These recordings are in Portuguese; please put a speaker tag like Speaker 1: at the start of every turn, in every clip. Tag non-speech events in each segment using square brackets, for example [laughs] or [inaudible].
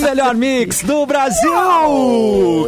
Speaker 1: melhor mix do Brasil.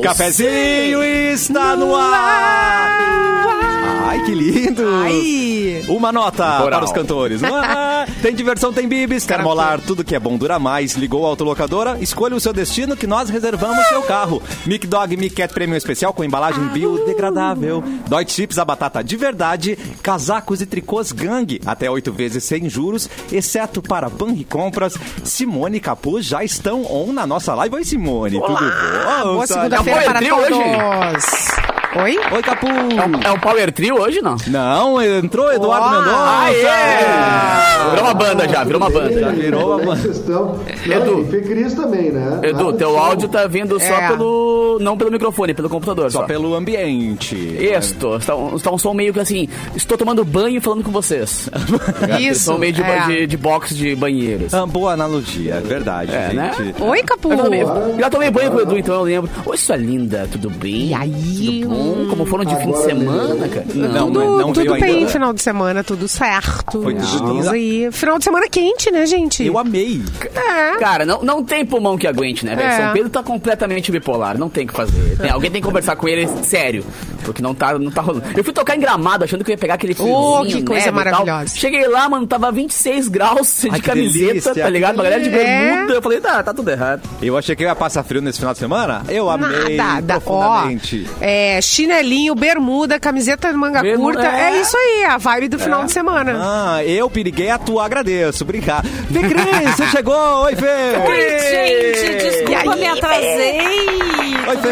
Speaker 1: Cafezinho está no ar. Ai, que lindo.
Speaker 2: Ai.
Speaker 1: Uma nota
Speaker 3: Coral.
Speaker 1: para os
Speaker 2: [laughs]
Speaker 1: cantores. Ah, tem diversão, tem bibis. Quer molar tudo que é bom dura mais? Ligou a autolocadora? Escolha o seu destino que nós reservamos seu carro. Mic Dog Mic Cat Premium Especial com embalagem biodegradável. Dói Chips, a batata de verdade. Casacos e tricôs gangue. Até oito vezes sem juros, exceto para Banri Compras. Simone e Capu já estão on na nossa live. Oi, Simone. Tudo bom?
Speaker 2: Boa segunda-feira
Speaker 3: Acabou
Speaker 2: para
Speaker 3: a trio
Speaker 2: todos. Oi?
Speaker 1: Oi, Capu.
Speaker 3: É um- É o Power Trio hoje, não?
Speaker 1: Não, entrou Eduardo
Speaker 2: Uau,
Speaker 1: Mendonça.
Speaker 3: é! Virou uma banda já, virou uma
Speaker 1: Já
Speaker 3: banda.
Speaker 4: é
Speaker 1: virou uma banda.
Speaker 5: Vocês estão.
Speaker 3: Edu.
Speaker 5: Não, e Fê Cris também, né?
Speaker 3: Edu,
Speaker 5: Nada
Speaker 3: teu
Speaker 5: de som.
Speaker 3: áudio tá vindo só
Speaker 2: É.
Speaker 3: pelo... Não pelo microfone, pelo computador só.
Speaker 1: Só pelo ambiente.
Speaker 3: Isto, está um, está um som meio que assim, estou tomando banho e falando com vocês.
Speaker 2: [laughs] Isso,
Speaker 3: Som meio de,
Speaker 2: é.
Speaker 3: de, de box de banheiros.
Speaker 1: Ah, boa analogia, é verdade,
Speaker 3: É, né?
Speaker 1: gente.
Speaker 2: Oi, Capu.
Speaker 3: Eu tomei, já tomei banho com o Edu, então eu lembro. Oi, sua linda, tudo bem?
Speaker 2: E aí?
Speaker 3: Tudo bom? Como foram de fim de
Speaker 5: Agora
Speaker 3: semana, cara? né?
Speaker 1: Não,
Speaker 2: Tudo,
Speaker 1: mas não
Speaker 2: tudo
Speaker 1: veio
Speaker 2: bem,
Speaker 1: ainda.
Speaker 2: final de semana, tudo certo.
Speaker 1: Foi tudo
Speaker 2: Estamos
Speaker 1: lindo.
Speaker 2: aí. Final de semana quente, né, gente?
Speaker 1: Eu amei.
Speaker 2: É.
Speaker 3: Cara, não, não tem pulmão que aguente, né, velho?
Speaker 2: É.
Speaker 3: São Pedro tá completamente bipolar, não tem o que fazer. Tem- alguém tem que conversar com ele sério, porque não tá, não tá rolando. Eu fui tocar em Gramado achando que eu ia pegar aquele friozinho,
Speaker 2: Oh, que coisa
Speaker 3: neve e tal.
Speaker 2: maravilhosa.
Speaker 3: Cheguei lá, mano, tava 26 graus de
Speaker 1: Ai, que
Speaker 3: camiseta,
Speaker 1: delícia.
Speaker 3: tá ligado? Uma galera de
Speaker 2: É.
Speaker 3: bermuda. Eu falei, tá, tá tudo errado.
Speaker 1: Eu achei que eu ia passar frio nesse final de semana. Eu amei
Speaker 2: Nada, da, ó,
Speaker 1: profundamente.
Speaker 2: é, chinelinho, bermuda, camiseta de manga
Speaker 3: Bermuda,
Speaker 2: curta, é.
Speaker 3: é.
Speaker 2: isso aí, a vibe do final de semana.
Speaker 1: Ah, eu piriguei a tua, agradeço. Obrigado. Fê Cris, você chegou. Oi,
Speaker 6: Oi,
Speaker 1: Fê.
Speaker 6: gente, desculpa,
Speaker 2: E aí,
Speaker 6: me atrasei.
Speaker 1: Oi,
Speaker 6: Tudo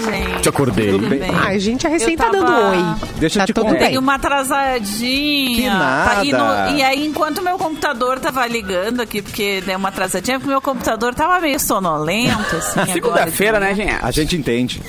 Speaker 1: Fê.
Speaker 6: bem, gente?
Speaker 3: Te acordei.
Speaker 6: Tudo bem.
Speaker 2: Ai, gente, a recém
Speaker 6: Eu
Speaker 2: tá
Speaker 6: tava-
Speaker 2: dando oi.
Speaker 1: Deixa eu
Speaker 2: Tá
Speaker 1: te
Speaker 2: tudo
Speaker 1: contar.
Speaker 2: bem.
Speaker 6: Dei uma atrasadinha.
Speaker 1: Que nada.
Speaker 6: Tá, E, no- e aí, enquanto meu computador tava ligando aqui, porque deu uma atrasadinha, porque meu computador tava meio sonolento, assim. agora.
Speaker 3: Segunda-feira, né, gente?
Speaker 1: A gente entende.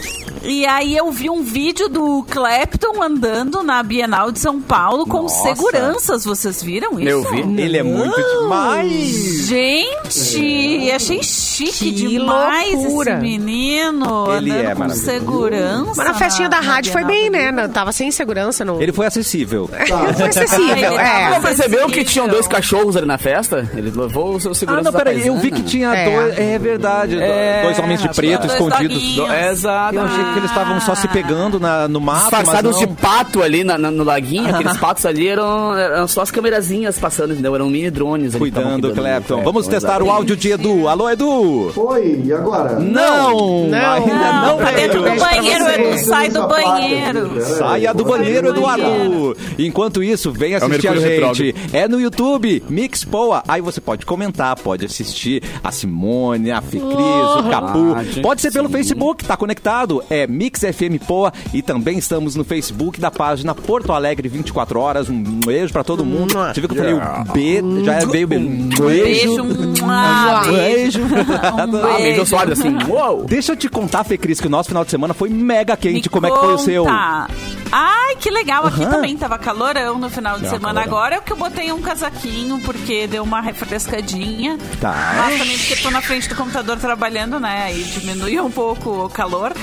Speaker 6: E aí eu vi um vídeo do Clapton andando na Bienal de São Paulo com
Speaker 1: Nossa.
Speaker 6: seguranças. Vocês viram isso?
Speaker 3: Eu vi.
Speaker 1: Ele é muito demais.
Speaker 6: Gente, achei
Speaker 2: Que
Speaker 6: chique demais
Speaker 2: loucura.
Speaker 6: esse menino.
Speaker 1: Ele
Speaker 6: andando
Speaker 1: é
Speaker 6: com
Speaker 1: maravilhoso.
Speaker 6: segurança.
Speaker 2: Mas na festinha da
Speaker 6: na
Speaker 2: rádio foi
Speaker 6: Bienal
Speaker 2: bem,
Speaker 6: do
Speaker 2: né?
Speaker 6: Livro.
Speaker 2: Não, tava sem segurança, não.
Speaker 1: Ele foi acessível.
Speaker 2: Foi acessível,
Speaker 6: Ah,
Speaker 3: Você
Speaker 6: ele
Speaker 2: é.
Speaker 6: tava-
Speaker 3: percebeu que tinham dois
Speaker 6: Sensível.
Speaker 3: cachorros ali na festa? Ele levou o seu
Speaker 1: Ah,
Speaker 3: segurança
Speaker 1: não,
Speaker 3: da
Speaker 1: peraí. Eu vi
Speaker 3: paisana.
Speaker 1: que tinha
Speaker 2: É.
Speaker 1: dois... É verdade.
Speaker 3: É,
Speaker 1: dois homens de
Speaker 3: rapaz.
Speaker 1: preto
Speaker 6: Dois
Speaker 1: escondidos.
Speaker 6: doguinhos.
Speaker 3: Do- Exato.
Speaker 1: Eu achei que eles estavam só se pegando na- no mato,
Speaker 3: Disfarçados
Speaker 1: Ah, mas
Speaker 3: de
Speaker 1: não.
Speaker 3: pato ali na- na- no laguinho,
Speaker 1: [laughs]
Speaker 3: aqueles patos ali eram, eram só as câmerazinhas passando, entendeu? Eram mini drones ali. que estavam
Speaker 1: Cuidando, é.
Speaker 3: cuidando do
Speaker 1: Clepton. Vamos testar
Speaker 3: exato.
Speaker 1: o áudio de Edu. Alô, Edu!
Speaker 5: Oi, e agora?
Speaker 1: Não!
Speaker 2: Não.
Speaker 1: Ainda
Speaker 6: Não,
Speaker 1: não,
Speaker 6: tá
Speaker 1: veio.
Speaker 6: dentro do
Speaker 2: Beijo pra
Speaker 6: banheiro,
Speaker 2: você.
Speaker 6: Edu. Sai do
Speaker 5: Essa placa
Speaker 6: banheiro.
Speaker 5: aqui, peraí.
Speaker 1: Saia do
Speaker 5: Sai
Speaker 1: banheiro,
Speaker 6: do banheiro.
Speaker 1: Eduardo! Enquanto isso, vem assistir a
Speaker 3: Mercúrio
Speaker 1: gente. É no YouTube, Mix Poa. Aí você pode comentar, pode assistir a Simone, a Ficris, o Capu.
Speaker 3: Verdade,
Speaker 1: Pode ser pelo
Speaker 3: sim.
Speaker 1: Facebook, tá conectado? É Mix FM Poa. E também estamos no Facebook da página Porto Alegre 24 Horas. Um beijo pra todo mundo. Você viu que eu falei o B, já veio o B. Um
Speaker 6: Beijo. mua,
Speaker 1: [laughs] Um beijo. Então,
Speaker 3: Ah, meio
Speaker 6: Beijo.
Speaker 3: suave assim.
Speaker 6: [laughs]
Speaker 3: Uou!
Speaker 1: Deixa eu te contar, Fê Cris, que o nosso final de semana foi mega quente.
Speaker 6: Me
Speaker 1: Como é que foi o seu?
Speaker 6: conta. Ai, que legal. Aqui
Speaker 1: Aham.
Speaker 6: também tava calorão no final de
Speaker 3: Deu uma
Speaker 6: semana.
Speaker 3: calorão.
Speaker 6: Agora é que eu botei um casaquinho, porque deu uma refrescadinha.
Speaker 1: Tá.
Speaker 6: Mas também porque tô na frente do computador trabalhando, né? Aí diminui um pouco o calor.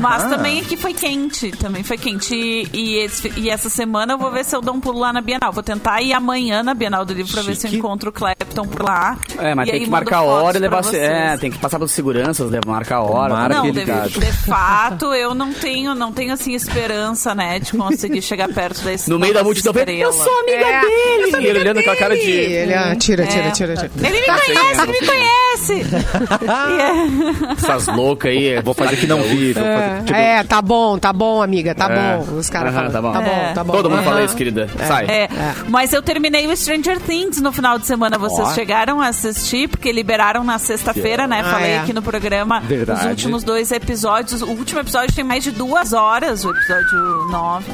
Speaker 6: Mas também aqui foi quente. Também foi quente. E, e esse- e essa semana eu vou ver se eu dou um pulo lá na Bienal. Vou tentar ir amanhã na Bienal do Livro pra ver se eu
Speaker 1: Chique.
Speaker 6: encontro o Clapton por lá.
Speaker 3: É, mas
Speaker 6: E
Speaker 3: tem
Speaker 6: aí
Speaker 3: que
Speaker 6: mando
Speaker 3: marcar a hora
Speaker 6: fotos
Speaker 3: e levar.
Speaker 6: pra
Speaker 3: se- É,
Speaker 6: vocês.
Speaker 3: tem que passar pelos seguranças, né? marcar a hora.
Speaker 1: Tomara
Speaker 3: tá?
Speaker 1: que
Speaker 6: Não,
Speaker 1: ele
Speaker 6: de,
Speaker 1: caso.
Speaker 6: de fato, eu não tenho, não tenho assim esperança, né, de conseguir chegar perto desse
Speaker 3: No meio da multidão, eu sou amiga
Speaker 2: É,
Speaker 3: dele! E ele olhando com a cara
Speaker 2: Ih,
Speaker 3: de.
Speaker 2: Ele, ah, tira, tira, tira, tira.
Speaker 6: Ele
Speaker 3: Tá
Speaker 6: me conhece, ele me conhece. E é-
Speaker 3: "Hum, Essas loucas aí. Vou
Speaker 1: Fazer que não vi. vou fazer- tipo,
Speaker 2: É, tá bom, tá bom, amiga, tá
Speaker 3: É.
Speaker 2: bom. Os caras
Speaker 3: Aham,
Speaker 2: falam.
Speaker 3: tá bom.
Speaker 2: Tá bom,
Speaker 6: É.
Speaker 2: tá bom.
Speaker 3: Todo mundo fala
Speaker 2: Aham.
Speaker 3: isso, querida. Sai.
Speaker 6: é. Mas eu terminei o Stranger Things no final de semana. Vocês
Speaker 1: Ó.
Speaker 6: chegaram a assistir, porque liberaram na sexta-feira, né?
Speaker 2: Ah,
Speaker 6: Falei
Speaker 2: é.
Speaker 6: aqui no programa
Speaker 1: Verdade.
Speaker 6: os últimos dois episódios. O último episódio tem mais de duas horas, o episódio 9.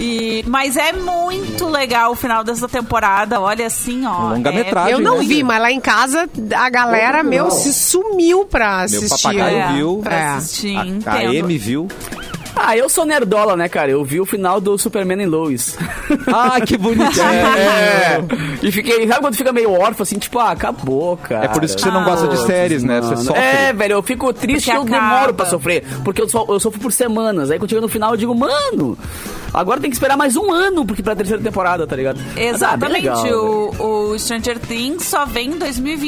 Speaker 6: E, mas é muito legal o final dessa temporada. Olha assim, ó.
Speaker 1: Longa-metragem,
Speaker 2: Eu não
Speaker 1: né?
Speaker 2: vi, mas lá em casa a galera,
Speaker 5: Não.
Speaker 2: meu, se sumiu pra
Speaker 1: Meu
Speaker 2: assistir.
Speaker 1: papagaio
Speaker 6: É,
Speaker 1: viu.
Speaker 6: pra
Speaker 2: É.
Speaker 6: assistir,
Speaker 1: A, a
Speaker 6: entendo.
Speaker 1: M viu.
Speaker 3: Ah, eu sou nerdola, né, cara? Eu vi o final do Superman e Lois.
Speaker 1: Ah, que bonitinho.
Speaker 3: [laughs] É. E fiquei, sabe quando fica meio órfão assim, tipo, ah, acabou, cara.
Speaker 1: É por isso que você não gosta de
Speaker 3: Putz,
Speaker 1: séries, né? Você
Speaker 3: mano.
Speaker 1: sofre.
Speaker 3: É, velho, eu fico triste que eu
Speaker 6: Porque
Speaker 3: demoro
Speaker 6: acaba.
Speaker 3: pra sofrer. Porque eu, so- eu sofro por semanas. Aí quando chega no final eu digo, mano, agora tem que esperar mais um ano porque pra terceira temporada, tá ligado? Mas, ah, bem
Speaker 6: Exatamente.
Speaker 3: legal, velho.
Speaker 6: o, o Stranger Things só vem em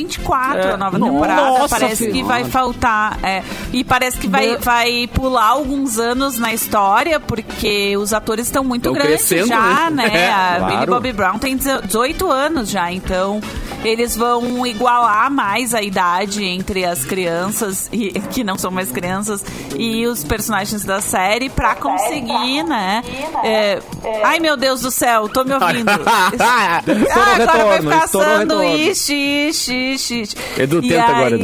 Speaker 6: 2024,
Speaker 3: É.
Speaker 6: a nova
Speaker 3: Nossa,
Speaker 6: temporada. parece
Speaker 3: filho.
Speaker 6: que vai faltar. é. E parece que vai, vai pular alguns anos na história, porque os atores estão muito
Speaker 3: Tão
Speaker 6: grandes
Speaker 3: crescendo,
Speaker 6: já,
Speaker 3: né?
Speaker 6: né?
Speaker 3: [laughs] É,
Speaker 6: a
Speaker 1: claro.
Speaker 6: Billy Bobby Brown tem 18 anos já, então eles vão igualar mais a idade entre as crianças, e, [laughs] que não são mais crianças, e os personagens da série pra conseguir, né? É, ai, meu Deus do céu, tô me ouvindo.
Speaker 1: Estourou
Speaker 6: [laughs] Ah, agora vai
Speaker 1: retorno,
Speaker 6: ficar
Speaker 1: estourou retorno.
Speaker 6: sanduíche, ixi, ixi, ixi.
Speaker 3: Edu,
Speaker 6: e
Speaker 3: tenta
Speaker 6: aí,
Speaker 3: agora,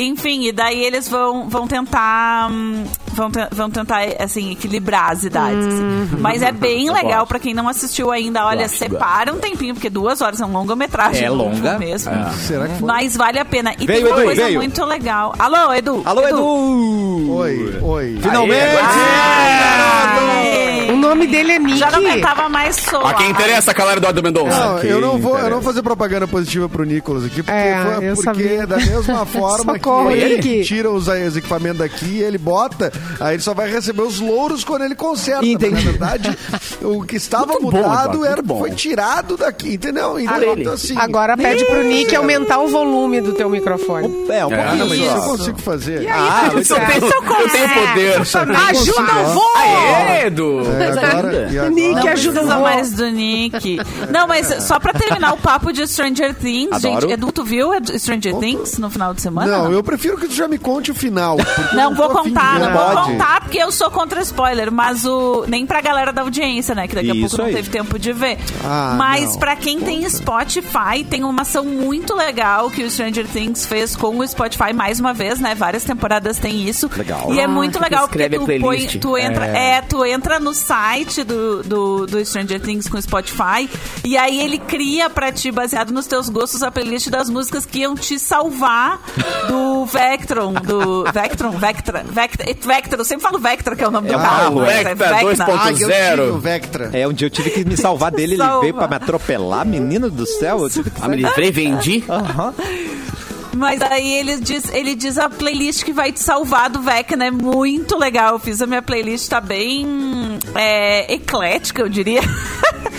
Speaker 6: Enfim, e daí eles vão, vão tentar. hum, Vão, te- vão tentar, assim, equilibrar as idades. assim. Mas é bem legal pra quem não assistiu ainda. Olha,
Speaker 3: gosto,
Speaker 6: separa um tempinho, porque duas horas é um longa-metragem.
Speaker 3: É
Speaker 6: não
Speaker 3: longa.
Speaker 6: mesmo.
Speaker 4: Será que foi?
Speaker 6: Mas vale a pena. E
Speaker 1: Veio,
Speaker 6: tem uma
Speaker 1: Edu,
Speaker 6: coisa
Speaker 1: veio.
Speaker 6: muito legal. Alô, Edu!
Speaker 1: Alô, Edu!
Speaker 4: Oi, oi.
Speaker 1: Finalmente!
Speaker 6: Ai,
Speaker 2: O nome dele é Nick.
Speaker 6: Já não tá- cantava mais solo.
Speaker 7: A quem interessa, calor do Eduardo Mendonça.
Speaker 4: Não, eu não vou, eu não vou fazer propaganda positiva pro Nicolas aqui, porque,
Speaker 2: É,
Speaker 4: foi-
Speaker 2: eu
Speaker 4: porque
Speaker 2: sabia.
Speaker 4: da
Speaker 2: [laughs]
Speaker 4: mesma forma
Speaker 2: Socorro,
Speaker 4: que ele
Speaker 2: Henrique.
Speaker 4: tira os, os equipamentos daqui e ele bota, aí ele só vai receber os louros quando ele conserta. mas,
Speaker 1: Entendi.
Speaker 4: na verdade, o que estava
Speaker 3: Muito bom,
Speaker 4: mudado
Speaker 3: Eduardo,
Speaker 4: era
Speaker 3: muito bom.
Speaker 4: foi tirado daqui, entendeu? Então,
Speaker 3: ele.
Speaker 4: assim,
Speaker 2: Agora pede pro Nick aumentar o volume do teu microfone.
Speaker 1: É, um
Speaker 4: ah, não, mas
Speaker 1: pouquinho
Speaker 4: isso eu
Speaker 1: só.
Speaker 4: consigo fazer.
Speaker 1: Ah,
Speaker 3: Eu
Speaker 1: isso
Speaker 3: tenho, eu
Speaker 6: É,
Speaker 3: tenho poder.
Speaker 2: Ajuda o vô!
Speaker 3: Aê, Edu!
Speaker 4: É, agora, e agora-
Speaker 2: Nick,
Speaker 6: Não
Speaker 2: ajuda o
Speaker 6: precisa
Speaker 2: vô.
Speaker 6: mais do Nick. Não, mas só pra terminar o papo de Stranger Things,
Speaker 1: Adoro.
Speaker 6: gente. Edu, tu viu Ed- Stranger Things no final de semana?
Speaker 4: Não, eu prefiro que tu já me conte o final. porque eu
Speaker 6: Não vou
Speaker 4: tô afim de
Speaker 6: contar, não vou
Speaker 4: verdade.
Speaker 6: contar, porque eu sou contra spoiler, mas o. Nem pra galera da audiência, né? Que daqui a
Speaker 1: Isso
Speaker 6: pouco não
Speaker 1: aí.
Speaker 6: teve tempo de ver.
Speaker 4: Ah,
Speaker 6: mas
Speaker 4: não.
Speaker 6: pra quem tem Spotify, tem uma ação muito legal que o Stranger Things fez com o Spotify mais uma vez, né? Várias temporadas tem isso.
Speaker 1: Legal.
Speaker 6: E é
Speaker 3: Ah,
Speaker 6: muito
Speaker 3: que
Speaker 6: legal
Speaker 3: escreve
Speaker 6: porque
Speaker 3: a
Speaker 6: tu, põe,
Speaker 3: playlist.
Speaker 6: tu entra.
Speaker 3: É.
Speaker 6: É, tu entra no site do, do, do Stranger Things com o Spotify e aí ele cria pra ti, baseado nos teus gostos, a playlist das músicas que iam te salvar do Vectron, do Vectron, Vectra, Vectra, Vectra, eu sempre falo Vectra, que é o nome do
Speaker 1: um
Speaker 6: carro.
Speaker 1: carro,
Speaker 6: mas é
Speaker 7: Vectra 2.0.
Speaker 4: Ah, eu tive o Vectra.
Speaker 1: É, um dia eu tive que me salvar dele, ele
Speaker 6: Salva.
Speaker 1: veio pra me atropelar, menino do céu. Eu tive que
Speaker 3: Ah, me
Speaker 1: sair.
Speaker 3: livrei, vendi.
Speaker 1: Aham.
Speaker 6: Mas aí ele diz, ele diz a playlist que vai te salvar do Vecna, é muito legal. Eu fiz a minha playlist, tá bem é, eclética, eu diria.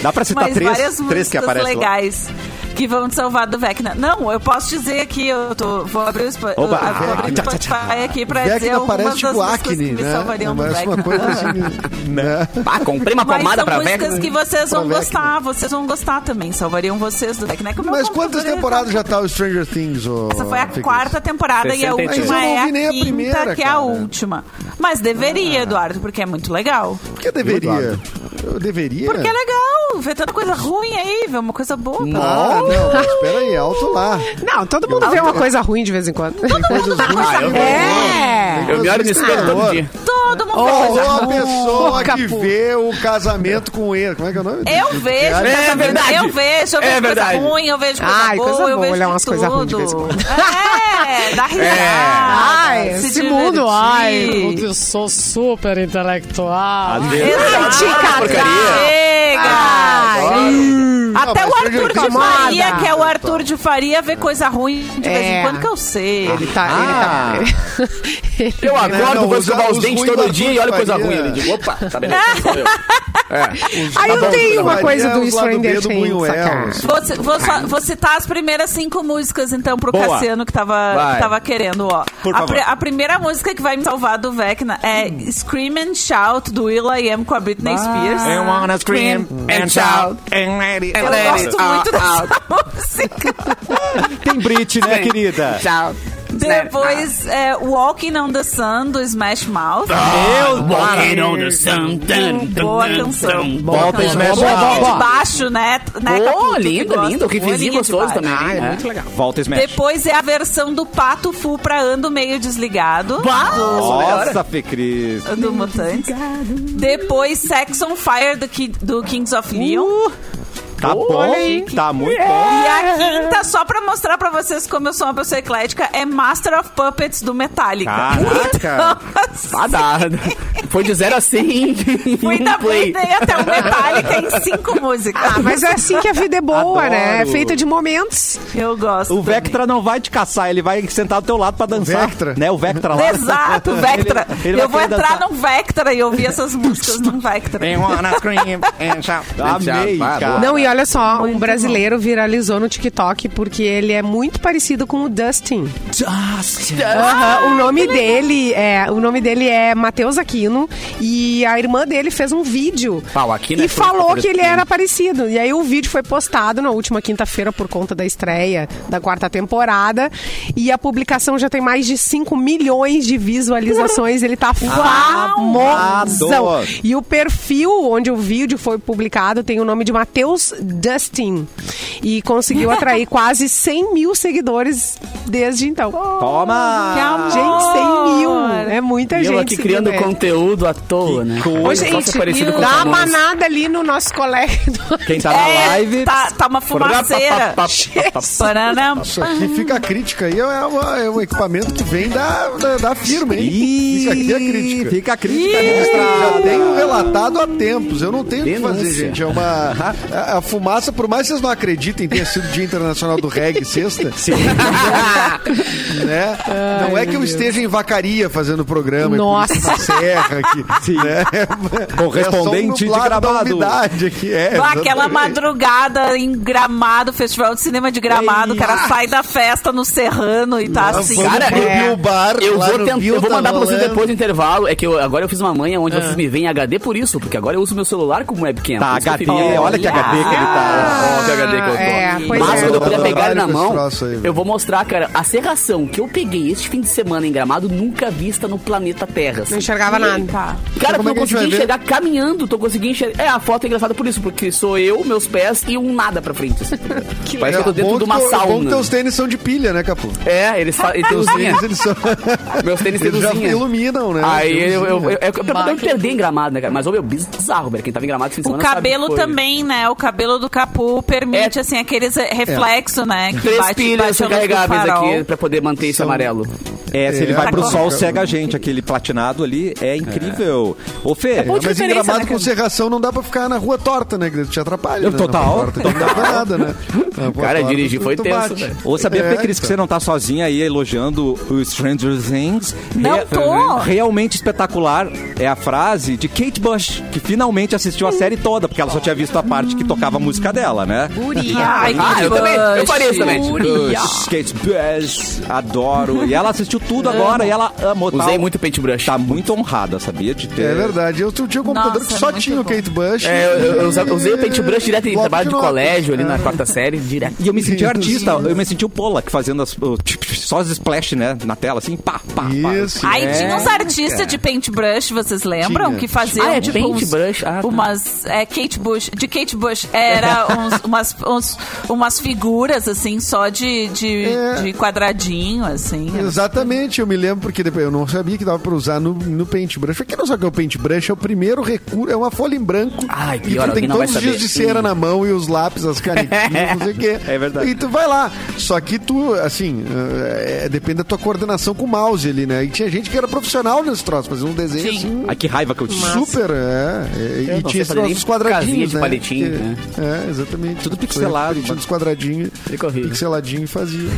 Speaker 1: Dá pra citar
Speaker 6: Mas
Speaker 1: três-
Speaker 6: várias
Speaker 1: três que
Speaker 6: músicas
Speaker 1: aparecem lá.
Speaker 6: legais. Que vão te salvar do Vecna. né? Não, eu posso dizer aqui, eu tô, vou abrir o Spo- eu vou
Speaker 1: Oba,
Speaker 6: abrir o
Speaker 1: Vecna, tchá, tchá.
Speaker 6: Spotify aqui pra dizer
Speaker 4: Vecna
Speaker 6: algumas das
Speaker 4: parece tipo
Speaker 6: músicas
Speaker 4: acne,
Speaker 6: que me
Speaker 4: né?
Speaker 6: salvariam do
Speaker 4: Parece uma
Speaker 6: Vecna.
Speaker 4: coisa assim,
Speaker 6: [laughs]
Speaker 4: né?
Speaker 3: Ah, comprei uma
Speaker 6: Mas
Speaker 3: pomada
Speaker 6: são
Speaker 3: pra
Speaker 6: músicas
Speaker 3: Vecna.
Speaker 6: que vocês vão
Speaker 4: Pra Vecna.
Speaker 6: gostar, vocês vão gostar também, salvariam vocês do Vecna. É que o meu
Speaker 4: Mas quantas
Speaker 6: computador, ele tá
Speaker 4: temporadas já tá o Stranger Things? ô,
Speaker 6: essa foi a
Speaker 4: Ficus?
Speaker 6: quarta temporada e a
Speaker 3: 63.
Speaker 6: última
Speaker 4: Mas eu não
Speaker 6: é a
Speaker 4: vi nem a
Speaker 6: quinta,
Speaker 4: primeira,
Speaker 6: que é a
Speaker 4: cara.
Speaker 6: última. Mas deveria,
Speaker 2: Ah.
Speaker 6: Eduardo, porque é muito legal.
Speaker 4: Por que deveria? Eu deveria?
Speaker 6: Porque é legal, vê tanta coisa ruim aí, vê uma coisa boa.
Speaker 4: Ah, não, mas espera aí, alto lá.
Speaker 2: Não, todo mundo vê uma coisa ruim de vez em quando.
Speaker 4: Tem um. coisas ruins.
Speaker 3: Ah, eu
Speaker 4: também.
Speaker 2: É.
Speaker 3: Eu me olho no espelho todo dia.
Speaker 6: Todo mundo
Speaker 2: Oh.
Speaker 6: vê
Speaker 4: Ou
Speaker 6: coisa
Speaker 4: a
Speaker 6: ruim.
Speaker 4: pessoa
Speaker 2: Porca,
Speaker 4: que
Speaker 2: pô.
Speaker 4: vê o casamento com ele. Como é que é o nome?
Speaker 6: Eu vejo,
Speaker 4: É
Speaker 6: casamento,
Speaker 3: verdade.
Speaker 6: eu vejo, eu
Speaker 3: É
Speaker 6: vejo
Speaker 3: verdade.
Speaker 6: coisa ruim, eu vejo coisa
Speaker 2: Ai,
Speaker 6: boa,
Speaker 2: coisa
Speaker 6: eu
Speaker 2: boa,
Speaker 6: vejo
Speaker 2: olhar
Speaker 6: de
Speaker 2: umas
Speaker 6: tudo.
Speaker 2: coisas ruins de vez em quando.
Speaker 6: É, dá risada.
Speaker 2: Ai,
Speaker 6: se
Speaker 2: esse mundo, ai,
Speaker 6: divertir.
Speaker 2: mundo, eu sou super intelectual.
Speaker 6: Exato. Chega! Até
Speaker 4: Não,
Speaker 6: o
Speaker 4: mas
Speaker 6: Arthur
Speaker 4: Stranger
Speaker 6: de
Speaker 4: Things é
Speaker 6: Faria,
Speaker 2: moda.
Speaker 6: que é o Arthur de Faria, vê coisa ruim de vez
Speaker 2: É.
Speaker 6: em quando que eu sei.
Speaker 2: Ele tá, ele
Speaker 3: Ah.
Speaker 2: tá. Ele-
Speaker 3: Eu acordo,
Speaker 4: É, não,
Speaker 3: vou
Speaker 4: os-
Speaker 3: escovar os,
Speaker 4: os
Speaker 3: dentes
Speaker 4: ruins
Speaker 3: todo
Speaker 4: da
Speaker 3: dia e
Speaker 4: Turma
Speaker 3: olho coisa
Speaker 4: Faria.
Speaker 3: ruim. Ele diz, opa, tá beleza, sou eu.
Speaker 2: Aí eu
Speaker 3: bom,
Speaker 2: tenho
Speaker 3: tá
Speaker 2: uma
Speaker 3: bom.
Speaker 2: coisa
Speaker 4: Maria,
Speaker 2: do
Speaker 4: os lá do
Speaker 2: Stranger
Speaker 4: B do
Speaker 2: Things, Ah,
Speaker 4: Buñuel,
Speaker 2: sacar.
Speaker 4: assim.
Speaker 6: Vou, ci- vou só- vou citar as primeiras cinco músicas, então, pro
Speaker 3: Boa.
Speaker 6: Cassiano que tava,
Speaker 3: Vai.
Speaker 6: que tava querendo, ó.
Speaker 1: Por
Speaker 6: a,
Speaker 1: favor.
Speaker 6: pri- a primeira música que vai me salvar do Vecna é Scream and Shout, do Will.i.am com a Britney Spears.
Speaker 1: I wanna scream and shout and let it
Speaker 6: Eu
Speaker 1: out.
Speaker 6: gosto muito dessa [laughs] música.
Speaker 1: Tem Brit, né, querida?
Speaker 3: Tchau.
Speaker 6: Depois, é, Walking on the Sun, do Smash Mouth.
Speaker 1: Meu
Speaker 3: Walking on the sun. dun, dun,
Speaker 6: Boa
Speaker 3: dun,
Speaker 6: canção.
Speaker 3: dun.
Speaker 6: Boa
Speaker 1: Bota
Speaker 6: canção.
Speaker 1: Smash
Speaker 6: Boa
Speaker 1: Mouth.
Speaker 6: linha
Speaker 1: Boa.
Speaker 6: de baixo, né? né
Speaker 3: Ô,
Speaker 6: Capu? Tu que
Speaker 3: lindo,
Speaker 6: gosta.
Speaker 3: lindo. O
Speaker 6: Boa
Speaker 3: riffzinho
Speaker 6: linha de
Speaker 3: gostoso
Speaker 6: baixo.
Speaker 3: também.
Speaker 2: Ah, é
Speaker 3: né?
Speaker 2: muito legal.
Speaker 1: Volta Smash.
Speaker 6: Depois é a versão do Pato Fu pra Ando Meio Desligado.
Speaker 1: Nossa, Fê Cris.
Speaker 6: Do, do Mutantes. Depois Sex on Fire do, Ki- do Kings of Leon.
Speaker 1: Tá bom,
Speaker 2: Olha aí.
Speaker 1: tá muito
Speaker 6: E a quinta, só pra mostrar pra vocês como eu sou uma pessoa eclética, é Master of Puppets do Metallica.
Speaker 1: Caraca.
Speaker 3: Ah, dá. Foi de 0 a 100
Speaker 1: [laughs]
Speaker 3: em
Speaker 6: Fui
Speaker 3: um
Speaker 6: da
Speaker 3: play.
Speaker 6: Britney até o Metallica em cinco músicas.
Speaker 2: Ah, mas é assim que a vida é boa,
Speaker 1: Adoro.
Speaker 2: né? É feita de momentos.
Speaker 6: Eu gosto.
Speaker 1: bom. O Vectra não vai te caçar, ele vai sentar do teu lado pra dançar.
Speaker 4: Vectra?
Speaker 1: Né? O Vectra lá.
Speaker 6: também. Exato, Vectra.
Speaker 1: Ele- ele vai
Speaker 6: eu vou
Speaker 1: querer
Speaker 6: entrar
Speaker 1: dançar.
Speaker 6: num Vectra e ouvir essas músicas num Vectra.
Speaker 1: [laughs] Amei,
Speaker 7: Já,
Speaker 1: cara.
Speaker 2: Não, e olha só, um brasileiro viralizou no TikTok porque ele é muito parecido com o Dustin. Aham, o nome dele é, o nome dele é Matheus Aquino e a irmã dele fez um vídeo
Speaker 3: Ah, o Aquino
Speaker 2: e
Speaker 3: é fruto
Speaker 2: falou
Speaker 3: do
Speaker 2: que ele
Speaker 3: Aquino.
Speaker 2: era parecido. E aí o vídeo foi postado na última quinta-feira por conta da estreia da quarta temporada e a publicação já tem mais de 5 milhões de visualizações. Ele tá
Speaker 3: Ah,
Speaker 2: famosão.
Speaker 1: Amado.
Speaker 2: E o perfil onde o vídeo foi publicado tem o nome de Matheus Dustin e conseguiu atrair quase 100 mil seguidores desde então.
Speaker 1: Toma!
Speaker 6: Que amor.
Speaker 2: Gente, 100 mil. É muita
Speaker 3: E eu
Speaker 2: gente.
Speaker 3: aqui
Speaker 2: seguindo
Speaker 3: criando
Speaker 2: ele.
Speaker 3: conteúdo à toa, né?
Speaker 1: coisa.
Speaker 2: Ô,
Speaker 1: Só
Speaker 2: gente,
Speaker 3: parecido com
Speaker 2: dá
Speaker 3: o
Speaker 2: uma
Speaker 3: famoso.
Speaker 2: manada ali no nosso colega.
Speaker 3: [laughs]
Speaker 2: do-
Speaker 1: Quem tá na
Speaker 6: É,
Speaker 1: live.
Speaker 6: Tá, tá uma fumaceira. [laughs] Paraná.
Speaker 4: Isso aqui fica a crítica aí, é, uma- é um equipamento que vem da, da, da firma, hein? Isso aqui é crítica. Tá
Speaker 1: Fica a crítica
Speaker 4: Já
Speaker 1: registrada.
Speaker 4: tenho relatado há tempos. Eu não tenho o que fazer,
Speaker 3: Ah. Denúncia.
Speaker 4: gente. É uma.
Speaker 3: [laughs]
Speaker 4: A, a fumaça, por mais que vocês não acreditem, tenha sido Dia Internacional
Speaker 3: [laughs]
Speaker 4: do Reggae sexta. Sim. [laughs] né? não é que eu esteja em vacaria fazendo o programa. e por
Speaker 2: Nossa.
Speaker 4: isso na serra aqui. Sim. Né?
Speaker 1: Correspondente
Speaker 4: é
Speaker 1: de
Speaker 4: só um nublado
Speaker 1: Gramado.
Speaker 4: Da umidade aqui. É,
Speaker 6: Bah, Aquela
Speaker 4: exatamente.
Speaker 6: madrugada em Gramado, Festival de Cinema de Gramado, o cara sai da festa no Serrano e tá assim.
Speaker 4: Vamos
Speaker 3: Cara,
Speaker 4: pro
Speaker 3: é,
Speaker 4: Bill Bar,
Speaker 3: Eu
Speaker 4: lá
Speaker 3: vou,
Speaker 4: no
Speaker 3: tentar-
Speaker 4: Bill
Speaker 3: eu vou
Speaker 4: tá
Speaker 3: mandar pra vocês
Speaker 4: rolando.
Speaker 3: depois do intervalo. É que eu- agora eu fiz uma manha
Speaker 4: Ah.
Speaker 3: onde vocês me veem em HD por isso, porque agora eu uso meu celular como webcam.
Speaker 1: Tá,
Speaker 3: por isso que eu
Speaker 1: HD,
Speaker 3: fiquei-
Speaker 1: olha que HD que ele tá.
Speaker 3: Ó, Ah, que HD que eu tô.
Speaker 2: É, pois
Speaker 3: Mas
Speaker 2: é.
Speaker 3: quando eu puder
Speaker 4: Dá
Speaker 3: pegar ele
Speaker 4: trabalho
Speaker 3: na
Speaker 4: com esse
Speaker 3: mão,
Speaker 4: troço aí, velho.
Speaker 3: eu vou mostrar, cara, a serração que eu peguei este fim de semana em Gramado, nunca vista no planeta Terra. assim.
Speaker 2: Não enxergava nada.
Speaker 6: Tá.
Speaker 3: Cara,
Speaker 4: Como
Speaker 3: eu
Speaker 4: é que a
Speaker 3: consegui
Speaker 4: gente vai ver?
Speaker 3: enxergar caminhando, tô conseguindo enxergar. É, a foto é engraçada por isso, porque sou eu, meus pés e um nada pra frente. assim. Parece que eu tô dentro
Speaker 4: bom
Speaker 3: de
Speaker 4: que
Speaker 3: uma
Speaker 4: teu- é Bom que
Speaker 3: sauna.
Speaker 4: teus tênis são de pilha, né, Capu?
Speaker 3: É, eles, fa- eles têm
Speaker 4: Teus
Speaker 3: luzinha.
Speaker 4: tênis, eles
Speaker 3: [laughs]
Speaker 4: são...
Speaker 3: Meus tênis têm
Speaker 4: Eles já
Speaker 3: luzinha.
Speaker 4: iluminam, né?
Speaker 3: Aí
Speaker 4: Tem
Speaker 3: eu, é eu, eu,
Speaker 4: luzinha.
Speaker 3: eu, eu, me perdi em gramado, né, cara? Mas, ô, meu, bizarro, velho. Quem tava em gramado esse fim de
Speaker 6: O
Speaker 3: semana sabe
Speaker 6: cabelo
Speaker 3: que foi
Speaker 6: também, né? O cabelo do Capu permite,
Speaker 3: É.
Speaker 6: assim, aqueles reflexos, né? Que
Speaker 3: Três
Speaker 6: bate-
Speaker 3: pilhas
Speaker 6: bate a luz do
Speaker 3: recarregáveis
Speaker 6: farol.
Speaker 3: aqui pra poder manter esse amarelo.
Speaker 1: É, se ele
Speaker 4: É,
Speaker 1: vai pro
Speaker 6: tá
Speaker 1: sol,
Speaker 4: correto.
Speaker 1: cega a gente. Aquele platinado ali é incrível. Ô, Fê,
Speaker 6: bom de
Speaker 4: Mas em
Speaker 6: diferença,
Speaker 4: gramado
Speaker 6: né,
Speaker 4: com
Speaker 6: cara?
Speaker 4: serração não dá pra ficar na rua torta, né? Que te atrapalha.
Speaker 1: Eu,
Speaker 4: né?
Speaker 1: total,
Speaker 4: Na rua torta, Não [laughs] dá pra nada, né? Na rua
Speaker 3: Cara,
Speaker 4: torta,
Speaker 3: dirigir
Speaker 4: tu-
Speaker 3: foi
Speaker 4: tu
Speaker 3: tenso,
Speaker 4: bate.
Speaker 3: velho.
Speaker 1: Ou sabia,
Speaker 4: É,
Speaker 1: Fê, Cris, que você não tá sozinha aí elogiando o Stranger Things?
Speaker 6: Não tô.
Speaker 1: Realmente espetacular é a frase de Kate Bush, que finalmente assistiu a série toda, porque ela só tinha visto a parte que tocava a música dela, né?
Speaker 6: Ai,
Speaker 3: Ah,
Speaker 6: que
Speaker 3: eu também. Eu
Speaker 6: bush.
Speaker 3: faria isso também.
Speaker 4: Ah.
Speaker 1: Kate Bush, adoro. E ela assistiu
Speaker 4: [laughs]
Speaker 1: tudo agora e ela amou tal.
Speaker 3: Usei muito paintbrush.
Speaker 1: Tá muito honrada, sabia? De ter.
Speaker 4: É verdade. Eu tinha um computador
Speaker 6: Nossa,
Speaker 4: que só
Speaker 6: muito
Speaker 4: tinha o
Speaker 6: bom.
Speaker 4: Kate Bush.
Speaker 3: É, eu, eu- eu usa- eu usei o paintbrush direto em
Speaker 4: Bloco
Speaker 3: trabalho de É.
Speaker 4: notas.
Speaker 3: colégio, ali na quarta série, direto.
Speaker 1: E eu me senti
Speaker 4: Sim,
Speaker 1: artista,
Speaker 4: sim.
Speaker 1: eu me senti o Pollack fazendo as, o- só os splash, né? Na tela, assim, pá, pá, pá.
Speaker 4: Isso. é.
Speaker 6: Aí tinha uns artistas de paintbrush, vocês lembram?
Speaker 4: né? Tinha.
Speaker 6: Que faziam
Speaker 3: Ah, é
Speaker 6: tipo, uns-
Speaker 3: paintbrush? Ah, tá.
Speaker 6: umas é, Kate Bush, de Kate Bush
Speaker 3: [laughs]
Speaker 6: era uns- umas, uns- umas figuras assim só de, de,
Speaker 4: É.
Speaker 6: de quadradinho assim.
Speaker 4: Exatamente, eu me lembro porque depois eu não sabia que dava pra usar no, no paintbrush. Porque não sabe o que é o paintbrush, é o primeiro recurso, é uma folha em branco.
Speaker 3: Ai,
Speaker 4: e
Speaker 3: pior,
Speaker 4: tu tem
Speaker 3: alguém não vai
Speaker 4: todos os dias
Speaker 3: saber.
Speaker 4: de cera
Speaker 3: Sim.
Speaker 4: na mão e os lápis, as
Speaker 3: [laughs]
Speaker 4: canetinhas, não sei o quê.
Speaker 1: É verdade.
Speaker 4: E tu vai lá. Só que tu, assim, eh, é, depende da tua coordenação com o mouse ali, né? E tinha gente que era profissional nesse troço, fazia um desenho
Speaker 6: Sim.
Speaker 4: assim.
Speaker 1: Ai, que raiva que eu tive.
Speaker 4: Super, é. é,
Speaker 3: Eu não
Speaker 4: E
Speaker 3: sei
Speaker 4: tinha esses
Speaker 3: fazer nem
Speaker 4: nossos quadradinhos.
Speaker 3: casinha de
Speaker 4: né?
Speaker 3: palitinho,
Speaker 4: Que-
Speaker 3: né?
Speaker 4: É, exatamente.
Speaker 1: Tudo pixelado,
Speaker 4: Tinha
Speaker 1: mas-
Speaker 4: uns quadradinhos.
Speaker 3: Fica horrível.
Speaker 4: Pixeladinho e fazia.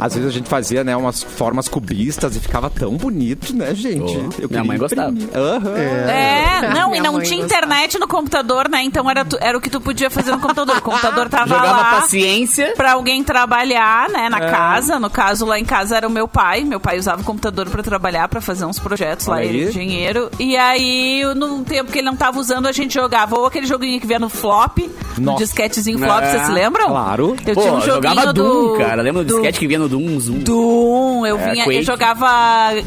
Speaker 1: Às vezes a gente fazia, né, umas formas cubistas e ficava tão bonito, né, gente?
Speaker 3: Oh.
Speaker 1: Eu
Speaker 3: Minha
Speaker 1: queria
Speaker 3: mãe gostava.
Speaker 1: imprimir. Aham.
Speaker 6: É, não, e
Speaker 2: Minha
Speaker 6: não
Speaker 2: mãe
Speaker 6: tinha
Speaker 2: gostava.
Speaker 6: internet no computador, né? Então era, tu- era o que tu podia fazer no computador. O computador tava
Speaker 3: Jogava
Speaker 6: lá.
Speaker 3: paciência.
Speaker 6: Pra alguém trabalhar, né, na
Speaker 3: É.
Speaker 6: casa. No caso, lá em casa era o meu pai. Meu pai usava o computador pra trabalhar, pra fazer uns projetos lá,
Speaker 1: Olha
Speaker 6: ele
Speaker 1: aí.
Speaker 6: de engenheiro. E aí, no tempo que ele não tava usando, a gente jogava ou aquele joguinho que vinha no flop, no
Speaker 1: Nossa.
Speaker 6: disquetezinho flop,
Speaker 3: É.
Speaker 6: vocês lembram?
Speaker 1: Claro.
Speaker 6: Eu
Speaker 3: Pô,
Speaker 6: tinha um joguinho
Speaker 3: jogava
Speaker 6: do...
Speaker 3: Doom, cara. Lembra do
Speaker 6: do
Speaker 3: sketch que vinha no Doom, Zoom?
Speaker 6: Doom, eu musiquinha.
Speaker 3: Quake. Ah,
Speaker 6: Eu jogava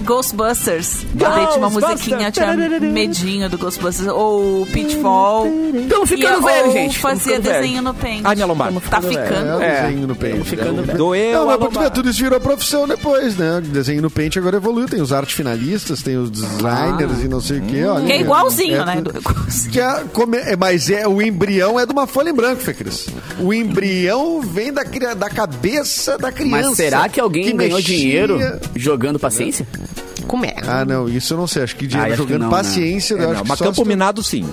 Speaker 6: Ghostbusters. Daí tinha uma musiquinha, tinha medinho do Ghostbusters. Ou Pitfall.
Speaker 3: Estamos Então, ficando
Speaker 6: E-
Speaker 3: velho,
Speaker 6: ou
Speaker 3: gente. Tamo
Speaker 6: fazia
Speaker 3: ficando velho. Ah,
Speaker 6: desenho no pente.
Speaker 1: Ai, minha lombar.
Speaker 6: Tá ficando.
Speaker 4: É,
Speaker 3: É.
Speaker 4: o desenho no pente.
Speaker 3: ficando
Speaker 4: É o-
Speaker 3: velho.
Speaker 1: Doeu
Speaker 4: Não,
Speaker 1: a
Speaker 4: mas pra tu ver,
Speaker 1: lombar.
Speaker 4: tudo isso virou profissão depois, né? Desenho no pente agora evoluiu. Tem os arte finalistas, tem os designers e não sei o quê. Olha,
Speaker 6: Ah. Que
Speaker 1: Uhum.
Speaker 6: é igualzinho,
Speaker 4: é
Speaker 6: né?
Speaker 4: tudo-
Speaker 6: do- Ghostbusters.
Speaker 4: Que é, come- é, mas é, o embrião é de uma folha em branco, Fê Cris. O embrião vem da, cria- da cabeça da criança.
Speaker 3: Mas será que alguém ganhou
Speaker 4: mexia-
Speaker 3: dinheiro jogando paciência?
Speaker 2: Como é?
Speaker 4: Ah, não, isso eu não sei. Acho que dinheiro
Speaker 3: Ah, acho que
Speaker 4: jogando
Speaker 3: não, né?
Speaker 4: paciência. eu
Speaker 1: É,
Speaker 4: acho
Speaker 1: não,
Speaker 4: que
Speaker 1: mas
Speaker 4: só
Speaker 1: campo
Speaker 4: se tu-
Speaker 1: minado, sim.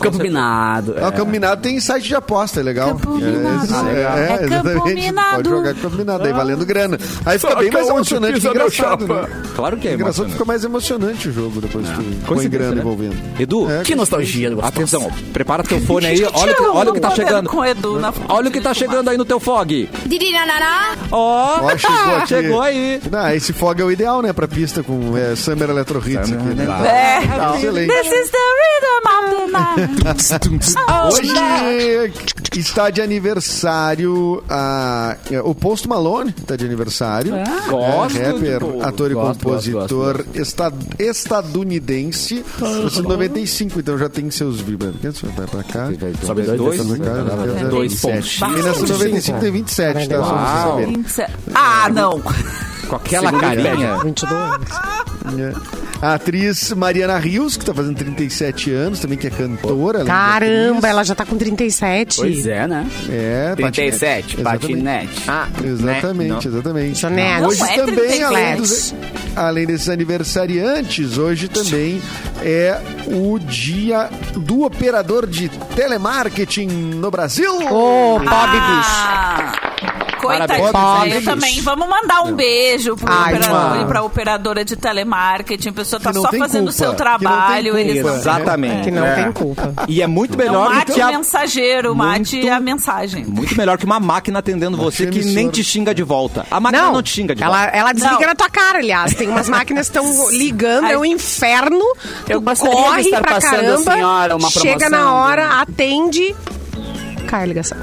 Speaker 3: Campo minado.
Speaker 4: Ah,
Speaker 3: é.
Speaker 4: o Campo Minado tem site de aposta, é legal.
Speaker 6: Campo
Speaker 4: É,
Speaker 6: Minado.
Speaker 4: é,
Speaker 6: Ah,
Speaker 3: legal.
Speaker 4: é,
Speaker 6: É Campo
Speaker 4: exatamente. Pode
Speaker 6: Minado.
Speaker 4: jogar Campo Minado, aí valendo grana. Aí fica bem
Speaker 3: é
Speaker 4: mais emocionante que engraçado. Né?
Speaker 1: Claro que é
Speaker 4: Engraçado
Speaker 1: emocionante.
Speaker 4: fica mais emocionante o jogo depois que põe
Speaker 1: Coincidência,
Speaker 4: grana
Speaker 1: né?
Speaker 4: envolvendo.
Speaker 1: Edu,
Speaker 4: É,
Speaker 3: Que nostalgia do gostoso.
Speaker 1: atenção, prepara teu fone aí. Olha, o que-
Speaker 6: Eu
Speaker 1: olha o
Speaker 6: não
Speaker 1: que tá
Speaker 6: tô vendo
Speaker 1: chegando.
Speaker 6: Com o Edu na
Speaker 1: Olha o que tá chegando aí no teu fog. Ó, [laughs]
Speaker 4: Ó, chegou aqui.
Speaker 1: chegou aí.
Speaker 4: Não, esse fog é o ideal, né? Pra pista com é, Summer Electro Hits aqui, né?
Speaker 6: É.
Speaker 1: Ah,
Speaker 6: This
Speaker 4: Excelente.
Speaker 6: is the rhythm of the night.
Speaker 4: Hoje está de aniversário a- é, o Post Malone, está de aniversário. É,
Speaker 1: Gosto
Speaker 4: rapper,
Speaker 1: de-
Speaker 4: ator e
Speaker 3: Gosto,
Speaker 4: compositor esta- estadunidense, é nascido em 95, então já tem seus vibratos. Vai pra cá.
Speaker 3: Sobe dois,
Speaker 1: Dois.
Speaker 3: desce dois.
Speaker 1: né? Dois pontos.
Speaker 4: Ele nasceu em 95 tem 27, tá? Só pra vocês
Speaker 1: Uau.
Speaker 4: saberem.
Speaker 6: Isso é- Ah, não.
Speaker 1: Com aquela carinha.
Speaker 2: 22.
Speaker 4: A atriz Mariana Rios, que tá fazendo 37 anos, também que é cantora. além de
Speaker 2: Caramba,
Speaker 4: atriz.
Speaker 2: ela já tá com 37.
Speaker 3: Pois é, né?
Speaker 4: É,
Speaker 3: 37,
Speaker 4: Exatamente.
Speaker 3: patinete.
Speaker 2: Ah,
Speaker 6: né?
Speaker 4: Exatamente, exatamente.
Speaker 2: Janete.
Speaker 4: Hoje
Speaker 6: Não é
Speaker 4: também,
Speaker 6: 37.
Speaker 4: além, dos, além desses aniversariantes, hoje também é o dia do operador de telemarketing no Brasil.
Speaker 2: Ô,
Speaker 6: Oh.
Speaker 2: pobre bicho.
Speaker 6: Ah, Coitadinho,
Speaker 4: Parabéns.
Speaker 6: eu também. Vamos mandar um beijo pro
Speaker 2: Ai,
Speaker 6: operador,
Speaker 2: mano.
Speaker 6: pra operadora de telemarketing. A pessoa tá
Speaker 4: Que não
Speaker 6: só
Speaker 4: tem
Speaker 6: fazendo o
Speaker 4: culpa,
Speaker 6: seu
Speaker 4: que não tem
Speaker 6: trabalho. Eles
Speaker 4: culpa.
Speaker 6: não
Speaker 1: Exatamente.
Speaker 2: Que não
Speaker 1: É.
Speaker 2: tem culpa.
Speaker 1: E é muito
Speaker 4: Então,
Speaker 6: não
Speaker 1: melhor do
Speaker 6: mate
Speaker 1: que
Speaker 6: o
Speaker 1: a
Speaker 6: mensageiro, mate a mensagem.
Speaker 1: muito melhor que uma máquina atendendo você que
Speaker 4: emissora.
Speaker 1: nem te xinga de volta. A máquina
Speaker 2: Não,
Speaker 1: não, te xinga de
Speaker 2: ela,
Speaker 1: volta.
Speaker 2: ela desliga
Speaker 6: Não.
Speaker 2: na tua cara, aliás. Tem umas máquinas que
Speaker 3: [laughs]
Speaker 2: estão ligando, é um inferno.
Speaker 3: Eu
Speaker 2: tu
Speaker 3: gostaria de
Speaker 2: corre
Speaker 3: estar
Speaker 2: pra
Speaker 3: passando a
Speaker 2: caramba,
Speaker 3: senhora uma
Speaker 2: chega
Speaker 3: promoção. né?
Speaker 2: na hora, atende, cai a ligação.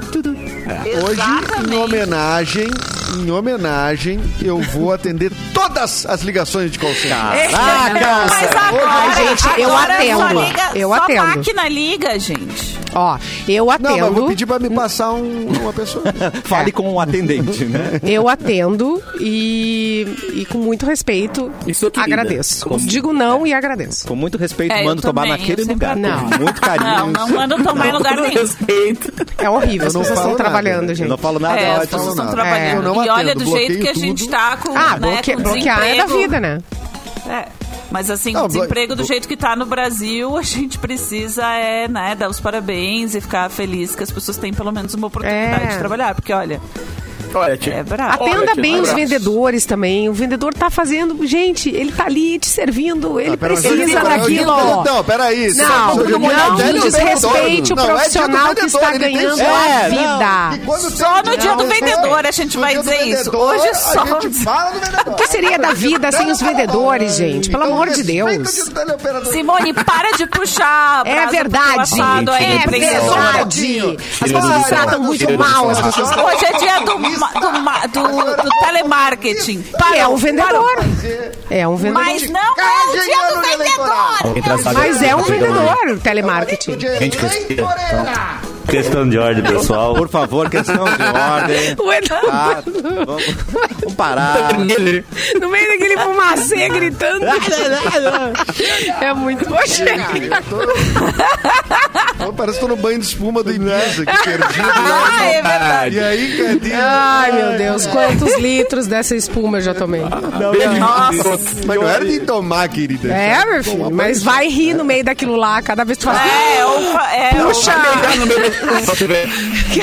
Speaker 4: Hoje, em homenagem, em homenagem, eu vou atender todas as ligações de call center.
Speaker 2: Tá.
Speaker 6: É,
Speaker 3: Ah,
Speaker 6: Mas agora,
Speaker 2: Ai, gente, eu
Speaker 6: agora só
Speaker 2: atendo.
Speaker 6: liga-
Speaker 2: Eu
Speaker 6: só
Speaker 2: atendo.
Speaker 6: máquina liga, gente.
Speaker 2: Ó, eu
Speaker 4: Não, mas vou
Speaker 2: atendo,
Speaker 4: pedir pra me passar um-
Speaker 2: [laughs]
Speaker 4: uma pessoa.
Speaker 1: Fale
Speaker 2: é.
Speaker 1: com o atendente, né?
Speaker 2: eu atendo e, e com muito respeito
Speaker 3: Isso eu queria.
Speaker 2: agradeço.
Speaker 3: Como-
Speaker 2: Digo não e agradeço.
Speaker 1: Com muito respeito,
Speaker 6: É, eu
Speaker 1: mando tomar
Speaker 6: também,
Speaker 1: naquele
Speaker 6: eu sempre
Speaker 1: lugar.
Speaker 2: atendo.
Speaker 1: Com muito carinho.
Speaker 6: Não, não manda tomar em lugar
Speaker 3: Todo
Speaker 6: nenhum.
Speaker 3: [laughs] respeito.
Speaker 2: É horrível, as
Speaker 4: não
Speaker 2: pessoas estão
Speaker 4: falo nada, né?
Speaker 1: Eu
Speaker 2: trabalhando,
Speaker 1: não
Speaker 2: gente.
Speaker 1: falo nada,
Speaker 6: É, as
Speaker 1: ótimo.
Speaker 6: pessoas estão
Speaker 4: nada.
Speaker 6: trabalhando.
Speaker 4: É, eu não
Speaker 6: e olha
Speaker 4: atendo,
Speaker 6: do jeito que a
Speaker 4: bloqueio
Speaker 6: gente
Speaker 4: tudo.
Speaker 6: tá com,
Speaker 2: Ah,
Speaker 6: né,
Speaker 2: bloque-
Speaker 6: com
Speaker 2: bloquear é da
Speaker 6: desemprego.
Speaker 2: vida, né?
Speaker 4: Tá
Speaker 6: É. Mas assim,
Speaker 4: Não,
Speaker 6: o desemprego
Speaker 4: blo-
Speaker 6: do jeito que tá no Brasil, a gente precisa é, né, dar os parabéns e ficar feliz que as pessoas têm pelo menos uma oportunidade
Speaker 2: É.
Speaker 6: de trabalhar, porque olha,
Speaker 3: Olha, tipo, tio.
Speaker 6: é brabo.
Speaker 2: Atenda
Speaker 3: Olha,
Speaker 2: bem
Speaker 3: abraço.
Speaker 2: os vendedores também. O vendedor tá fazendo. Gente, ele tá ali te servindo. Ele
Speaker 4: Ah, Pera, mas tá eu
Speaker 2: precisa
Speaker 4: digo,
Speaker 2: daquilo.
Speaker 4: eu- Não, peraí. se-
Speaker 2: Não,
Speaker 4: se eu
Speaker 2: não,
Speaker 6: é
Speaker 4: joguei na
Speaker 6: um
Speaker 2: não
Speaker 4: tela, eu
Speaker 2: desrespeite o
Speaker 4: não, é dia do
Speaker 2: profissional que
Speaker 4: vendedor,
Speaker 2: está
Speaker 4: ele tem
Speaker 2: ganhando
Speaker 4: certo.
Speaker 2: a
Speaker 4: não,
Speaker 2: vida.
Speaker 4: e quando
Speaker 6: Só
Speaker 4: tem-
Speaker 6: no dia do
Speaker 4: não,
Speaker 6: vendedor
Speaker 4: é,
Speaker 6: a gente
Speaker 4: no
Speaker 6: vai
Speaker 4: dia do
Speaker 6: dizer isso.
Speaker 4: vendedor,
Speaker 6: Hoje
Speaker 4: a
Speaker 6: só- [laughs] assim,
Speaker 4: gente fala do vendedor.
Speaker 2: O que seria da vida sem os vendedores, gente? Pelo
Speaker 4: então
Speaker 2: amor de Deus.
Speaker 6: Simone, para de puxar.
Speaker 2: É verdade. É verdade. As pessoas tratam muito mal as pessoas.
Speaker 6: Hoje é dia do, ma- do, ma- do- do telemarketing.
Speaker 2: Que é um vendedor. É um vendedor.
Speaker 6: Mas não é o dia do vendedor.
Speaker 2: Mas é um vendedor, telemarketing.
Speaker 4: Gente,
Speaker 8: Questão de ordem, pessoal.
Speaker 1: Por favor, questão de ordem.
Speaker 2: O Edu,
Speaker 1: Ah, vamos, vamos parar.
Speaker 2: no meio daquele fumacê,
Speaker 1: [laughs]
Speaker 2: gritando. É muito bom.
Speaker 4: [laughs] Parece que tô no banho de espuma do
Speaker 2: Né?
Speaker 4: Ibiza, que perdido. né?
Speaker 6: Ah, é verdade.
Speaker 4: E aí, cadê?
Speaker 2: Ai, meu Deus, quantos litros dessa espuma eu já tomei.
Speaker 1: Ah,
Speaker 4: Mas não era de tomar, querida.
Speaker 2: É, meu filho, mas vai rir no meio daquilo lá, cada vez que tu fala. "Ah,
Speaker 6: É, ou, é,
Speaker 2: Puxa!
Speaker 3: Cada
Speaker 2: Cada vez que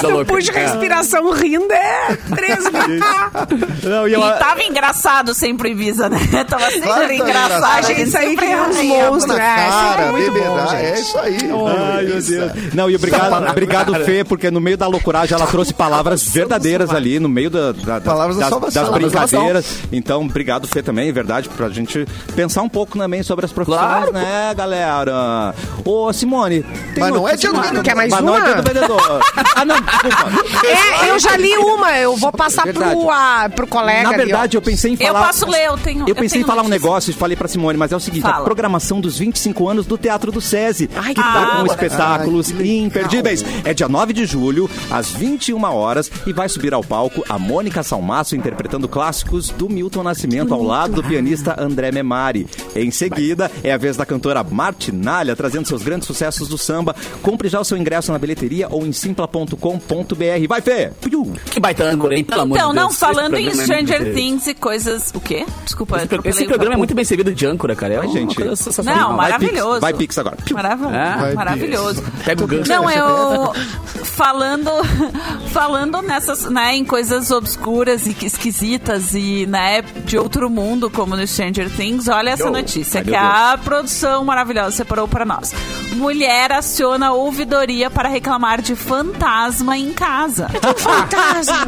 Speaker 2: tu puxa
Speaker 3: É,
Speaker 2: respiração rindo, é três litros.
Speaker 1: Não, e
Speaker 6: ou-
Speaker 1: ela-
Speaker 6: E tava engraçado sempre Ibiza, né? [laughs] Tava sempre
Speaker 4: Claro que tava
Speaker 6: engraçado.
Speaker 4: engraçado.
Speaker 6: A
Speaker 2: A
Speaker 6: gente
Speaker 2: gente aí
Speaker 6: sempre
Speaker 2: cria uns
Speaker 6: arranha.
Speaker 2: monstros. É, sempre
Speaker 4: Cara,
Speaker 2: é muito
Speaker 4: beberá,
Speaker 2: bom,
Speaker 4: é
Speaker 2: gente. É,
Speaker 4: isso aí.
Speaker 1: Ai, meu
Speaker 4: Isso. é.
Speaker 1: Deus. Não, e obrigado, obrigado Fê, porque no meio da loucuragem ela trouxe palavras verdadeiras ali, no meio da, da- da-
Speaker 4: Palavras da
Speaker 1: das,
Speaker 4: salvação.
Speaker 1: das
Speaker 4: Palavras da
Speaker 1: brincadeiras. Então, obrigado Fê também, é verdade, pra gente pensar um pouco também sobre as profissões, né, galera? Ô, Simone, tem
Speaker 4: Mas não é
Speaker 1: notícia-
Speaker 4: dia do
Speaker 2: Tu quer mais
Speaker 1: mas não
Speaker 2: uma?
Speaker 1: é do vendedor. Ah, não, desculpa.
Speaker 2: É, eu já li uma, eu vou passar pro,
Speaker 1: É Verdade.
Speaker 2: ah, pro colega
Speaker 1: Na
Speaker 2: ali, ó.
Speaker 1: verdade, eu pensei em
Speaker 6: Eu
Speaker 1: falar.
Speaker 6: posso ler, eu tenho-
Speaker 1: Eu
Speaker 6: eu
Speaker 1: pensei em
Speaker 6: tenho
Speaker 1: falar um
Speaker 6: notícia.
Speaker 1: negócio, falei pra Simone, mas é o seguinte: a
Speaker 6: Fala.
Speaker 1: programação dos 25 anos do Teatro do SESI, que tá com
Speaker 6: legal.
Speaker 1: espetáculos imperdíveis. É dia 9 de julho, às 21 horas, e vai subir ao palco a Mônica Salmaço interpretando clássicos do Milton Nascimento, ao lado do pianista André Memari. Em seguida, é a vez da cantora Martinalha trazendo seus grandes sucessos do samba. Compre já o seu ingresso na bilheteria ou em simpla.com.br. Vai, Fê! Piu!
Speaker 3: Que baita âncora, hein? Pelo amor de
Speaker 6: Então,
Speaker 3: Deus.
Speaker 6: não,
Speaker 3: Esse
Speaker 6: falando em
Speaker 3: programa é
Speaker 6: Stranger
Speaker 3: muito-
Speaker 6: Things e coisas. O quê? Desculpa,
Speaker 3: Esse, pro-
Speaker 6: atropelei
Speaker 3: esse
Speaker 6: o
Speaker 3: programa é
Speaker 6: papo.
Speaker 3: muito bem servido de âncora, cara. É
Speaker 1: Vai,
Speaker 3: uma
Speaker 1: gente.
Speaker 3: coisa sensacional.
Speaker 1: Vai,
Speaker 6: Não, maravilhoso.
Speaker 1: Pix. Vai, Pix agora. Piu!
Speaker 6: Maravilhoso.
Speaker 3: É.
Speaker 6: maravilhoso.
Speaker 3: Pega o gancho.
Speaker 6: Não, é.
Speaker 3: [laughs]
Speaker 6: eu falando, falando nessas, né, em coisas obscuras e que- esquisitas e né, de outro mundo, como no Stranger Things. Olha essa
Speaker 3: Yo.
Speaker 6: notícia
Speaker 3: Oh, Ai,
Speaker 6: que
Speaker 3: meu
Speaker 6: a produção maravilhosa separou para nós. Mulher aciona ouvidoria para reclamar de fantasma em casa.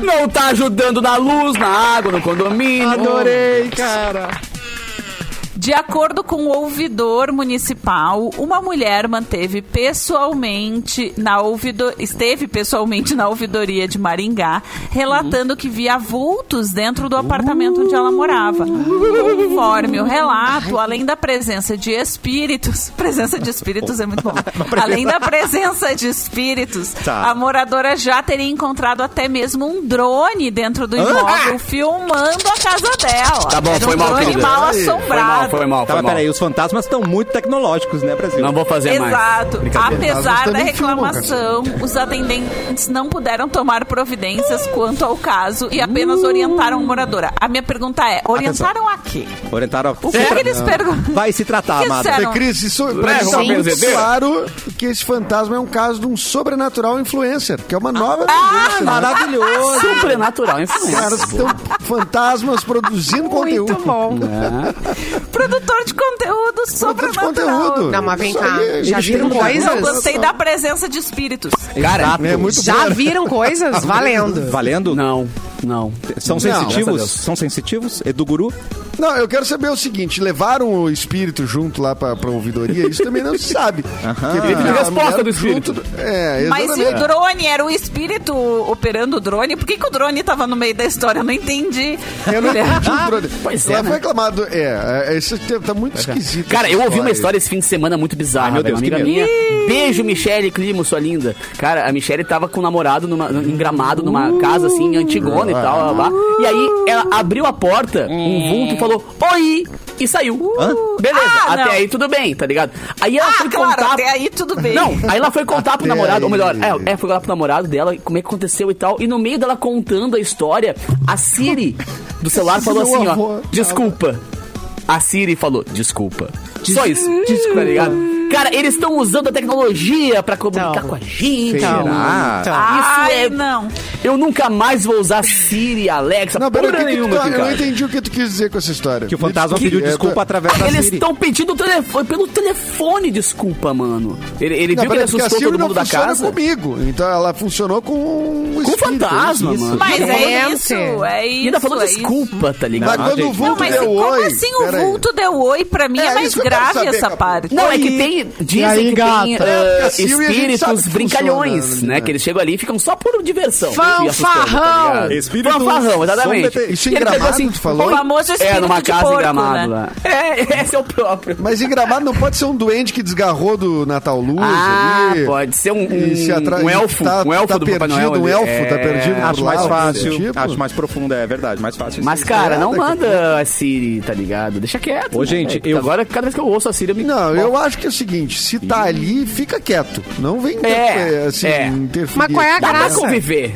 Speaker 3: Não tá ajudando na luz, na água, no condomínio.
Speaker 1: Adorei, cara!
Speaker 6: De acordo com o ouvidor municipal, uma mulher manteve pessoalmente na ouvido... esteve pessoalmente na ouvidoria de Maringá, relatando que via vultos dentro do apartamento onde ela morava. Conforme o relato, além da presença de espíritos, [laughs] presença de espíritos é
Speaker 3: [laughs]
Speaker 6: muito bom. Além da presença de espíritos,
Speaker 1: Tá.
Speaker 6: a moradora já teria encontrado até mesmo um drone dentro do imóvel filmando a casa dela.
Speaker 3: Ah! Tá bom,
Speaker 6: Era
Speaker 3: foi
Speaker 6: um
Speaker 3: mal,
Speaker 6: drone
Speaker 3: querida.
Speaker 6: mal
Speaker 3: Foi
Speaker 6: assombrado.
Speaker 3: Foi mal, foi mal.
Speaker 1: Tá, mas
Speaker 3: Foi mal.
Speaker 1: peraí, os fantasmas estão muito tecnológicos, né, Brasil?
Speaker 3: Não vou fazer mais.
Speaker 6: Exato.
Speaker 4: Mas
Speaker 6: Apesar da
Speaker 4: também filmam, cara.
Speaker 6: reclamação, os atendentes não puderam tomar providências quanto ao caso e
Speaker 4: Uh.
Speaker 6: apenas orientaram a moradora. A minha pergunta é: orientaram a quê?
Speaker 1: Orientaram a...
Speaker 6: O que, que eles perguntam?
Speaker 1: Vai se tratar,
Speaker 6: Que
Speaker 1: amada.
Speaker 6: sério?
Speaker 4: Fê, Cris, isso
Speaker 1: é
Speaker 4: pra
Speaker 3: Leva
Speaker 4: mim tá
Speaker 3: uma
Speaker 4: muito
Speaker 3: benzedeira.
Speaker 4: claro que esse fantasma é um caso de um sobrenatural influencer, que é uma nova
Speaker 6: Ah,
Speaker 2: Ah,
Speaker 4: tendência, né?
Speaker 1: Maravilhoso.
Speaker 3: Sobrenatural,
Speaker 6: é.
Speaker 4: Os
Speaker 3: influência.
Speaker 4: caras estão fantasmas produzindo
Speaker 2: Muito
Speaker 4: conteúdo.
Speaker 2: bom.
Speaker 6: Produtor de conteúdo
Speaker 4: Produtor de
Speaker 6: sobrenatural.
Speaker 2: Não, mas vem
Speaker 4: Isso
Speaker 2: cá.
Speaker 4: aí,
Speaker 2: Já
Speaker 4: eles
Speaker 2: viram
Speaker 4: têm um
Speaker 2: coisas?
Speaker 6: Eu
Speaker 4: negócio.
Speaker 6: gostei da presença de espíritos.
Speaker 3: Cara,
Speaker 4: É muito bom.
Speaker 2: Já viram coisas? Valendo.
Speaker 1: Valendo?
Speaker 3: não, não.
Speaker 1: São
Speaker 4: Não,
Speaker 1: sensitivos?
Speaker 3: graças a Deus.
Speaker 1: São sensitivos? Edu Guru?
Speaker 4: Não, eu quero saber o seguinte: levaram o espírito junto lá pra, pra ouvidoria? Isso também não se
Speaker 3: [laughs]
Speaker 4: sabe. Porque
Speaker 3: Ele tem
Speaker 4: a
Speaker 3: resposta
Speaker 4: mulher
Speaker 3: do espírito.
Speaker 4: junto do- É,
Speaker 6: Mas e
Speaker 4: exatamente.
Speaker 6: o drone? Era o espírito operando o drone? Por que, que o drone tava no meio da história? Eu não entendi.
Speaker 4: Eu
Speaker 6: [laughs]
Speaker 4: não [laughs] entendi
Speaker 6: Ah,
Speaker 4: o drone.
Speaker 3: Pois é,
Speaker 4: Ela
Speaker 3: né?
Speaker 4: foi reclamado. É, é, isso te- tá muito esquisito.
Speaker 3: Cara,
Speaker 4: essa
Speaker 3: eu ouvi uma história esse fim de semana muito bizarra,
Speaker 1: Ah, meu
Speaker 3: velho.
Speaker 1: Deus,
Speaker 3: Uma
Speaker 1: que
Speaker 3: amiga minha. Beijo, Michele Climo, sua linda. Cara, a Michele tava com um namorado numa, em gramado, numa casa assim, antigona e tal. Lá, lá. E aí ela abriu a porta, um vulto falou, oi! E saiu. Beleza,
Speaker 6: Ah,
Speaker 3: até
Speaker 6: não.
Speaker 3: aí tudo bem, tá ligado? Aí ela
Speaker 6: Ah,
Speaker 3: foi
Speaker 6: claro,
Speaker 3: contar.
Speaker 6: até aí tudo bem.
Speaker 3: Não, aí ela foi contar pro
Speaker 4: Até
Speaker 3: namorado, ou melhor,
Speaker 4: aí.
Speaker 3: é, é, foi lá pro namorado dela, como é que aconteceu e tal. E no meio dela contando a história, a Siri do
Speaker 4: [laughs]
Speaker 3: celular falou
Speaker 4: Meu
Speaker 3: assim, ó,
Speaker 4: avô.
Speaker 3: desculpa. A Siri falou, desculpa. Só isso, desculpa, tá ligado? Cara, eles estão usando a tecnologia pra comunicar
Speaker 2: Então.
Speaker 3: com a gente.
Speaker 2: Então.
Speaker 1: Ah,
Speaker 2: Então.
Speaker 6: Ai,
Speaker 3: Isso é-
Speaker 6: não.
Speaker 3: Eu nunca mais vou usar Siri, Alexa,
Speaker 4: Não, peraí, o
Speaker 3: porra
Speaker 4: que que tu,
Speaker 3: nenhuma,
Speaker 4: eu não
Speaker 3: cara.
Speaker 4: entendi o que tu quis dizer com essa história.
Speaker 1: que o fantasma
Speaker 4: Me
Speaker 1: pediu
Speaker 4: é,
Speaker 1: desculpa
Speaker 4: tá-
Speaker 1: através da
Speaker 3: Eles
Speaker 1: Siri.
Speaker 3: estão pedindo telefone, pelo telefone desculpa, mano. Ele, ele
Speaker 4: Não,
Speaker 3: viu que ele
Speaker 4: peraí, porque a
Speaker 3: assustou
Speaker 4: Siri
Speaker 3: todo
Speaker 4: não
Speaker 3: mundo da
Speaker 4: funciona
Speaker 3: casa.
Speaker 4: comigo. Então ela funcionou com o
Speaker 3: Com
Speaker 4: espírito, né?
Speaker 3: fantasma,
Speaker 4: isso.
Speaker 3: mano.
Speaker 6: Mas é
Speaker 2: Gente.
Speaker 6: isso, é isso.
Speaker 3: E ainda falou
Speaker 6: é isso.
Speaker 3: desculpa, tá
Speaker 4: Mas
Speaker 3: ligado?
Speaker 1: Não,
Speaker 4: quando
Speaker 1: gente,
Speaker 4: o
Speaker 6: Não,
Speaker 4: vulto
Speaker 6: mas
Speaker 4: deu
Speaker 6: como
Speaker 4: oi...
Speaker 6: assim o
Speaker 4: peraí.
Speaker 6: vulto deu oi? Pra mim é,
Speaker 4: É,
Speaker 6: mais
Speaker 4: isso que eu quero
Speaker 6: grave
Speaker 4: saber,
Speaker 6: essa
Speaker 4: Capu.
Speaker 6: parte.
Speaker 3: Não, é
Speaker 4: Oi.
Speaker 3: que tem. Dizem
Speaker 4: aí,
Speaker 3: que
Speaker 4: gata?
Speaker 3: tem
Speaker 4: É,
Speaker 3: ah,
Speaker 4: a Siri, a gente sabe
Speaker 3: espíritos
Speaker 4: que
Speaker 3: brincalhões,
Speaker 4: funciona, né?
Speaker 3: né? Que eles chegam ali e ficam só por diversão. né,
Speaker 2: Fanfarrão!
Speaker 3: E assustando, tá ligado?
Speaker 1: Espíritos
Speaker 3: Fanfarrão, exatamente.
Speaker 1: são dete-
Speaker 4: Isso em
Speaker 3: E ele pegou
Speaker 4: Gramado,
Speaker 6: assim,
Speaker 4: tu falou?
Speaker 6: O famoso
Speaker 3: É,
Speaker 6: espírito
Speaker 3: numa
Speaker 6: de
Speaker 3: casa
Speaker 6: porco,
Speaker 3: em gramado
Speaker 6: né?
Speaker 3: lá. [laughs] É, esse é o próprio.
Speaker 4: Mas em Gramado não pode ser um duende que desgarrou do Natal Luz
Speaker 3: Ah,
Speaker 4: ali.
Speaker 3: pode ser um,
Speaker 4: E se atra-
Speaker 3: um, um elfo.
Speaker 4: tá-
Speaker 3: um elfo
Speaker 4: tá
Speaker 3: do
Speaker 4: perdido,
Speaker 3: Papai Noel.
Speaker 4: um
Speaker 3: ali.
Speaker 4: elfo,
Speaker 3: É.
Speaker 4: tá perdido.
Speaker 1: Acho mais
Speaker 4: Lá,
Speaker 1: fácil,
Speaker 4: tipo.
Speaker 1: acho mais profundo, é verdade, mais fácil.
Speaker 3: Mas,
Speaker 1: sim.
Speaker 3: cara, não
Speaker 4: Caraca,
Speaker 3: manda a Siri, tá ligado? Deixa quieto.
Speaker 1: Ô,
Speaker 3: né,
Speaker 1: gente,
Speaker 3: velho?
Speaker 1: eu-
Speaker 3: Agora, cada vez que eu ouço a Siri, eu me.
Speaker 4: Não, eu acho que é o seguinte, se tá ali, fica quieto. Não vem
Speaker 3: É,
Speaker 4: assim,
Speaker 3: é.
Speaker 4: interferir.
Speaker 2: Mas qual é a
Speaker 3: Dá pra
Speaker 2: graça?
Speaker 3: conviver.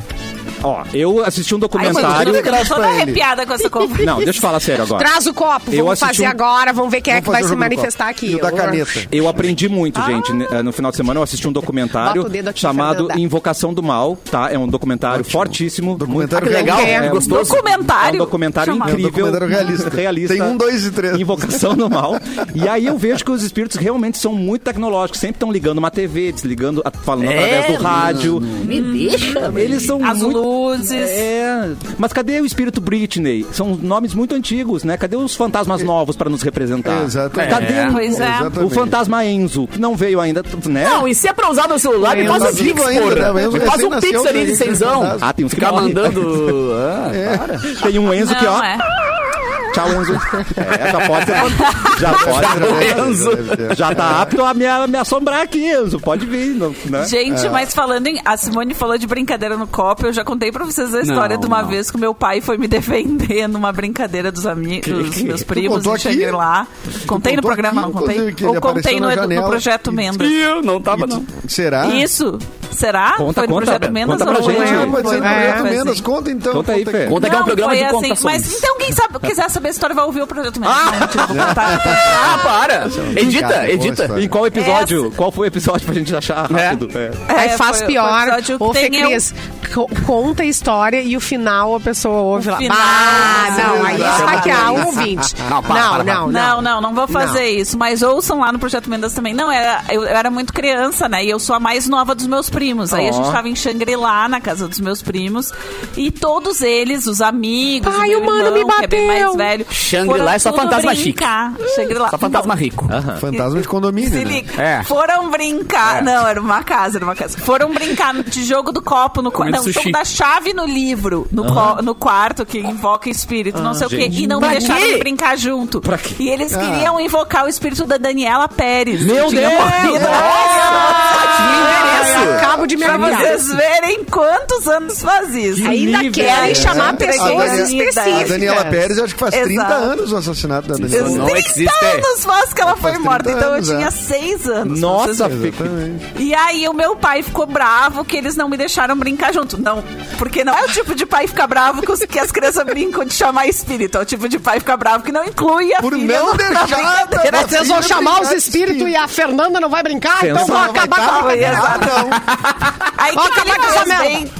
Speaker 1: Ó, eu assisti um
Speaker 6: Ai, mano,
Speaker 1: documentário...
Speaker 6: eu tô
Speaker 4: Graças
Speaker 6: toda
Speaker 4: pra ele.
Speaker 6: arrepiada com essa conversa. Um
Speaker 1: Não, deixa eu falar sério agora.
Speaker 2: Traz o copo,
Speaker 1: Eu
Speaker 2: vamos
Speaker 1: assisti
Speaker 2: fazer
Speaker 1: um-
Speaker 2: agora, vamos ver quem é
Speaker 4: Vamos
Speaker 2: que vai
Speaker 4: fazer
Speaker 2: se
Speaker 4: o jogo do
Speaker 2: manifestar
Speaker 4: copo.
Speaker 2: aqui.
Speaker 4: E o da
Speaker 2: Eu-
Speaker 4: caneta. É um
Speaker 1: Eu aprendi muito, gente. né? No final de semana eu assisti um documentário
Speaker 2: Bota o dedo aqui,
Speaker 1: chamado
Speaker 2: Fernanda.
Speaker 1: Invocação do Mal, tá? É um documentário fortíssimo.
Speaker 4: Documentário
Speaker 3: Que legal,
Speaker 2: É.
Speaker 3: que gostoso.
Speaker 1: É um
Speaker 6: Documentário.
Speaker 1: documentário
Speaker 6: Chamado.
Speaker 1: incrível.
Speaker 4: É um documentário realista.
Speaker 1: Realista.
Speaker 4: Tem um, dois e três.
Speaker 1: Invocação do mal. E aí eu vejo que os espíritos realmente são muito tecnológicos. Sempre estão ligando uma TV, desligando, a- falando
Speaker 3: É,
Speaker 1: através do rádio.
Speaker 3: Me deixa,
Speaker 1: Eles são
Speaker 6: As
Speaker 1: muito
Speaker 6: luzes.
Speaker 1: É, mas cadê o espírito Britney? São nomes muito antigos, né? Cadê os fantasmas novos pra nos representar?
Speaker 4: Exatamente.
Speaker 1: Cadê
Speaker 4: É,
Speaker 1: o,
Speaker 6: pois é.
Speaker 1: o fantasma Enzo, que não veio ainda, t- né?
Speaker 3: Não, e se é pra usar meu celular, me
Speaker 4: Enzo
Speaker 3: faz
Speaker 4: tá
Speaker 3: um
Speaker 4: vivo
Speaker 3: pix,
Speaker 4: ainda,
Speaker 3: porra.
Speaker 4: né? O Enzo
Speaker 3: Me faz
Speaker 4: recém
Speaker 3: um pix
Speaker 4: nasceu,
Speaker 3: ali de
Speaker 4: né?
Speaker 3: seisão.
Speaker 1: Ah, tem uns que
Speaker 3: Ficar
Speaker 1: morrem.
Speaker 3: mandando... Ah,
Speaker 1: Tem um Enzo que, ó.
Speaker 6: Não, é.
Speaker 1: Tchau, Enzo. É, já pode ser.
Speaker 3: [laughs]
Speaker 1: Já
Speaker 3: Tchau,
Speaker 1: pode
Speaker 3: Enzo.
Speaker 1: ser. Já tá apto a me, a me assombrar aqui, Enzo. Pode vir, não- né?
Speaker 4: É.
Speaker 6: Gente, mas falando em. A Simone falou de brincadeira no copo. Eu já contei pra vocês a história
Speaker 3: Não,
Speaker 6: de uma
Speaker 3: não.
Speaker 6: vez que o meu pai foi me [laughs] defender numa brincadeira dos amigos, dos meus primos.
Speaker 4: contou
Speaker 6: E cheguei
Speaker 4: aqui?
Speaker 6: lá. Contei no
Speaker 4: contou
Speaker 6: programa,
Speaker 4: aqui,
Speaker 6: não contei?
Speaker 4: inclusive, que ele
Speaker 6: Ou contei
Speaker 4: apareceu
Speaker 6: no,
Speaker 4: na
Speaker 6: Edu- no
Speaker 4: janela
Speaker 6: projeto
Speaker 4: e-
Speaker 6: Mendes.
Speaker 3: eu não tava, não.
Speaker 4: Será?
Speaker 6: Isso? Será?
Speaker 1: Conta,
Speaker 6: foi no
Speaker 1: conta,
Speaker 6: projeto
Speaker 1: Bela.
Speaker 6: Mendes
Speaker 1: Conta pra
Speaker 6: ou
Speaker 1: gente.
Speaker 4: É,
Speaker 6: não?
Speaker 4: pode ser no
Speaker 6: Foi,
Speaker 4: projeto
Speaker 6: foi assim.
Speaker 2: é.
Speaker 4: menos. Conta então.
Speaker 1: Conta aí, Fê.
Speaker 3: Conta que é um
Speaker 6: Não,
Speaker 3: programa
Speaker 6: foi
Speaker 3: de
Speaker 6: assim.
Speaker 3: contações.
Speaker 6: Mas então quem sabe, quiser saber essa história vai ouvir o projeto Mendes. Não, mentira, vou contar.
Speaker 3: Ah, para!
Speaker 4: Cara,
Speaker 3: Edita,
Speaker 4: boa
Speaker 3: edita.
Speaker 4: história.
Speaker 1: Em qual episódio? Qual foi o episódio pra gente achar rápido? É.
Speaker 2: Aí
Speaker 6: É,
Speaker 2: faz
Speaker 6: foi- foi o
Speaker 2: pior.
Speaker 6: episódio que
Speaker 2: Ô, Fê
Speaker 6: tem eu-
Speaker 2: Cris, co- conta a história e o final a pessoa ouve lá.
Speaker 6: final.
Speaker 2: Ah, não, aí
Speaker 4: Exato.
Speaker 2: esfaquear um ouvinte.
Speaker 3: Não, para, para, para.
Speaker 2: não,
Speaker 6: Não, não, não vou fazer isso. Mas ouçam lá no Projeto Mendas também. Não, era, eu, eu era muito criança, né? E eu sou a mais nova dos meus primos. Aí a gente tava em Xangri-Lá, na casa dos meus primos. E todos eles, os amigos,
Speaker 2: Ai,
Speaker 6: meu
Speaker 2: o mano me
Speaker 6: irmão, que é bem
Speaker 2: bateu.
Speaker 6: mais velho.
Speaker 3: Xangri-Lá
Speaker 6: foram
Speaker 3: é só
Speaker 6: tudo
Speaker 3: fantasma chique.
Speaker 6: brincar. Xangri-Lá.
Speaker 3: Só Tá fantasma rico.
Speaker 4: Fantasma de condomínio.
Speaker 6: Se
Speaker 4: né?
Speaker 6: liga.
Speaker 3: É.
Speaker 6: Foram brincar. Não, era uma casa, era uma casa. Foram brincar de jogo do copo no quarto.
Speaker 3: Comendo
Speaker 6: Não, jogo
Speaker 3: sushi.
Speaker 6: da chave no livro, no, co- no quarto, que invoca espírito, não sei o quê. E não me
Speaker 3: Pra
Speaker 6: deixaram
Speaker 3: quê?
Speaker 6: de brincar junto.
Speaker 1: Pra quê?
Speaker 6: E eles queriam invocar o espírito da Daniela Pérez.
Speaker 1: Meu
Speaker 6: que tinha
Speaker 1: Deus!
Speaker 6: morrido.
Speaker 3: Ah,
Speaker 2: Eu Acabo de me
Speaker 6: Pra
Speaker 2: avisar.
Speaker 6: vocês verem quantos anos faz isso.
Speaker 2: Ainda
Speaker 1: nível,
Speaker 2: querem
Speaker 1: né?
Speaker 2: chamar pessoas
Speaker 4: Daniela- A
Speaker 2: específicas.
Speaker 4: Daniela Pérez, acho que faz
Speaker 6: Exato.
Speaker 4: 30 anos o assassinato da Daniela
Speaker 3: Isso
Speaker 4: Pérez.
Speaker 3: não
Speaker 6: 30
Speaker 3: existe.
Speaker 6: anos faz que ela foi
Speaker 4: Faz 30
Speaker 6: morta, então eu
Speaker 4: anos, é.
Speaker 6: tinha 6 anos. pra vocês
Speaker 1: Nossa, Fê.
Speaker 4: Exatamente.
Speaker 6: E aí o meu pai ficou bravo que eles não me deixaram brincar junto. Não, porque não é o tipo de pai ficar bravo que, os- que as crianças brincam de chamar espírito. É o tipo de pai ficar bravo que não inclui a
Speaker 4: Por
Speaker 6: filha
Speaker 4: não
Speaker 6: na-
Speaker 4: deixar
Speaker 6: na
Speaker 4: da-
Speaker 6: brincadeira.
Speaker 4: da
Speaker 2: Vocês vão
Speaker 4: filha
Speaker 2: chamar os
Speaker 4: brincar de
Speaker 2: espíritos
Speaker 4: espírito.
Speaker 2: e a Fernanda não vai brincar, então vão
Speaker 1: Sensacional.
Speaker 2: acabar com a
Speaker 6: Vai,
Speaker 2: brincadeira.
Speaker 6: exato. Aí
Speaker 2: Vou
Speaker 6: que que
Speaker 2: acabar com
Speaker 6: ele
Speaker 2: essa
Speaker 6: fez
Speaker 2: merda.
Speaker 6: bem?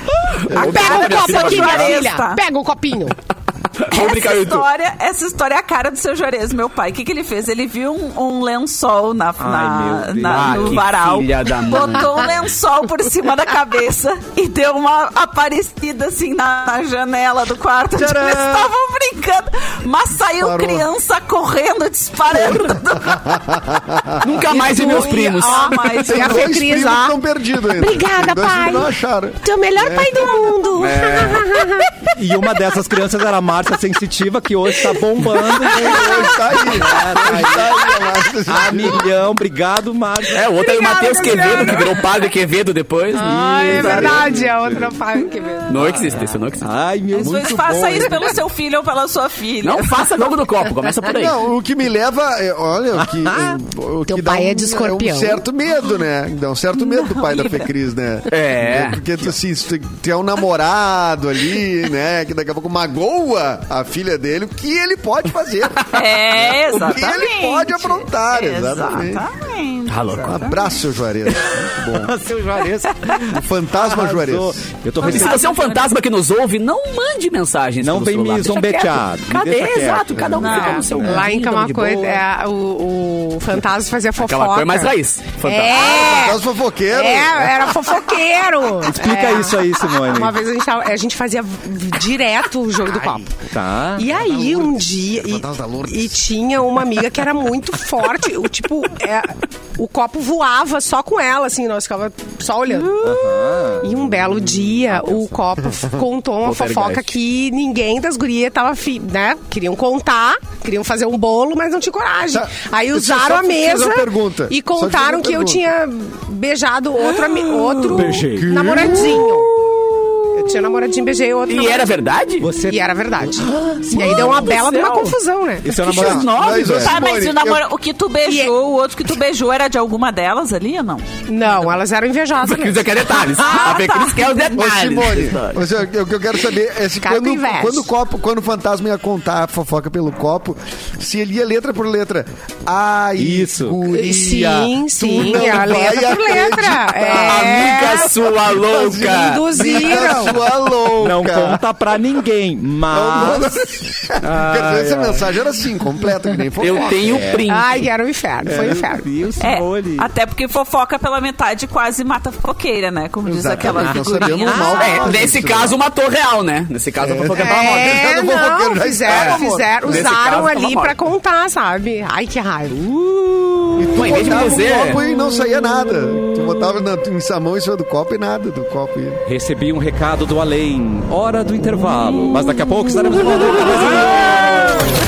Speaker 2: Pega um
Speaker 6: Minha
Speaker 2: copo
Speaker 6: filha
Speaker 2: aqui, minha
Speaker 6: vai
Speaker 2: filha.
Speaker 6: prestar.
Speaker 2: Pega um copinho.
Speaker 3: Vamos
Speaker 6: Essa
Speaker 3: brincar junto.
Speaker 6: história, essa história é a cara do seu Juarez, meu pai. O que, que ele fez? Ele viu um, um lençol na,
Speaker 1: Ai, meu
Speaker 6: na,
Speaker 1: Deus.
Speaker 6: na-
Speaker 3: Ah,
Speaker 6: no
Speaker 3: que
Speaker 6: varal,
Speaker 3: filha da mãe.
Speaker 6: botou um lençol por cima da cabeça e deu uma aparecida assim na, na janela do quarto onde
Speaker 1: Tcharam!
Speaker 6: eles estavam brincando. Mas saiu
Speaker 4: Parou.
Speaker 6: criança correndo, disparando.
Speaker 3: [laughs] Nunca mais vi meus primos.
Speaker 6: Ah, mas
Speaker 2: E a Fê
Speaker 4: Dois
Speaker 2: Cris
Speaker 4: primos
Speaker 2: lá.
Speaker 4: estão perdidos ainda.
Speaker 2: Obrigada,
Speaker 4: Tem dois que
Speaker 2: pai.
Speaker 4: Não acharam.
Speaker 2: Tu é o melhor pai do mundo.
Speaker 1: E uma dessas crianças era a Márcia Sensitiva, que hoje tá bombando. [laughs]
Speaker 4: Hoje
Speaker 2: [laughs]
Speaker 4: tá aí. Hoje tá aí, a Márcia
Speaker 1: A
Speaker 4: Sensitiva.
Speaker 1: milhão, obrigado, Márcia.
Speaker 3: É, o outro era o
Speaker 2: Obrigada,
Speaker 3: Matheus Quevedo,
Speaker 2: Juliana.
Speaker 3: que virou padre Quevedo depois.
Speaker 2: Ah, é verdade, é outra pai que mesmo.
Speaker 3: Não existe, isso não existe.
Speaker 1: Ai, meu
Speaker 6: Às vezes
Speaker 1: muito
Speaker 6: faça
Speaker 1: bom,
Speaker 6: isso
Speaker 1: hein?
Speaker 6: pelo seu filho ou pela sua filha.
Speaker 3: Não faça jogo do copo, começa por aí.
Speaker 4: Não, o que me leva. é, Olha, o que. o- o
Speaker 2: Teu
Speaker 4: que dá
Speaker 2: pai é
Speaker 4: um-
Speaker 2: de escorpião.
Speaker 4: um certo medo, né? Dá um certo medo do pai da Fecris, né?
Speaker 3: É.
Speaker 4: Porque, tu, assim, se tu tem um namorado ali, né? Que daqui a pouco magoa a filha dele, o que ele pode
Speaker 2: [laughs]
Speaker 4: fazer?
Speaker 6: É,
Speaker 3: [laughs]
Speaker 4: O que ele
Speaker 6: exatamente.
Speaker 4: pode aprontar, exatamente.
Speaker 6: Exatamente.
Speaker 3: Tá louco.
Speaker 4: Um abraço, seu Juarez. Muito bom.
Speaker 1: É Seu [laughs] Juarez.
Speaker 4: O fantasma Juarez.
Speaker 1: Eu tô
Speaker 3: E se
Speaker 1: feliz.
Speaker 3: você é um fantasma que nos ouve, não mande mensagens.
Speaker 1: Não
Speaker 3: pelo
Speaker 1: vem me
Speaker 3: celular. Deixa
Speaker 1: zombetear, me
Speaker 3: quieto.
Speaker 6: Ah,
Speaker 3: Cadê?
Speaker 6: é,
Speaker 1: deixa quieto.
Speaker 3: Exato, cada um
Speaker 1: Não,
Speaker 3: fica no seu
Speaker 2: Lá em
Speaker 3: cantinho, tamo de
Speaker 2: Camacuã,
Speaker 3: boa.
Speaker 2: é, o, o fantasma fazia fofoca.
Speaker 3: Aquela coisa mais raiz. Fantasma.
Speaker 2: É,
Speaker 4: Fantasma fofoqueiro.
Speaker 2: é, era fofoqueiro.
Speaker 1: Explica
Speaker 2: É.
Speaker 1: isso aí, Simone.
Speaker 2: Uma vez a gente, tava- a gente fazia v- direto o jogo do copo.
Speaker 1: Tá.
Speaker 2: E aí, um dia. E,
Speaker 4: Fantasma da Tá Lourdes.
Speaker 2: e tinha uma amiga que era muito [laughs] forte. O tipo, é, o copo voava só com ela, assim, nós ficava só olhando. E um belo
Speaker 4: Tá
Speaker 2: dia, o copo f- contou uma fofoca que ninguém das gurias tava, fi- né? Queriam contar, queriam fazer um bolo, mas não tinha coragem.
Speaker 4: Tá.
Speaker 2: Aí
Speaker 4: Deixa eu
Speaker 2: usaram
Speaker 4: só
Speaker 2: a
Speaker 4: te fazer
Speaker 2: mesa
Speaker 4: uma pergunta.
Speaker 2: e
Speaker 4: Só te fazer
Speaker 2: contaram
Speaker 4: uma
Speaker 2: que eu
Speaker 4: pergunta. Ah.
Speaker 2: tinha beijado outro, ami- outro
Speaker 1: Beijei.
Speaker 2: namoradinho.
Speaker 4: Uh!
Speaker 2: Eu tinha namoradinho, beijei outro.
Speaker 3: E era verdade?
Speaker 1: Você
Speaker 2: E era
Speaker 3: [gasps]
Speaker 2: verdade. e aí deu uma
Speaker 3: Ah, do
Speaker 2: bela de uma
Speaker 3: céu.
Speaker 2: confusão, né?
Speaker 1: Esse é o
Speaker 4: Que
Speaker 1: namorado.
Speaker 4: Mas,
Speaker 3: velho.
Speaker 6: Tá, mas
Speaker 4: Simone,
Speaker 6: e o, namoro, o que tu beijou,
Speaker 2: E-
Speaker 6: o outro que tu beijou era de alguma delas ali ou não?
Speaker 2: Não, elas eram invejosas.
Speaker 3: Cris
Speaker 2: mesmo.
Speaker 3: quer
Speaker 1: [laughs]
Speaker 3: detalhes. a Fê Cris quer os
Speaker 4: Ô,
Speaker 3: detalhes.
Speaker 4: Simone,
Speaker 3: dessa história.
Speaker 4: você- o que eu quero saber é se
Speaker 2: Cara
Speaker 4: quando,
Speaker 2: com inveja.
Speaker 4: quando o copo, quando o fantasma ia contar a fofoca pelo copo, se ele ia letra por letra. Ai,
Speaker 1: Isso.
Speaker 4: guria,
Speaker 2: Sim,
Speaker 4: tu
Speaker 2: sim,
Speaker 4: não
Speaker 2: é
Speaker 4: vai
Speaker 3: Ah,
Speaker 2: letra por letra.
Speaker 4: acreditar.
Speaker 2: É.
Speaker 3: Amiga sua louca.
Speaker 2: Induziram.
Speaker 4: pessoa louca.
Speaker 1: Não conta pra ninguém,
Speaker 4: Não, não.
Speaker 1: mas.
Speaker 4: Quer dizer, essa mensagem era assim, completa, que nem fofoca.
Speaker 3: Eu tenho print.
Speaker 4: é.
Speaker 2: Ai, era um inferno, foi um inferno.
Speaker 1: Deus,
Speaker 6: É,
Speaker 1: Simone.
Speaker 6: até porque fofoca pela metade quase mata a fofoqueira, né? Como diz aquela
Speaker 4: Exatamente, nós
Speaker 6: figurinha.
Speaker 4: sabemos mal.
Speaker 3: É,
Speaker 4: Ah,
Speaker 3: nesse
Speaker 4: gente,
Speaker 3: caso matou real, né? Nesse caso a fofoca tava morta.
Speaker 4: já
Speaker 2: É,
Speaker 4: não vou
Speaker 2: não,
Speaker 4: roqueiro, já
Speaker 2: fizeram,
Speaker 4: estava morto.
Speaker 2: fizeram,
Speaker 3: Nesse
Speaker 2: usaram
Speaker 3: caso,
Speaker 2: ali
Speaker 3: tava
Speaker 2: pra
Speaker 3: morto.
Speaker 2: contar, sabe? Ai, que raiva.
Speaker 3: Pô, em vez de me
Speaker 4: Botava um
Speaker 3: dizer,
Speaker 4: copo e não saía nada. Tu botava na, em samão em cima do copo e nada do copo. E...
Speaker 1: Recebi um recado do além. Hora do intervalo. Mas daqui a pouco estaremos de volta. com o Brasil.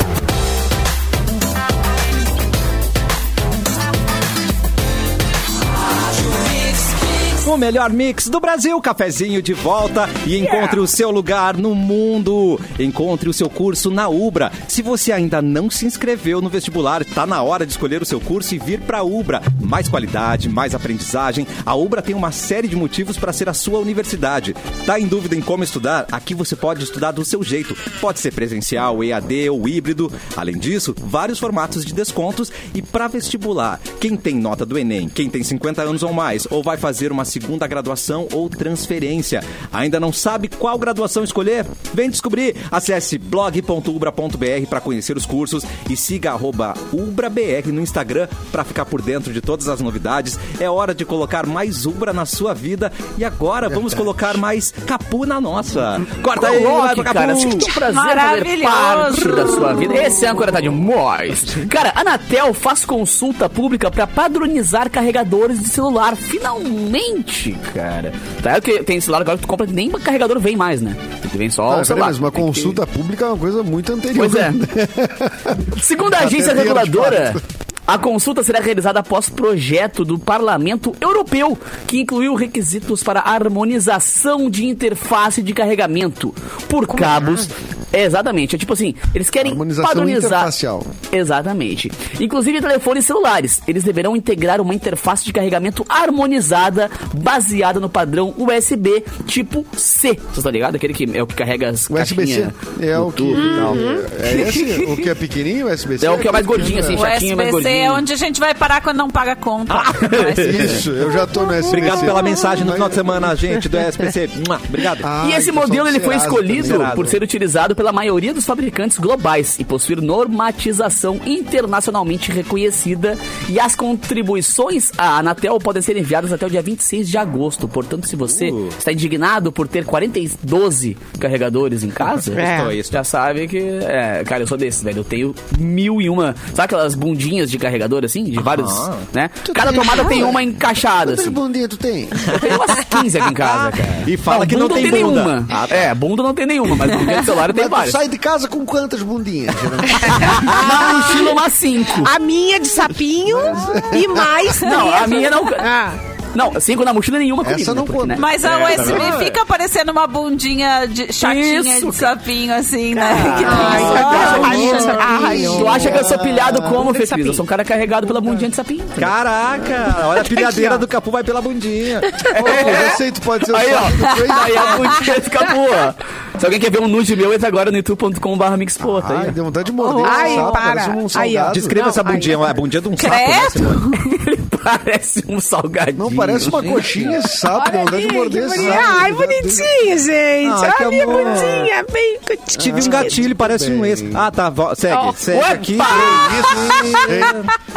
Speaker 1: O melhor mix do Brasil, cafezinho de volta e encontre o seu lugar no mundo. Encontre o seu curso na Ubra. Se você ainda não se inscreveu no vestibular, está na hora de escolher o seu curso e vir para a Ubra. Mais qualidade, mais aprendizagem. A Ubra tem uma série de motivos para ser a sua universidade. Tá em dúvida em como estudar? Aqui você pode estudar do seu jeito. Pode ser presencial, EAD ou híbrido. Além disso, vários formatos de descontos e para vestibular. Quem tem nota do Enem, quem tem 50 anos ou mais, ou vai fazer uma segunda graduação ou transferência. Ainda não sabe qual graduação escolher? Vem descobrir! Acesse blog.ubra.br para conhecer os cursos e siga arroba UbraBR no Instagram para ficar por dentro de todas as novidades. É hora de colocar mais Ubra na sua vida e agora vamos colocar mais Capu na nossa. Corta aí, vai
Speaker 3: Coloque,
Speaker 1: pro Capu!
Speaker 3: cara. assim, Sinta o prazer fazer parte
Speaker 6: Maravilhoso.
Speaker 3: da sua vida. Esse âncora tá de moist. Cara, a Anatel faz consulta pública pra padronizar carregadores de celular. Finalmente, cara. Tá é que tem celular agora que tu compra, nem carregador vem mais, né? Vem só
Speaker 4: Ah,
Speaker 3: o celular.
Speaker 4: mas uma
Speaker 3: Tem que-
Speaker 4: consulta pública é uma coisa muito anterior. né?
Speaker 3: Pois é. [laughs] Segundo a agência
Speaker 4: Até dinheiro Tá de
Speaker 3: reguladora, a consulta será realizada após projeto do Parlamento Europeu, que incluiu requisitos para harmonização de interface de carregamento por cabos. É, exatamente. É tipo assim, eles querem
Speaker 4: Harmonização
Speaker 3: padronizar.
Speaker 4: interfacial.
Speaker 3: Exatamente. Inclusive telefones celulares. Eles deverão integrar uma interface de carregamento harmonizada, baseada no padrão USB tipo C. Vocês estão ligados? Aquele que é o que carrega as
Speaker 4: O USB-C
Speaker 3: caixinhas
Speaker 4: é
Speaker 3: no
Speaker 4: o que.
Speaker 3: tubo e tal.
Speaker 4: É esse? O que é pequenininho, o USB-C?
Speaker 3: É o que é mais gordinho,
Speaker 4: né?
Speaker 3: assim,
Speaker 6: O
Speaker 3: chatinho, mais
Speaker 6: SBC é
Speaker 3: gordinho.
Speaker 6: onde a gente vai parar quando não paga a conta.
Speaker 4: É Isso, eu já tô no SBC.
Speaker 1: Obrigado pela mensagem no final de semana, gente, do SPC. Mua, Obrigado.
Speaker 4: Ah,
Speaker 3: E esse
Speaker 4: então
Speaker 3: modelo
Speaker 4: são
Speaker 3: ele foi
Speaker 4: Serasa
Speaker 3: escolhido
Speaker 4: também.
Speaker 3: por ser utilizado pela maioria dos fabricantes globais e possuir normatização internacionalmente reconhecida. E as contribuições à Anatel podem ser enviadas até o dia 26 de agosto. Portanto, se você
Speaker 1: Uh.
Speaker 3: está indignado por ter 42 carregadores em casa,
Speaker 2: É.
Speaker 1: Estou, estou.
Speaker 3: já sabe que. É, cara, eu sou desses, velho. Eu tenho mil e uma. Sabe aquelas bundinhas de carregador assim? De vários. né? Cada
Speaker 4: tem-
Speaker 3: tomada tem uma encaixada.
Speaker 4: Quantas
Speaker 3: Assim.
Speaker 4: bundinhas tu tem?
Speaker 3: Eu tenho umas 15 aqui em casa, cara.
Speaker 1: E fala que não tem bunda. Ah, tá.
Speaker 3: nenhuma. É, bunda não tem nenhuma, mas no celular tem
Speaker 4: Mas tu
Speaker 3: várias.
Speaker 4: sai de casa com quantas bundinhas?
Speaker 3: [laughs]
Speaker 4: geralmente?
Speaker 3: Na mochila, umas 5.
Speaker 2: A minha de
Speaker 3: [laughs]
Speaker 2: sapinho e mais
Speaker 3: Não,
Speaker 2: três.
Speaker 3: a minha não.
Speaker 2: Ah.
Speaker 3: Não, 5 na mochila nenhuma comigo.
Speaker 4: Essa não
Speaker 3: né? Porque,
Speaker 4: conta.
Speaker 3: né?
Speaker 6: Mas a USB fica parecendo uma bundinha de chatinha
Speaker 3: Isso,
Speaker 6: de sapinho, assim, né? Que tem
Speaker 3: Ah,
Speaker 2: Ai,
Speaker 6: só
Speaker 2: tá
Speaker 6: a
Speaker 2: bom.
Speaker 6: chatinha.
Speaker 3: Tu acha que eu sou pilhado como,
Speaker 2: de
Speaker 3: Felipe?
Speaker 2: sapinho.
Speaker 3: Eu sou um cara carregado pela bundinha de sapinho.
Speaker 1: Caraca, [laughs] olha a pilhadeira do Capu vai pela bundinha.
Speaker 4: Eu sei, tu pode ser o
Speaker 3: É. Aí,
Speaker 4: saco do Crazy.
Speaker 3: ó. Aí a bundinha fica boa. Se alguém quer ver um nude meu, entra agora no youtube.com.br mixpô. Tá
Speaker 4: Ai,
Speaker 3: aí.
Speaker 4: deu vontade de morder.
Speaker 2: Ai,
Speaker 4: esse sapo,
Speaker 2: para.
Speaker 4: parece
Speaker 2: Aí, ó.
Speaker 4: Um salgado.
Speaker 1: [laughs] Descreva
Speaker 2: Não,
Speaker 1: essa
Speaker 2: aí-
Speaker 1: bundinha, é a bundinha de um sapo. né?
Speaker 6: Credo!
Speaker 3: Ele [laughs] parece um salgadinho.
Speaker 4: Não, parece uma coxinha esse sapo. Deu vontade de morder esse
Speaker 2: bonitinha.
Speaker 4: sapo.
Speaker 2: Ai, bonitinha, gente.
Speaker 1: Ah, que
Speaker 2: Olha a minha
Speaker 1: amor.
Speaker 2: bonitinha, bem
Speaker 1: Tive um
Speaker 2: curtinha.
Speaker 1: gatilho, parece um ex. Ah, tá, vo- segue, segue
Speaker 3: Opa!
Speaker 1: aqui.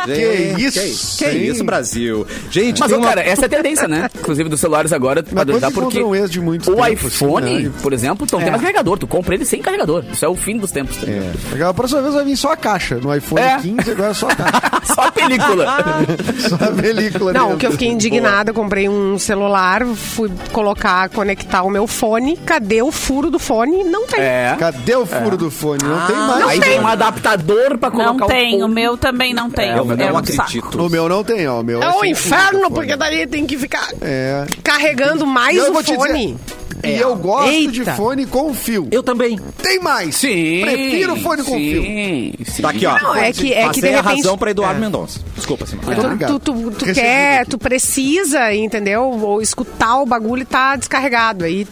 Speaker 4: Que
Speaker 1: Gente,
Speaker 4: isso,
Speaker 1: Que
Speaker 4: hein?
Speaker 1: isso, Brasil. Gente,
Speaker 3: Mas,
Speaker 1: tem
Speaker 3: ô,
Speaker 1: uma-
Speaker 3: cara, essa é a tendência, né? Inclusive dos celulares agora,
Speaker 4: Mas
Speaker 3: padronizar,
Speaker 4: quando
Speaker 3: porque
Speaker 4: encontram um ex de muito
Speaker 3: o
Speaker 4: tempo,
Speaker 3: iPhone,
Speaker 4: assim, né?
Speaker 3: por exemplo, não
Speaker 2: É.
Speaker 3: tem mais carregador. Tu compra ele sem carregador. Isso é o fim dos tempos. Tá ligado?
Speaker 4: É. Legal, A próxima vez vai vir só a caixa. No iPhone
Speaker 3: É.
Speaker 4: 15, agora é só a caixa.
Speaker 3: [laughs] Só a película.
Speaker 1: [laughs]
Speaker 4: só a película.
Speaker 2: Não,
Speaker 4: dentro.
Speaker 2: o que eu fiquei indignada, eu comprei um celular, fui colocar, conectar o meu fone. Cadê o furo do fone? Não tem.
Speaker 3: é.
Speaker 4: Cadê o furo do fone? Não tem mais.
Speaker 3: Aí tem um adaptador pra
Speaker 1: um
Speaker 3: colocar
Speaker 6: Não
Speaker 3: o
Speaker 6: tem, o
Speaker 3: fone.
Speaker 6: meu também não tem.
Speaker 1: Eu
Speaker 6: É
Speaker 1: não
Speaker 6: um saco.
Speaker 1: acredito.
Speaker 4: O meu não tem, ó. O meu
Speaker 2: É um
Speaker 4: sem assim, furo
Speaker 2: inferno,
Speaker 4: do fone.
Speaker 2: porque daí tem que ficar
Speaker 4: É.
Speaker 2: carregando mais
Speaker 4: Eu
Speaker 2: o
Speaker 4: vou te
Speaker 2: fone.
Speaker 4: dizer, E eu gosto de
Speaker 2: Eita.
Speaker 4: fone com fio.
Speaker 1: Eu também.
Speaker 4: Tem mais.
Speaker 3: Sim.
Speaker 4: Prefiro fone com fio.
Speaker 3: sim, sim.
Speaker 1: Tá aqui, ó.
Speaker 2: Não, é que- é que
Speaker 1: Passei
Speaker 2: de
Speaker 1: a
Speaker 2: repente- É.
Speaker 1: razão pra Eduardo Mendonça. Desculpa, Simão.
Speaker 4: Muito
Speaker 2: Tu,
Speaker 4: obrigado.
Speaker 2: tu, tu
Speaker 4: Recebido
Speaker 2: quer,
Speaker 4: aqui.
Speaker 2: tu precisa, entendeu? Ou escutar o bagulho e tá descarregado. Aí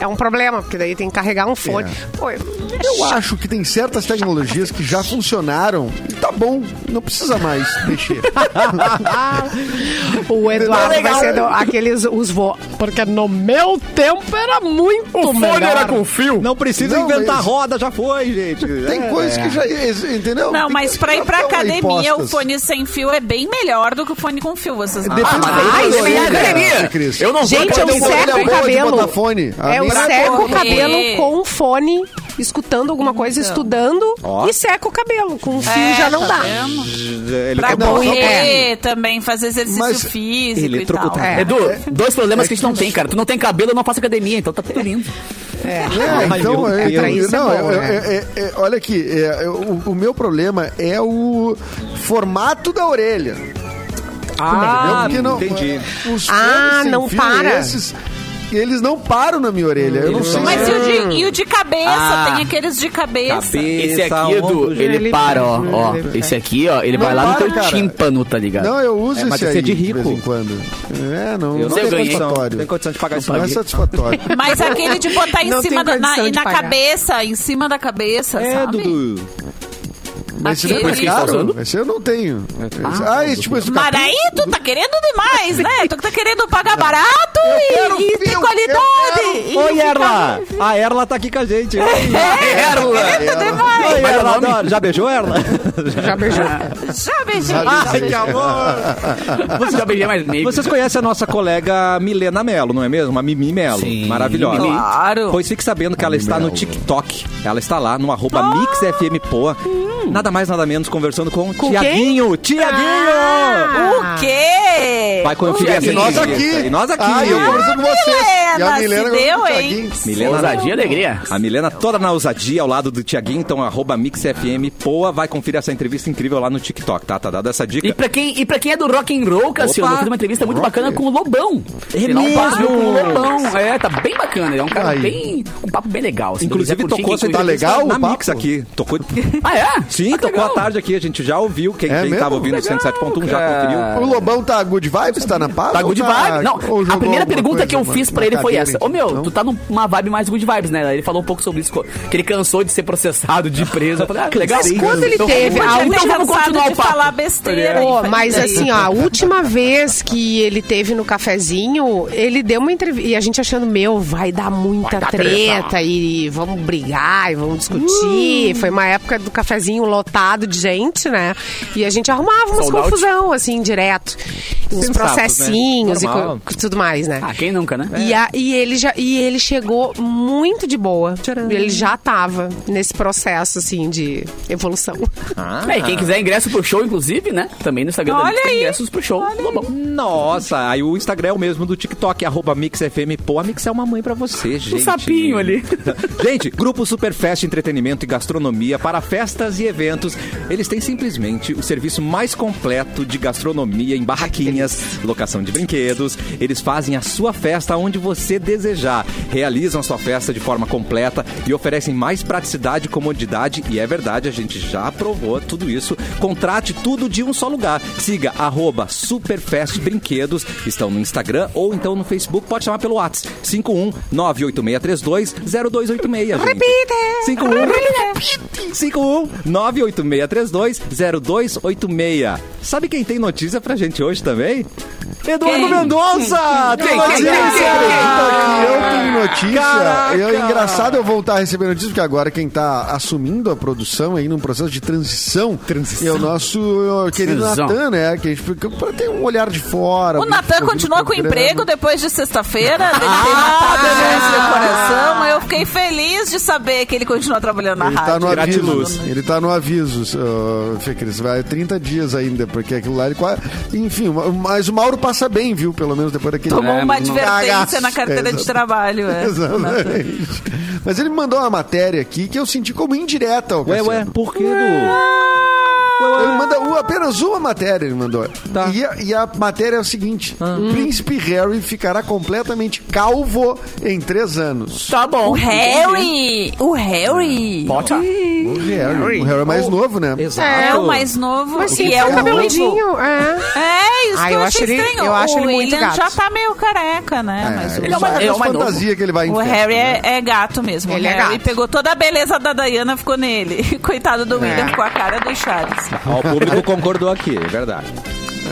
Speaker 2: É um problema, porque daí tem que carregar um fone.
Speaker 4: É.
Speaker 2: Pô,
Speaker 4: Eu acho que tem certas tecnologias que já funcionaram e tá bom, não precisa mais mexer.
Speaker 2: O Eduardo vai
Speaker 4: Tá Legal. né?
Speaker 2: ser do- aqueles os vo... Porque no meu tempo era muito
Speaker 7: O fone
Speaker 2: melhor.
Speaker 7: era com fio.
Speaker 1: Não precisa
Speaker 4: Não,
Speaker 1: inventar
Speaker 4: mas-
Speaker 1: roda, já foi, gente.
Speaker 4: Tem
Speaker 1: É.
Speaker 4: coisas que já. ex- Entendeu?
Speaker 6: Não,
Speaker 4: Tem
Speaker 6: mas
Speaker 4: coisas
Speaker 6: pra
Speaker 4: que
Speaker 6: ir
Speaker 4: já
Speaker 6: pra
Speaker 4: estão aí
Speaker 6: academia, o
Speaker 4: postas.
Speaker 6: fone sem fio é bem melhor do que o fone com fio, vocês não
Speaker 4: Depende
Speaker 6: acham?
Speaker 4: da
Speaker 3: Ah, isso aí é
Speaker 4: orelha,
Speaker 3: academia.
Speaker 4: Cris. um
Speaker 7: Eu não
Speaker 2: Gente,
Speaker 7: vou
Speaker 2: eu
Speaker 4: Tem uma
Speaker 2: seco
Speaker 4: orelha
Speaker 2: o
Speaker 4: boa de
Speaker 2: cabelo.
Speaker 4: botar fone. Ah, A
Speaker 2: Eu
Speaker 4: minha-
Speaker 2: seco o
Speaker 6: correr.
Speaker 2: cabelo com um fone, escutando alguma coisa, estudando,
Speaker 1: Ó.
Speaker 2: e seco o cabelo. Com um fio
Speaker 6: Então. É,
Speaker 2: já não
Speaker 6: tá
Speaker 2: dá.
Speaker 6: vendo?
Speaker 1: Ele
Speaker 6: Pra
Speaker 1: não,
Speaker 6: correr
Speaker 2: é.
Speaker 6: também, fazer exercício
Speaker 4: Mas
Speaker 6: físico
Speaker 1: ele
Speaker 6: e
Speaker 1: trocou
Speaker 6: tal.
Speaker 1: o
Speaker 2: É.
Speaker 3: Edu, dois problemas que a gente não tem, cara. Tu não tem cabelo, eu não faço academia, então tá tudo lindo.
Speaker 1: Ai,
Speaker 4: É, então,
Speaker 1: meu
Speaker 4: é,
Speaker 1: Deus.
Speaker 4: então,
Speaker 2: Pra isso é
Speaker 4: não,
Speaker 2: bom,
Speaker 4: é-
Speaker 2: né?
Speaker 4: é- é- é- olha aqui, é, eu- o, o meu problema é o formato da orelha.
Speaker 1: Ah,
Speaker 4: Entendeu?
Speaker 1: entendi.
Speaker 4: Os
Speaker 2: Ah,
Speaker 4: fones sem
Speaker 2: não
Speaker 4: fio,
Speaker 2: para.
Speaker 4: Esses, eles não param na minha orelha. Eu não sei.
Speaker 6: Mas
Speaker 4: se-
Speaker 6: e o de, e o de cabeça?
Speaker 3: Ah.
Speaker 6: Tem aqueles de cabeça.
Speaker 1: Cabeça,
Speaker 3: Esse aqui, Edu,
Speaker 1: ombro,
Speaker 3: ele,
Speaker 2: Ele-
Speaker 3: para, ó, ó.
Speaker 2: ele-
Speaker 3: Esse aqui, ó, ele
Speaker 4: Não
Speaker 3: vai lá no
Speaker 4: para,
Speaker 3: teu
Speaker 4: cara.
Speaker 3: tímpano, tá ligado?
Speaker 4: Não, eu uso
Speaker 1: É, mas
Speaker 4: esse
Speaker 1: esse
Speaker 4: aí
Speaker 1: é de
Speaker 4: de vez
Speaker 1: rico.
Speaker 4: em quando. É, não,
Speaker 1: Eu
Speaker 4: não
Speaker 1: tenho
Speaker 4: é
Speaker 1: condição,
Speaker 4: satisfatório.
Speaker 1: tem condição de pagar isso
Speaker 4: Não é
Speaker 1: aí. [laughs]
Speaker 4: satisfatório.
Speaker 6: Mas aquele de botar em
Speaker 2: Não
Speaker 6: cima
Speaker 2: tem
Speaker 6: da, na,
Speaker 2: condição
Speaker 6: e
Speaker 2: de
Speaker 6: na
Speaker 2: pagar.
Speaker 6: cabeça, em cima da cabeça,
Speaker 1: É,
Speaker 6: sabe?
Speaker 1: Dudu.
Speaker 4: Mas se
Speaker 6: Aquele-
Speaker 4: depois
Speaker 6: Mas quem
Speaker 3: tá
Speaker 4: caro,
Speaker 3: usando?
Speaker 4: esse eu não tenho. Ah, esse tipo esse do
Speaker 6: Mas
Speaker 4: capim?
Speaker 6: aí tu tá querendo demais, né? Tu tá querendo pagar barato e,
Speaker 4: quero
Speaker 6: e ter
Speaker 4: fio,
Speaker 6: qualidade.
Speaker 4: eu
Speaker 6: E
Speaker 1: Oi,
Speaker 6: ficar-
Speaker 1: Erla! A Erla tá aqui com a gente. Oi,
Speaker 3: Erla!
Speaker 6: Querendo demais.
Speaker 1: Erla, adoro. Já beijou, Erla?
Speaker 2: Já beijou.
Speaker 6: Já beijei.
Speaker 1: Ai, que amor!
Speaker 3: Você já beijei mais negro.
Speaker 1: Vocês conhecem a nossa colega Milena Melo, não é mesmo? A Mimi Melo.
Speaker 3: Sim.
Speaker 1: Maravilhosa.
Speaker 6: Claro.
Speaker 1: Pois fique sabendo que ela está no TikTok. Ela está lá no arroba MixFMPoa. Nada mais, nada menos, conversando Hum. com, Ah!
Speaker 2: Com
Speaker 1: Tiaguinho. Tiaguinho!
Speaker 2: Ah.
Speaker 6: O quê?
Speaker 1: Vai conferir essa
Speaker 4: E nós
Speaker 1: entrevista.
Speaker 4: aqui.
Speaker 1: E nós aqui.
Speaker 4: Ah, eu conversando com vocês. E a
Speaker 6: Milena,
Speaker 4: Milena
Speaker 6: se
Speaker 4: conversando
Speaker 6: deu,
Speaker 4: com o
Speaker 6: hein?
Speaker 4: Thiaguinho.
Speaker 1: Milena
Speaker 3: Ousadia e alegria.
Speaker 1: A Milena toda na ousadia ao lado do Tiaguinho, então arroba MixFM Poa, vai conferir essa entrevista incrível lá no TikTok, tá? Tá dada essa dica.
Speaker 3: E pra, quem, e pra quem é do rock and roll, Cassiano, eu fiz uma entrevista muito bacana com o Lobão. Ele um
Speaker 1: mesmo?
Speaker 3: com o Lobão. É, tá bem bacana. Ele é um cara
Speaker 4: Aí.
Speaker 3: bem. um papo bem legal. Se
Speaker 1: Inclusive
Speaker 3: tu quiser curtir,
Speaker 1: tocou essa
Speaker 3: quem curtir-
Speaker 1: entrevista
Speaker 4: legal o
Speaker 1: na
Speaker 4: papo?
Speaker 1: Mix aqui. Tocou...
Speaker 3: Ah, é?
Speaker 1: Sim, tocou
Speaker 3: Ah, que
Speaker 1: tá à
Speaker 3: legal.
Speaker 1: tarade aqui, a gente já ouviu. Quem,
Speaker 4: É
Speaker 1: quem
Speaker 4: mesmo?
Speaker 1: tava ouvindo o 107.1 já
Speaker 3: cara.
Speaker 1: conferiu.
Speaker 4: O Lobão tá good vibes? Tá na paz?
Speaker 3: Tá
Speaker 4: Ou
Speaker 3: good vibe. Não,
Speaker 4: ou
Speaker 3: a
Speaker 4: jogou
Speaker 3: primeira
Speaker 4: alguma
Speaker 3: pergunta
Speaker 4: coisa
Speaker 3: que eu
Speaker 4: na-
Speaker 3: fiz pra
Speaker 4: na
Speaker 3: ele foi
Speaker 4: cadeira, então?
Speaker 3: essa.
Speaker 4: hein?
Speaker 3: Ô meu,
Speaker 4: Não?
Speaker 3: tu tá numa vibe mais good vibes, né? Ele falou um pouco sobre isso, que ele cansou de ser processado, de preso. Eu falei, ah, que legal.
Speaker 2: Mas quando ele teve a
Speaker 6: Então
Speaker 3: última
Speaker 6: vamos continuar
Speaker 3: de
Speaker 6: de falar besteira.
Speaker 2: Pô,
Speaker 6: hein?
Speaker 2: mas assim, ó, a última vez que ele teve no cafezinho, ele deu uma entrevista. E a gente achando, meu, vai dar muita treta, e vamos brigar e vamos discutir. Foi uma época do cafezinho lotado de gente, né? E a gente arrumava umas
Speaker 3: Sold out.
Speaker 2: confusão, assim, direto. Uns
Speaker 1: Sensato,
Speaker 2: processinhos
Speaker 1: né?
Speaker 2: e co-
Speaker 1: Normal.
Speaker 2: tudo mais, né?
Speaker 3: Ah, quem nunca, né?
Speaker 2: E, a- e ele já, e ele chegou muito de boa. Ele já tava nesse processo, assim, de evolução.
Speaker 3: É,
Speaker 2: Ah.
Speaker 3: e quem quiser ingresso pro show, inclusive, né? Também no Instagram da
Speaker 6: Olha
Speaker 3: Mix tem
Speaker 6: aí.
Speaker 3: ingressos pro show. Tá Lobão.
Speaker 1: Nossa, aí o Instagram é o mesmo do TikTok, arroba MixFM. Pô, a Mix é uma mãe pra você, gente.
Speaker 3: Um sapinho ali.
Speaker 1: [laughs] gente, Grupo Superfest Entretenimento e Gastronomia para festas e eventos. Eles têm simplesmente o serviço mais completo de gastronomia em barraquinhas, locação de brinquedos. Eles fazem a sua festa onde você desejar. Realizam a sua festa de forma completa e oferecem mais praticidade, comodidade e é verdade, a gente já aprovou tudo isso. Contrate tudo de um só lugar. Siga arroba Superfest Brinquedos. Estão no Instagram ou então no Facebook. Pode chamar pelo WhatsApp. 51 98632 0286. gente. 51 51 98632 0286. Sabe quem tem notícia pra gente hoje também? Eduardo
Speaker 6: Quem?
Speaker 1: Mendonça! Tem notícia!
Speaker 4: Eu tenho notícia.
Speaker 1: Caraca!
Speaker 4: Eu, engraçado eu voltar a receber notícia, porque agora quem tá assumindo a produção aí num processo de transição, é o nosso uh, querido
Speaker 3: Transição.
Speaker 4: Natan, né? Que a gente fica- pra ter um olhar de fora. né?
Speaker 6: O Natan continua com o emprego depois de
Speaker 4: [laughs]
Speaker 6: sexta-feira. Dele ter
Speaker 4: Ah,
Speaker 6: matado a doença do coração. Eu fiquei feliz de saber que ele continua trabalhando na
Speaker 4: Ele tá
Speaker 6: rádio.
Speaker 4: no
Speaker 1: Gratiluz.
Speaker 4: aviso. Ele tá no aviso, uh, Fê Cris. Vai 30 dias ainda, porque aquilo lá ele quase. Enfim, mas o Mauro passa bem, viu? Pelo menos depois daquele.
Speaker 6: Tomou uma
Speaker 4: Cagaço.
Speaker 6: advertência na carteira de
Speaker 4: Exato.
Speaker 6: trabalho. é.
Speaker 4: Exatamente. Mas ele me mandou uma matéria aqui que eu senti como indireta. Ao
Speaker 1: É, Ué, ué,
Speaker 4: Cassiano.
Speaker 1: por que, Edu?
Speaker 4: Ele manda u- apenas uma matéria, ele mandou. E, a, e a matéria é o seguinte: o príncipe Harry ficará completamente calvo em três anos.
Speaker 3: Tá bom.
Speaker 6: O Harry! O
Speaker 4: É.
Speaker 6: Harry!
Speaker 3: Bota.
Speaker 4: O Harry, o Harry é mais novo, né?
Speaker 6: É o mais novo
Speaker 2: Mas sim,
Speaker 6: e é
Speaker 2: é
Speaker 6: o ruivo.
Speaker 2: cabeludinho. É.
Speaker 6: É, isso
Speaker 2: Ah,
Speaker 6: que eu,
Speaker 2: eu acho
Speaker 6: achei
Speaker 2: ele-
Speaker 6: estranho.
Speaker 2: eu acho
Speaker 6: o
Speaker 2: ele muito
Speaker 6: William
Speaker 2: gato.
Speaker 6: já tá meio careca, né? Mas o-
Speaker 4: Ele é
Speaker 3: mais- ele é o mais novo.
Speaker 4: fantasia que ele vai
Speaker 6: O
Speaker 4: enfiar,
Speaker 6: Harry
Speaker 4: né?
Speaker 6: é, é gato mesmo.
Speaker 2: Ele
Speaker 6: o
Speaker 2: é
Speaker 6: Harry
Speaker 2: gato. É.
Speaker 6: pegou toda a beleza da Diana, ficou nele. [laughs] Coitado do William, ficou a cara do Charles.
Speaker 1: Ó, o público concordou aqui, é verdade.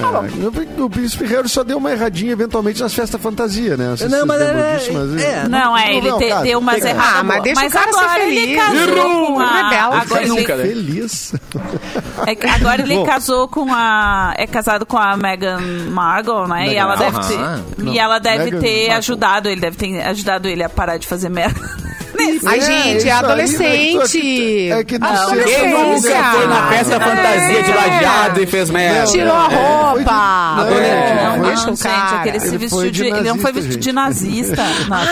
Speaker 4: É, O príncipe Harry só deu uma erradinha eventualmente nas festas fantasia, né? Vocês
Speaker 1: Não, mas
Speaker 4: lembram
Speaker 1: é-
Speaker 4: disso, mas-
Speaker 1: é.
Speaker 6: Não, é, ele
Speaker 4: é o
Speaker 6: te-
Speaker 4: caso.
Speaker 6: deu umas
Speaker 4: Tem-
Speaker 6: erradas.
Speaker 2: Ah, mas
Speaker 6: boas.
Speaker 2: deixa o
Speaker 6: mas
Speaker 2: cara ser
Speaker 6: agora
Speaker 2: feliz.
Speaker 6: ele casou
Speaker 2: Errou.
Speaker 6: com a...
Speaker 2: Rebelde.
Speaker 6: Agora ele,
Speaker 3: Nunca, né?
Speaker 4: Feliz.
Speaker 6: é que agora ele casou com a... É casado com a Meghan Markle, né? e ela deve ter...
Speaker 1: Aham.
Speaker 6: E ela deve
Speaker 4: Meghan
Speaker 6: ter
Speaker 4: Markle.
Speaker 6: ajudado ele. Deve ter ajudado ele a parar de fazer merda. [laughs] Nesse-
Speaker 2: Ai,
Speaker 4: É,
Speaker 2: gente,
Speaker 4: isso
Speaker 2: é
Speaker 4: aí,
Speaker 2: adolescente.
Speaker 4: É que não
Speaker 2: Ah,
Speaker 4: sei-
Speaker 2: Quem É.
Speaker 3: Quem nunca foi na festa fantasia de lajado e fez merda?
Speaker 2: Tirou a
Speaker 4: Não,
Speaker 2: roupa.
Speaker 4: foi de-
Speaker 2: Adolescente.
Speaker 6: É, Não,
Speaker 4: foi-
Speaker 6: não,
Speaker 2: Deixa o
Speaker 6: gente,
Speaker 2: cara.
Speaker 6: é que ele se
Speaker 4: Ele
Speaker 6: vestiu
Speaker 4: foi
Speaker 6: de,
Speaker 4: de
Speaker 6: Ele não
Speaker 4: nazista,
Speaker 6: foi vestido de
Speaker 4: gente.
Speaker 6: nazista. na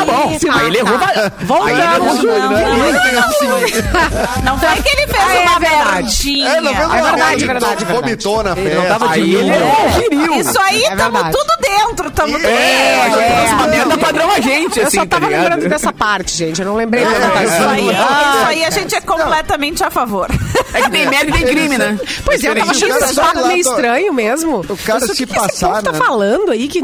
Speaker 3: Ah, bom. Aí ele errou. Voltamos.
Speaker 4: Aí ele
Speaker 6: Não,
Speaker 4: errou.
Speaker 6: não, não, não foi. Não foi que ele fez
Speaker 2: Ah, é
Speaker 6: uma
Speaker 2: verdade.
Speaker 6: verdade.
Speaker 4: É, não foi uma
Speaker 2: É verdade,
Speaker 4: merda,
Speaker 2: é verdade,
Speaker 4: então Vomitou na festa.
Speaker 3: Não tava de
Speaker 4: Aí
Speaker 1: é
Speaker 3: mim,
Speaker 4: ele-
Speaker 1: um
Speaker 3: não.
Speaker 6: Isso aí,
Speaker 2: É
Speaker 6: tamo
Speaker 2: verdade.
Speaker 6: tudo dentro, tamo tudo
Speaker 3: É, a
Speaker 6: dentro.
Speaker 3: gente faz uma merda padrão a gente,
Speaker 2: Eu
Speaker 3: assim,
Speaker 2: só
Speaker 3: tá
Speaker 2: tava
Speaker 3: ligado?
Speaker 2: lembrando dessa parte, gente. Eu não lembrei da
Speaker 6: Isso
Speaker 2: fantasia.
Speaker 6: aí, isso aí a gente é completamente a favor.
Speaker 3: É que tem merda e tem crime, né?
Speaker 2: Pois é, eu tava achando
Speaker 4: Cara,
Speaker 2: esse
Speaker 4: só
Speaker 2: papo
Speaker 4: lá,
Speaker 2: meio
Speaker 4: tô-
Speaker 2: estranho mesmo.
Speaker 4: O cara
Speaker 2: Isso,
Speaker 4: se
Speaker 2: que que esse
Speaker 4: passar,
Speaker 2: povo tá
Speaker 4: né?
Speaker 2: falando aí que
Speaker 6: É,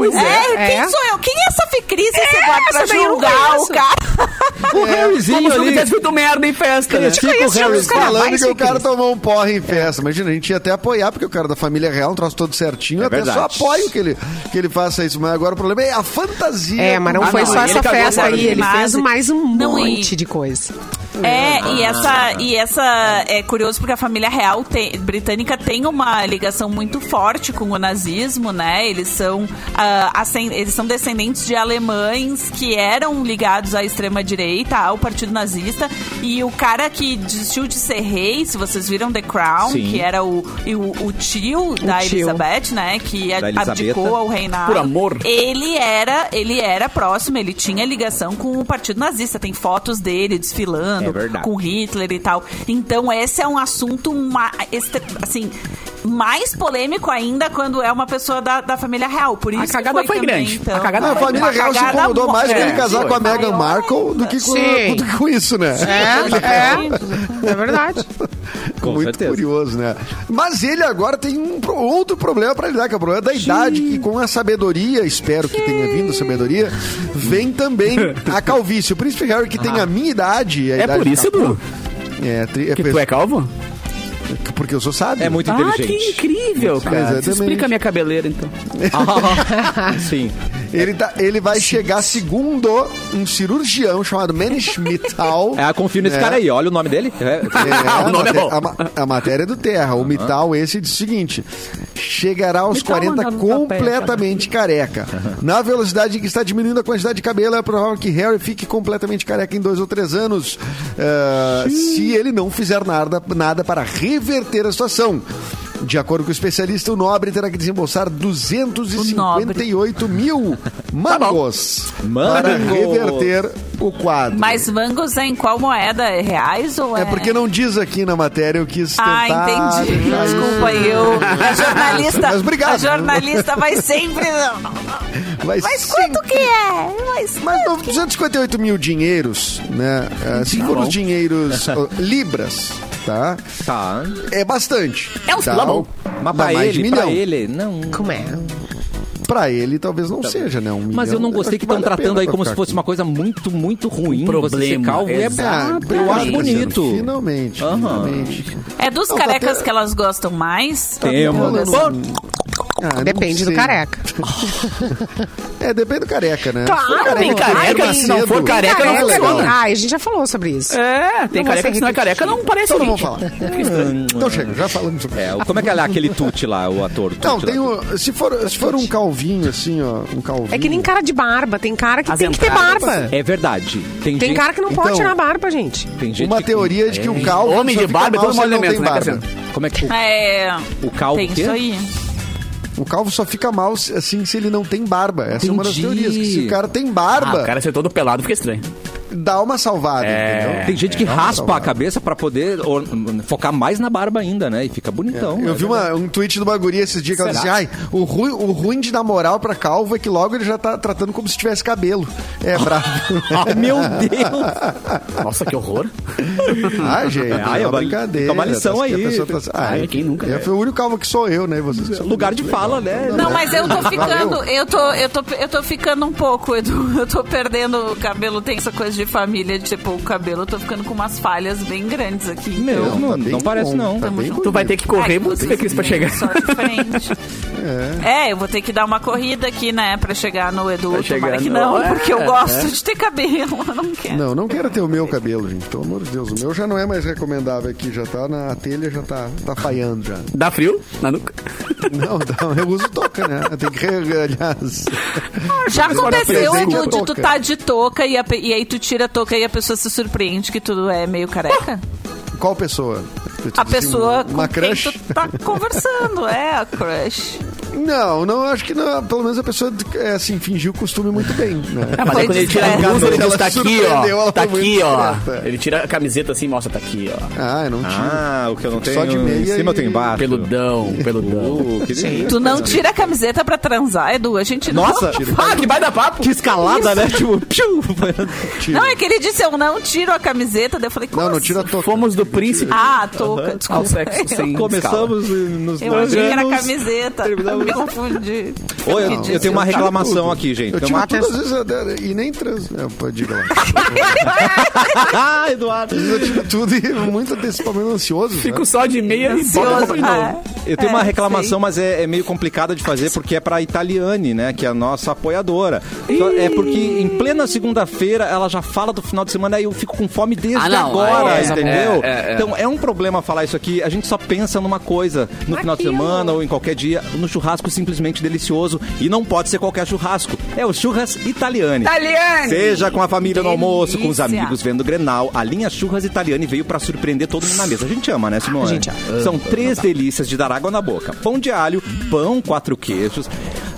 Speaker 6: quem sou eu? Quem é essa Ficrisa esse guarda pra
Speaker 2: essa daí eu não
Speaker 6: julgar o
Speaker 2: conheço.
Speaker 6: cara?
Speaker 1: O Harryzinho
Speaker 3: Como se não
Speaker 1: ali.
Speaker 3: tivesse feito é merda em festa, né?
Speaker 1: Critica o Harry.
Speaker 2: os caras.
Speaker 4: Falando
Speaker 2: Vai,
Speaker 4: que o cara
Speaker 2: Cris.
Speaker 4: tomou um porre em festa. Imagina, a gente ia até apoiar, porque o cara da família real, um troço todo certinho,
Speaker 1: É
Speaker 4: até só
Speaker 1: verdade.
Speaker 4: apoio que ele, que ele faça isso. Mas agora o problema é a fantasia.
Speaker 2: É, mas não
Speaker 3: Ah,
Speaker 2: foi
Speaker 3: não,
Speaker 2: só
Speaker 3: ele
Speaker 2: essa
Speaker 3: cagou
Speaker 2: festa
Speaker 3: agora,
Speaker 2: aí, ele
Speaker 6: mas-
Speaker 2: fez mais um
Speaker 6: Não, e-
Speaker 2: monte de coisa.
Speaker 6: É, e essa, e essa é curioso porque a família real tem- britânica tem uma ligação muito forte com o nazismo, né? Eles são, ah, ascen- eles são descendentes de alemães que eram ligados à extrema-direita, ao partido nazista. E o cara que desistiu de ser rei, se vocês viram The Crown,
Speaker 1: Sim.
Speaker 6: que era o, e o, o tio da
Speaker 2: tio.
Speaker 6: Elizabeth, né? Que a-
Speaker 1: Da Elizabeth.
Speaker 6: abdicou ao reinado.
Speaker 3: Por amor.
Speaker 6: Ele era, ele era próximo, ele tinha ligação com o partido nazista. Tem fotos dele desfilando
Speaker 1: É verdade.
Speaker 6: com Hitler e tal. Então, esse é um assunto ma- extre- assim, mais polêmico ainda quando é uma pessoa da, da família real. Por isso que
Speaker 3: cagada foi
Speaker 6: também,
Speaker 3: grande.
Speaker 6: então.
Speaker 3: A cagada
Speaker 4: a
Speaker 3: foi
Speaker 4: família
Speaker 6: uma
Speaker 4: real se
Speaker 6: cagada
Speaker 4: incomodou
Speaker 6: mo-
Speaker 4: mais com
Speaker 6: é,
Speaker 4: ele casar
Speaker 6: foi.
Speaker 4: com a Meghan
Speaker 6: Maior
Speaker 4: Markle do que com,
Speaker 2: Sim.
Speaker 4: do que com isso, né?
Speaker 2: É, é, é verdade.
Speaker 1: Com
Speaker 4: Muito
Speaker 1: certeza.
Speaker 4: curioso, né? Mas ele agora tem um pro- outro problema pra lidar, que é o problema da idade, que com a sabedoria, espero que tenha vindo a sabedoria, vem também a calvície. O príncipe Harry, que tem a minha idade. A
Speaker 3: Ah. É
Speaker 4: idade
Speaker 3: por
Speaker 4: do
Speaker 3: isso,
Speaker 4: Capu,
Speaker 3: Edu,
Speaker 4: É, tri- é
Speaker 3: que
Speaker 4: pe-
Speaker 3: tu é calvo?
Speaker 4: porque eu sou sábio.
Speaker 1: É muito inteligente.
Speaker 3: incrível,
Speaker 4: cara. Isso explica
Speaker 3: explica
Speaker 4: a
Speaker 3: a minha cabeleira, então.
Speaker 1: Ah, [laughs] Sim.
Speaker 4: Ele, tá, ele vai chegar segundo um cirurgião chamado Manny Schmittal.
Speaker 1: É, confio nesse
Speaker 4: É.
Speaker 1: cara aí. Olha o nome dele. É.
Speaker 3: [laughs]
Speaker 4: É,
Speaker 3: O
Speaker 4: a
Speaker 3: nome é
Speaker 4: maté-
Speaker 3: bom.
Speaker 4: A, ma- a matéria é do Terra. O Mital esse diz o seguinte: chegará aos
Speaker 3: Mital
Speaker 4: 40
Speaker 3: mandando papel,
Speaker 4: completamente careca. Na velocidade em que está diminuindo a quantidade de cabelo, é provável que Harry fique completamente careca em dois ou três anos. eh, se ele não fizer nada, nada para reverter a situação. De acordo com o especialista, o nobre terá que desembolsar 258 mil mangos para
Speaker 1: Mangos.
Speaker 4: reverter o quadro.
Speaker 6: Mas Vangos é em qual moeda? É reais ou é...
Speaker 4: É porque não diz aqui na matéria, eu quis
Speaker 6: Ah,
Speaker 4: tentar...
Speaker 6: entendi.
Speaker 4: deixar isso.
Speaker 6: Desculpa, eu. A jornalista.
Speaker 4: Mas obrigado.
Speaker 6: A jornalista vai sempre.
Speaker 4: Mas,
Speaker 6: Mas
Speaker 4: sim,
Speaker 6: quanto que é? Mas
Speaker 4: Mas não, 258 mil dinheiros, né? Ah, Se for os dinheiros ah, libras, tá?
Speaker 1: Tá.
Speaker 4: É bastante.
Speaker 3: É uns-
Speaker 4: tá?
Speaker 3: tá bom.
Speaker 1: Mas
Speaker 4: Dá
Speaker 1: pra
Speaker 4: mais de
Speaker 1: ele,
Speaker 4: milhão.
Speaker 1: pra ele, não.
Speaker 2: Como é?
Speaker 4: Pra ele talvez não seja, né? Um
Speaker 1: Mas
Speaker 4: milhão,
Speaker 1: eu não gostei
Speaker 4: acho
Speaker 1: que
Speaker 4: vale
Speaker 1: estão
Speaker 4: a pena
Speaker 1: tratando aí
Speaker 4: pra
Speaker 1: como se
Speaker 4: ficar
Speaker 1: fosse
Speaker 4: aqui.
Speaker 1: uma coisa muito, muito ruim. você ser
Speaker 3: problema,
Speaker 1: calvo Um é
Speaker 4: Ah,
Speaker 3: exato.
Speaker 4: eu acho
Speaker 1: bonito.
Speaker 4: bonito. Finalmente,
Speaker 1: Aham. Tá
Speaker 4: finalmente.
Speaker 6: É dos
Speaker 4: Não, tá
Speaker 6: carecas
Speaker 4: até-
Speaker 6: que elas gostam mais?
Speaker 4: tá
Speaker 1: tema.
Speaker 4: Não, não, não. Ah, não
Speaker 2: Depende do
Speaker 4: sei.
Speaker 2: careca.
Speaker 4: É, depende do careca, né?
Speaker 2: Claro,
Speaker 4: Se for
Speaker 2: tem
Speaker 3: careca,
Speaker 4: fica
Speaker 3: mas se não
Speaker 4: cedo.
Speaker 3: for careca,
Speaker 4: Fica
Speaker 3: não
Speaker 4: legal.
Speaker 3: funciona.
Speaker 2: Ah, a gente já falou sobre isso.
Speaker 3: É, tem
Speaker 2: Não vai ser
Speaker 3: careca que se não é
Speaker 2: repetido.
Speaker 3: careca, não parece
Speaker 4: Então não
Speaker 3: o
Speaker 4: vamos
Speaker 1: [laughs]
Speaker 3: Mickey.
Speaker 4: falar. Então chega, já falamos sobre
Speaker 1: É, o- como é que é lá aquele Tuti lá, o ator? Tutti
Speaker 4: Não,
Speaker 1: lá,
Speaker 4: tem
Speaker 1: Tutti?
Speaker 4: um, se for, se for um calvinho assim, ó, um calvinho.
Speaker 2: É que nem cara de barba. Tem cara que
Speaker 3: As
Speaker 2: tem que ter
Speaker 3: entradas.
Speaker 2: barba.
Speaker 1: É verdade. Tem,
Speaker 2: Tem
Speaker 1: gente-
Speaker 2: cara que não pode
Speaker 4: Então-
Speaker 2: tirar barba, gente.
Speaker 1: tem gente
Speaker 4: uma
Speaker 1: que-
Speaker 4: teoria de que um o calvo
Speaker 3: Homem
Speaker 4: só
Speaker 3: de
Speaker 4: fica
Speaker 3: barba é
Speaker 4: mal
Speaker 3: todo
Speaker 4: se ele não
Speaker 3: monumento,
Speaker 4: tem
Speaker 3: né,
Speaker 4: barba.
Speaker 3: Cassiano?
Speaker 1: Como é que o,
Speaker 6: É.
Speaker 1: o calvo
Speaker 6: Tem
Speaker 1: o quê?
Speaker 6: isso aí.
Speaker 4: O Um calvo só fica mal se- assim se ele não tem barba. Essa é uma das
Speaker 1: Entendi.
Speaker 4: teorias. Que se o cara tem barba,
Speaker 3: Ah, o cara ser todo pelado fica estranho.
Speaker 4: dá uma salvada, entendeu?
Speaker 1: É,
Speaker 4: É,
Speaker 1: Tem gente que
Speaker 4: Dá uma
Speaker 1: raspa a
Speaker 4: salvada.
Speaker 1: cabeça pra poder or- focar mais na barba ainda, né? E fica bonitão.
Speaker 4: Eu vi uma- um tweet do Baguri esses dias que ela disse: assim, ai, o ruim, o ruim de dar moral pra calvo é que logo ele já tá tratando como se tivesse cabelo. É brabo. [laughs]
Speaker 1: Ah, meu Deus!
Speaker 3: Nossa, que horror.
Speaker 4: ai, gente,
Speaker 1: Ai,
Speaker 4: é
Speaker 1: é
Speaker 4: uma
Speaker 1: uma-
Speaker 4: brincadeira.
Speaker 1: é uma lição
Speaker 4: Que a
Speaker 1: aí.
Speaker 4: pessoa tá- ai,
Speaker 3: Ai, quem nunca,
Speaker 4: Eu fui o único calvo que sou eu, né? E vocês que são
Speaker 1: Lugar de
Speaker 4: muito legal.
Speaker 1: fala, né?
Speaker 6: Não, mas eu tô ficando,
Speaker 4: Valeu.
Speaker 6: eu tô, eu tô, eu tô ficando um pouco, Edu. [laughs] Eu tô perdendo o cabelo, tem essa coisa de família, de tipo, o cabelo, eu tô ficando com umas falhas bem grandes aqui.
Speaker 1: Meu, não,
Speaker 4: tá bem
Speaker 1: não parece
Speaker 4: bom,
Speaker 1: não.
Speaker 4: tá bem
Speaker 3: Tu vai ter que correr
Speaker 6: Ai,
Speaker 3: muito,
Speaker 6: vocês
Speaker 3: Cris, pra
Speaker 6: têm
Speaker 3: chegar.
Speaker 6: É, sorte diferente. É. eu vou ter que dar uma corrida aqui, né, pra chegar no Edu.
Speaker 3: Pra
Speaker 6: Tomara
Speaker 3: chegar
Speaker 6: que
Speaker 3: no-
Speaker 6: não,
Speaker 3: É,
Speaker 6: porque eu gosto de ter cabelo, eu não quero.
Speaker 4: Não, não quero ter o meu cabelo, gente. Pelo amor de Deus. O meu já não é mais recomendável aqui. Já tá na a telha, já tá, tá falhando [laughs] já.
Speaker 3: Dá frio na nuca?
Speaker 4: Não, não, eu uso toca, né? Tem que, re- aliás.
Speaker 6: Já aconteceu,
Speaker 4: presente é
Speaker 6: Edu, de tu
Speaker 4: touca.
Speaker 6: tá de touca e, a pe- e aí tu tira a touca e a pessoa se surpreende que tu é meio careca?
Speaker 4: Qual pessoa? Eu te
Speaker 6: A
Speaker 4: disse,
Speaker 6: pessoa
Speaker 4: Uma
Speaker 6: com quem
Speaker 4: crush?
Speaker 6: tu tá conversando, é a crush.
Speaker 4: Não, não, acho que não. Pelo menos a pessoa, é, assim, fingiu o costume muito bem, né?
Speaker 3: Ah, mas aí
Speaker 6: Foi
Speaker 3: quando ele tira a
Speaker 6: discreto.
Speaker 3: blusa, ele diz,
Speaker 4: Ela
Speaker 3: tá aqui,
Speaker 4: surpreendeu,
Speaker 3: ó.
Speaker 4: ela
Speaker 3: Tá
Speaker 4: foi muito
Speaker 3: aqui, ó.
Speaker 4: discreta.
Speaker 3: Ele tira a camiseta assim e mostra, tá aqui, ó.
Speaker 4: Ah, eu não tinha.
Speaker 1: Ah, o que eu não tenho
Speaker 4: Só de meia
Speaker 1: em cima eu
Speaker 4: e-
Speaker 1: tenho embaixo.
Speaker 3: Peludão, peludão.
Speaker 1: Uh, que delícia.
Speaker 6: Tu não tira a camiseta pra transar, Edu? A gente não. [laughs]
Speaker 1: Nossa,
Speaker 3: Ah, que vai dar papo!
Speaker 1: que escalada, né? Tipo, piu, foi-
Speaker 6: Não, é que ele disse, eu não tiro a camiseta. Daí eu falei, como
Speaker 4: não, não
Speaker 6: assim?
Speaker 4: tira a toca.
Speaker 3: Fomos do príncipe
Speaker 6: Ah, a touca,
Speaker 3: ao
Speaker 6: desculpa.
Speaker 3: sexo sem escala.
Speaker 1: começamos e nos
Speaker 6: Eu achei que era
Speaker 1: anos.
Speaker 6: camiseta.
Speaker 1: terminamos.
Speaker 6: Me confundi. um
Speaker 1: Oi, eu, eu
Speaker 6: disse,
Speaker 1: tenho uma
Speaker 6: eu tava
Speaker 1: reclamação aqui, gente.
Speaker 4: Eu
Speaker 1: Tem
Speaker 4: tiro
Speaker 1: uma...
Speaker 4: tudo, assim. às vezes, até- e nem trans. É, pô, diga lá.
Speaker 1: [laughs] Ah, Eduardo.
Speaker 4: Eu tiro tudo e [laughs] muito antecipamento ansioso.
Speaker 3: Fico só de meia e bota a roupa de
Speaker 6: [laughs] ansioso.
Speaker 3: novo.
Speaker 6: Ah,
Speaker 1: Eu tenho
Speaker 6: É,
Speaker 1: uma reclamação,
Speaker 6: sei.
Speaker 1: mas é, é meio complicada de fazer porque é pra Italiane, né? Que é a nossa apoiadora. Então, é porque em plena segunda-feira ela já fala do final de semana e eu fico com fome desde
Speaker 3: Ah, não,
Speaker 1: agora,
Speaker 3: aí é-
Speaker 1: entendeu?
Speaker 3: é, é, é.
Speaker 1: Então é um problema falar isso aqui. A gente só pensa numa coisa no final de semana ou em qualquer dia, no churrasco simplesmente delicioso. E não pode ser qualquer churrasco. É o churras italiane.
Speaker 6: Italiane!
Speaker 1: Seja com a família no almoço, com os
Speaker 6: Tá Delícia.
Speaker 1: amigos vendo o Grenal, a linha Churras Italiane veio pra surpreender todo mundo na mesa. A gente ama, né, Simone?
Speaker 2: A gente ama.
Speaker 1: São três delícias de dar água na boca. Pão de alho, pão, quatro queijos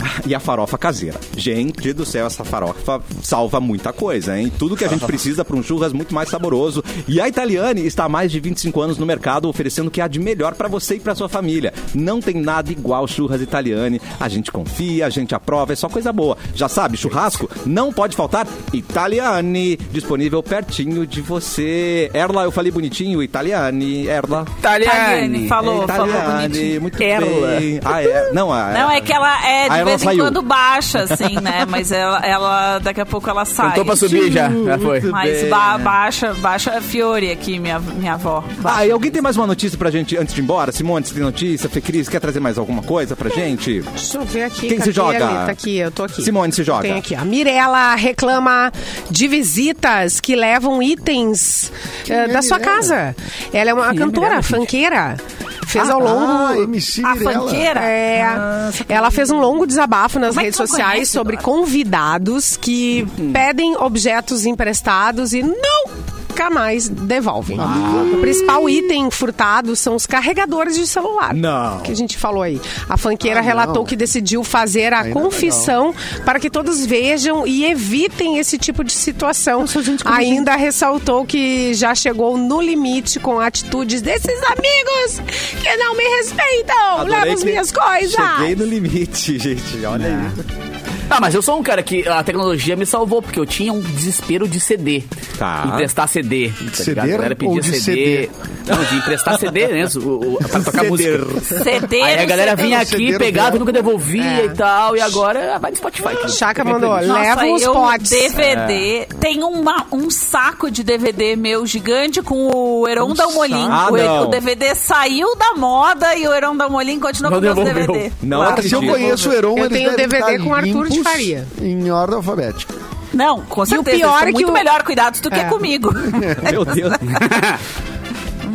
Speaker 1: ah, e a farofa caseira. Gente do céu, essa farofa salva muita coisa, hein? Tudo que a gente precisa para um churras muito mais saboroso. E a Italiane está há mais de 25 anos no mercado oferecendo o que há de melhor para você e para sua família. Não tem nada igual churras Italiane. A gente confia, a gente aprova, é só coisa boa. Já sabe, churrasco não pode faltar Italiane, disponível pertinho de você. Erla, eu falei bonitinho, Italiane, Erla.
Speaker 6: Italiane, falou, falou
Speaker 1: Italiane,
Speaker 6: bonitinho.
Speaker 1: muito
Speaker 3: Erla.
Speaker 1: bem. Ah, é. Não, a-
Speaker 6: Não, é que ela é
Speaker 1: Aí
Speaker 6: de
Speaker 1: Ah, ela
Speaker 6: vez em
Speaker 1: saiu.
Speaker 6: quando baixa, assim, né? Mas ela, ela- daqui a pouco ela sai.
Speaker 3: Cantou pra subir já, já foi.
Speaker 6: Mas
Speaker 1: bem,
Speaker 6: ba-
Speaker 1: né?
Speaker 6: baixa, baixa a Fiore aqui, minha, minha avó.
Speaker 1: Ah, e alguém tem mais uma notícia pra gente antes de ir embora? Simone, você tem notícia? Fê Cris, quer trazer mais alguma coisa pra gente?
Speaker 2: Deixa eu ver aqui.
Speaker 1: Quem se
Speaker 2: cadê
Speaker 1: joga?
Speaker 2: ali? Tá aqui, eu tô aqui.
Speaker 1: Simone se joga.
Speaker 2: Tem aqui, ó. Mirella reclama de visitas que levam itens eh, da sua casa. Ela é uma cantora, funkeira. Fez ao longo...
Speaker 4: Ah, MC
Speaker 6: A
Speaker 4: Mirella.
Speaker 6: fanqueira?
Speaker 2: É, ela fez um longo desabafo nas
Speaker 6: Como é que
Speaker 2: redes
Speaker 6: tu
Speaker 2: sociais
Speaker 6: conhece,
Speaker 2: sobre
Speaker 6: Dora?
Speaker 2: convidados que
Speaker 1: Hum.
Speaker 2: pedem objetos emprestados e nunca mais devolvem. O principal item furtado são os carregadores de celular.
Speaker 1: Não. Ah,
Speaker 2: Que a gente falou aí. A fanqueira relatou que decidiu fazer
Speaker 1: é
Speaker 2: a
Speaker 4: Ainda
Speaker 2: confissão para que todos vejam e evitem esse tipo de situação. Ainda ressaltou que já chegou no limite com atitudes desses amigos que não me respeitam. Leva as
Speaker 1: que
Speaker 2: minhas coisas.
Speaker 1: Cheguei no limite, [laughs] gente. Olha aí.
Speaker 3: Ah, mas eu sou um cara que a tecnologia me salvou, porque eu tinha um desespero de CD.
Speaker 1: Tá.
Speaker 3: Emprestar CD. Tá
Speaker 4: CD
Speaker 3: ligado? A galera pedia
Speaker 4: ou de
Speaker 3: CD. Não, de emprestar CD, né? O, o, pra tocar música.
Speaker 6: CD
Speaker 3: Aí a
Speaker 6: no
Speaker 3: galera
Speaker 6: CD.
Speaker 3: vinha
Speaker 4: CD
Speaker 3: aqui,
Speaker 4: do
Speaker 3: pegava,
Speaker 4: pior.
Speaker 3: nunca devolvia e tal. E agora ah, vai no Spotify. que-
Speaker 2: É. Chaca
Speaker 3: que-
Speaker 2: mandou,
Speaker 3: que-
Speaker 6: Nossa,
Speaker 2: leva os
Speaker 6: eu,
Speaker 2: potes.
Speaker 6: DVD.
Speaker 3: É.
Speaker 6: Tem uma- um saco de DVD meu gigante com o Heron Dalmolin.
Speaker 1: saco?
Speaker 6: o,
Speaker 1: Ah, não.
Speaker 6: o DVD saiu da moda e o Heron Dalmolin continua
Speaker 3: Não
Speaker 6: com meus
Speaker 3: devolveu.
Speaker 6: DVD.
Speaker 1: Não
Speaker 3: Ah,
Speaker 6: Claro.
Speaker 4: Se eu
Speaker 1: acredito.
Speaker 4: conheço o Heron,
Speaker 2: Eu
Speaker 4: eles
Speaker 2: tenho
Speaker 4: devem
Speaker 2: DVD
Speaker 4: tá
Speaker 2: com Arthur de
Speaker 4: limpos
Speaker 2: Faria.
Speaker 4: Em ordem alfabética.
Speaker 6: Não, com certeza.
Speaker 2: pior
Speaker 6: eles
Speaker 2: é
Speaker 6: têm
Speaker 2: que
Speaker 6: muito
Speaker 2: o-
Speaker 6: melhor cuidado do que
Speaker 2: É.
Speaker 6: comigo.
Speaker 1: Meu Deus.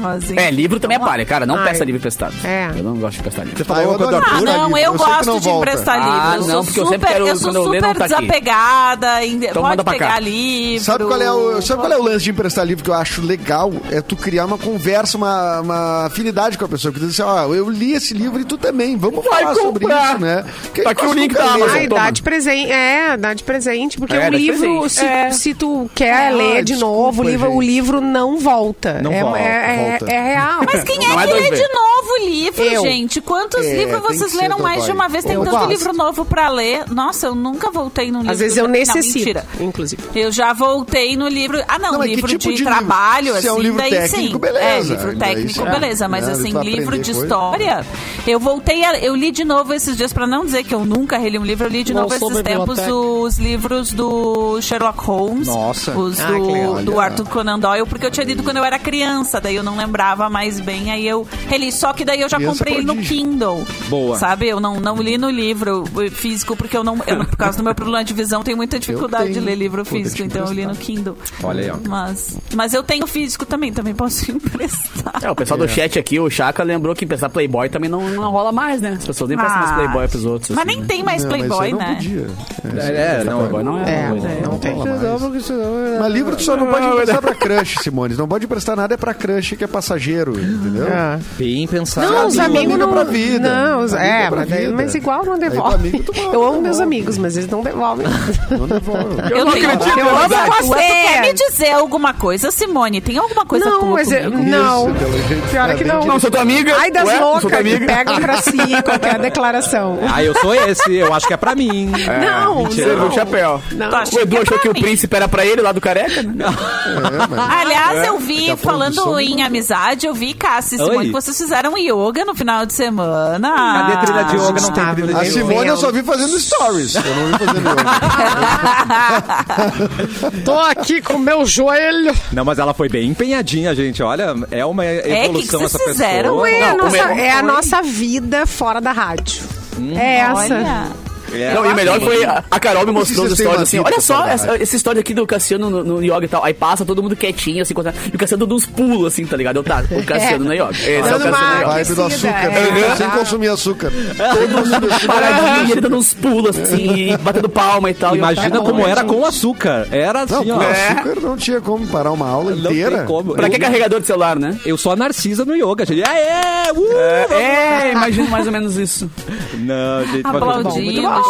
Speaker 6: Rosinha.
Speaker 3: É, livro também é palha, cara. Não
Speaker 2: Ai.
Speaker 3: peça livro emprestado.
Speaker 2: É.
Speaker 3: Eu não gosto Tá de emprestar livro.
Speaker 1: Você falou
Speaker 4: Ah, eu
Speaker 1: alguma coisa do
Speaker 4: adoro.
Speaker 6: Ah,
Speaker 1: Arthur?
Speaker 4: Emprestar
Speaker 6: não,
Speaker 4: livro, eu sei
Speaker 6: eu
Speaker 4: que
Speaker 6: gosto
Speaker 4: não
Speaker 6: de
Speaker 4: volta.
Speaker 6: emprestar
Speaker 3: Ah,
Speaker 6: livro. Eu
Speaker 3: não,
Speaker 6: sou
Speaker 3: porque eu
Speaker 6: super,
Speaker 3: sempre quero-
Speaker 6: eu sou
Speaker 3: quando eu ler,
Speaker 6: super
Speaker 3: não tá aqui. Então
Speaker 6: desapegada. em-
Speaker 3: manda
Speaker 6: pode
Speaker 3: pra cá.
Speaker 6: pegar livro.
Speaker 4: Sabe qual, é o, sabe qual é o lance de emprestar livro que eu acho legal? É tu criar uma conversa, uma, uma afinidade com a pessoa. Que tu diz assim, ó, eu li esse livro e tu também. Vamos
Speaker 3: Vai
Speaker 4: falar sobre
Speaker 3: comprar.
Speaker 4: isso, né? Porque
Speaker 3: Tá aqui
Speaker 4: nós
Speaker 3: o link da
Speaker 4: nunca lemos.
Speaker 3: Amazon.
Speaker 2: Ai,
Speaker 3: toma.
Speaker 2: Ah, dá de presente. É, dá de presente. Porque
Speaker 3: É,
Speaker 2: o
Speaker 3: dá de
Speaker 2: livro,
Speaker 3: presente.
Speaker 2: se,
Speaker 6: É.
Speaker 2: se tu quer ler de
Speaker 4: desculpa,
Speaker 2: novo, o livro, o
Speaker 4: gente.
Speaker 2: livro não volta.
Speaker 1: Não
Speaker 2: é,
Speaker 1: volta,
Speaker 2: é, é-
Speaker 4: volta.
Speaker 2: é real.
Speaker 6: [laughs]
Speaker 2: [laughs]
Speaker 6: Mas quem
Speaker 3: Não
Speaker 6: é
Speaker 3: é
Speaker 6: que
Speaker 3: dois
Speaker 6: lê
Speaker 3: vezes.
Speaker 6: de novo livro,
Speaker 2: Eu.
Speaker 6: gente? Quantos
Speaker 4: É, tem
Speaker 6: livros
Speaker 4: que
Speaker 6: vocês
Speaker 4: ser
Speaker 6: leram mais de
Speaker 4: trabalho.
Speaker 6: uma vez? Tem
Speaker 2: Eu
Speaker 6: tanto
Speaker 2: gosto.
Speaker 6: livro novo pra ler. Nossa, eu nunca voltei num livro.
Speaker 2: Às vezes eu
Speaker 6: Não,
Speaker 2: necessito,
Speaker 6: mentira.
Speaker 2: inclusive.
Speaker 6: Eu já voltei no livro. Ah, não,
Speaker 4: Não, mas que
Speaker 6: livro
Speaker 4: tipo
Speaker 6: de,
Speaker 4: de livro?
Speaker 6: trabalho,
Speaker 4: Se
Speaker 6: assim,
Speaker 4: é um livro
Speaker 6: daí
Speaker 4: técnico,
Speaker 6: sim.
Speaker 4: beleza.
Speaker 6: É, livro
Speaker 4: Daí
Speaker 6: técnico,
Speaker 4: sim.
Speaker 6: beleza. Mas
Speaker 4: Né,
Speaker 6: assim,
Speaker 4: tu vai
Speaker 6: livro de
Speaker 4: aprender coisa.
Speaker 6: história. Eu voltei a, Eu li de novo esses dias, pra não dizer que eu nunca reli um livro, eu li de
Speaker 2: Não
Speaker 6: novo
Speaker 2: sou
Speaker 6: esses tempos
Speaker 2: biblioteca.
Speaker 6: os livros do Sherlock Holmes.
Speaker 1: Nossa.
Speaker 6: Os
Speaker 2: Ah, que legal.
Speaker 6: do, do Arthur Conan Doyle, porque eu tinha lido quando eu era criança, daí eu não lembrava mais bem, aí eu reli. Só que daí eu já
Speaker 4: Criança
Speaker 6: comprei ele no
Speaker 4: prodígio.
Speaker 6: Kindle.
Speaker 1: Boa.
Speaker 6: Sabe? Eu não, não li no livro físico, porque eu não, eu não- Por causa do meu problema de visão, tenho muita dificuldade de
Speaker 4: tenho.
Speaker 6: ler livro
Speaker 4: Vou
Speaker 6: físico,
Speaker 4: te
Speaker 6: então eu li no Kindle.
Speaker 1: Olha aí, ó.
Speaker 6: Mas, mas eu tenho físico também, também posso [laughs] emprestar.
Speaker 3: É, o pessoal do chat aqui, o Chaka, lembrou que emprestar Playboy também não, não rola mais, né? As pessoas nem prestam mais
Speaker 6: Ah,
Speaker 3: Playboy pros outros.
Speaker 6: Mas
Speaker 3: assim,
Speaker 6: nem
Speaker 3: né?
Speaker 6: tem mais
Speaker 4: Não, mas
Speaker 6: Playboy,
Speaker 4: isso aí não
Speaker 6: né?
Speaker 4: podia.
Speaker 3: É, não, Playboy não
Speaker 2: É,
Speaker 3: é. uma coisa.
Speaker 2: não tem.
Speaker 4: Mas livro tu só não pode emprestar pra crush, Simone. Não pode emprestar nada é pra crush que é passageiro, entendeu?
Speaker 3: Ah.
Speaker 2: É.
Speaker 1: Bem pensado.
Speaker 2: Não, os
Speaker 4: Amigo,
Speaker 2: amigos
Speaker 4: amigo
Speaker 2: não.
Speaker 4: pra vida.
Speaker 2: Não, os-
Speaker 4: Amigo
Speaker 2: é,
Speaker 4: pra
Speaker 2: mas, daí-
Speaker 4: vida.
Speaker 2: mas igual não
Speaker 4: Aí tu
Speaker 2: devolve.
Speaker 4: amigo, tu volta,
Speaker 2: eu amo meus
Speaker 4: devolve.
Speaker 2: amigos, mas eles não devolvem.
Speaker 4: Não devolve. né?
Speaker 6: Eu, não
Speaker 3: acredito,
Speaker 6: Eu amo você. Tu
Speaker 2: você.
Speaker 6: quer me dizer alguma coisa, Simone? Tem alguma coisa
Speaker 2: não,
Speaker 6: tua
Speaker 2: mas é- eu,
Speaker 6: comigo?
Speaker 2: não.
Speaker 4: Isso, pelo jeito,
Speaker 2: Pior é que
Speaker 4: tá bem
Speaker 2: não.
Speaker 4: direito.
Speaker 3: Não, sou tua amiga.
Speaker 2: Ai, das
Speaker 3: Ué, sou tua
Speaker 2: loucas que
Speaker 3: amiga.
Speaker 2: pegam pra si [laughs] qualquer declaração.
Speaker 1: [laughs] Ah, eu sou esse. Eu acho que é pra mim.
Speaker 2: não,
Speaker 3: Você viu
Speaker 2: não.
Speaker 3: o chapéu.
Speaker 2: Não.
Speaker 6: Tu acha
Speaker 3: O Edu
Speaker 6: que é
Speaker 3: achou
Speaker 6: pra
Speaker 3: que o
Speaker 6: mim?
Speaker 3: príncipe era pra ele lá do careca, né?
Speaker 1: É.
Speaker 6: Aliás, eu vi,
Speaker 4: a
Speaker 6: falando
Speaker 4: produção
Speaker 6: em amizade, eu vi, Cassi e Simone,
Speaker 1: Oi.
Speaker 6: que vocês fizeram yoga no final de semana.
Speaker 1: Cadê a trilha de
Speaker 6: [laughs]
Speaker 1: yoga? Não tem
Speaker 2: Gustavo,
Speaker 1: trilha
Speaker 4: A
Speaker 1: de yoga.
Speaker 4: Simone eu só vi fazendo stories. Eu não vi fazendo yoga.
Speaker 2: Tô aqui com meu joelho.
Speaker 1: Não, mas ela foi bem empenhadinha, gente. Olha, é uma evolução
Speaker 6: que
Speaker 1: essa
Speaker 6: vocês fizeram,
Speaker 1: pessoa.
Speaker 2: É a,
Speaker 3: Não, o
Speaker 2: nossa,
Speaker 3: meu-
Speaker 2: é
Speaker 6: um
Speaker 2: a nossa vida fora da rádio. é essa.
Speaker 6: Hum. Olha.
Speaker 1: É.
Speaker 3: Não, e o melhor
Speaker 6: amei.
Speaker 3: foi a a Carol me mostrou os
Speaker 4: Vocês têm
Speaker 3: stories
Speaker 4: uma
Speaker 3: assim.
Speaker 4: vida
Speaker 2: tá
Speaker 3: Olha só
Speaker 4: saudável.
Speaker 2: né?"
Speaker 3: essa, essa história aqui do Cassiano no, no yoga e tal. Aí passa todo mundo quietinho, assim, contra- e o Cassiano dando uns pulos, assim, tá ligado? Eu tá, o Cassiano no yoga. Esse é o
Speaker 2: Dando
Speaker 3: Cassiano
Speaker 2: uma [laughs]
Speaker 3: no yoga.
Speaker 4: Vibe do
Speaker 2: aquecida,
Speaker 4: açúcar.
Speaker 2: é.
Speaker 4: Sem consumir açúcar.
Speaker 3: Paradinho, e ele dando uns pulos, assim, e batendo palma e tal. E eu,
Speaker 1: Imagina
Speaker 3: tá bom,
Speaker 1: como é era
Speaker 3: gente.
Speaker 1: com açúcar. Era
Speaker 4: Não,
Speaker 1: assim,
Speaker 4: com
Speaker 1: ó.
Speaker 4: açúcar não tinha como parar uma aula
Speaker 1: Não
Speaker 4: inteira.
Speaker 1: tem como.
Speaker 3: Pra que
Speaker 1: eu,
Speaker 3: carregador de celular, né?
Speaker 1: eu sou a Narcisa no yoga, gente. Aê! Uh!
Speaker 3: É, imagino mais ou menos [laughs] isso.
Speaker 1: Não, gente. mas-
Speaker 6: Aplaudindo,
Speaker 2: Muito bom.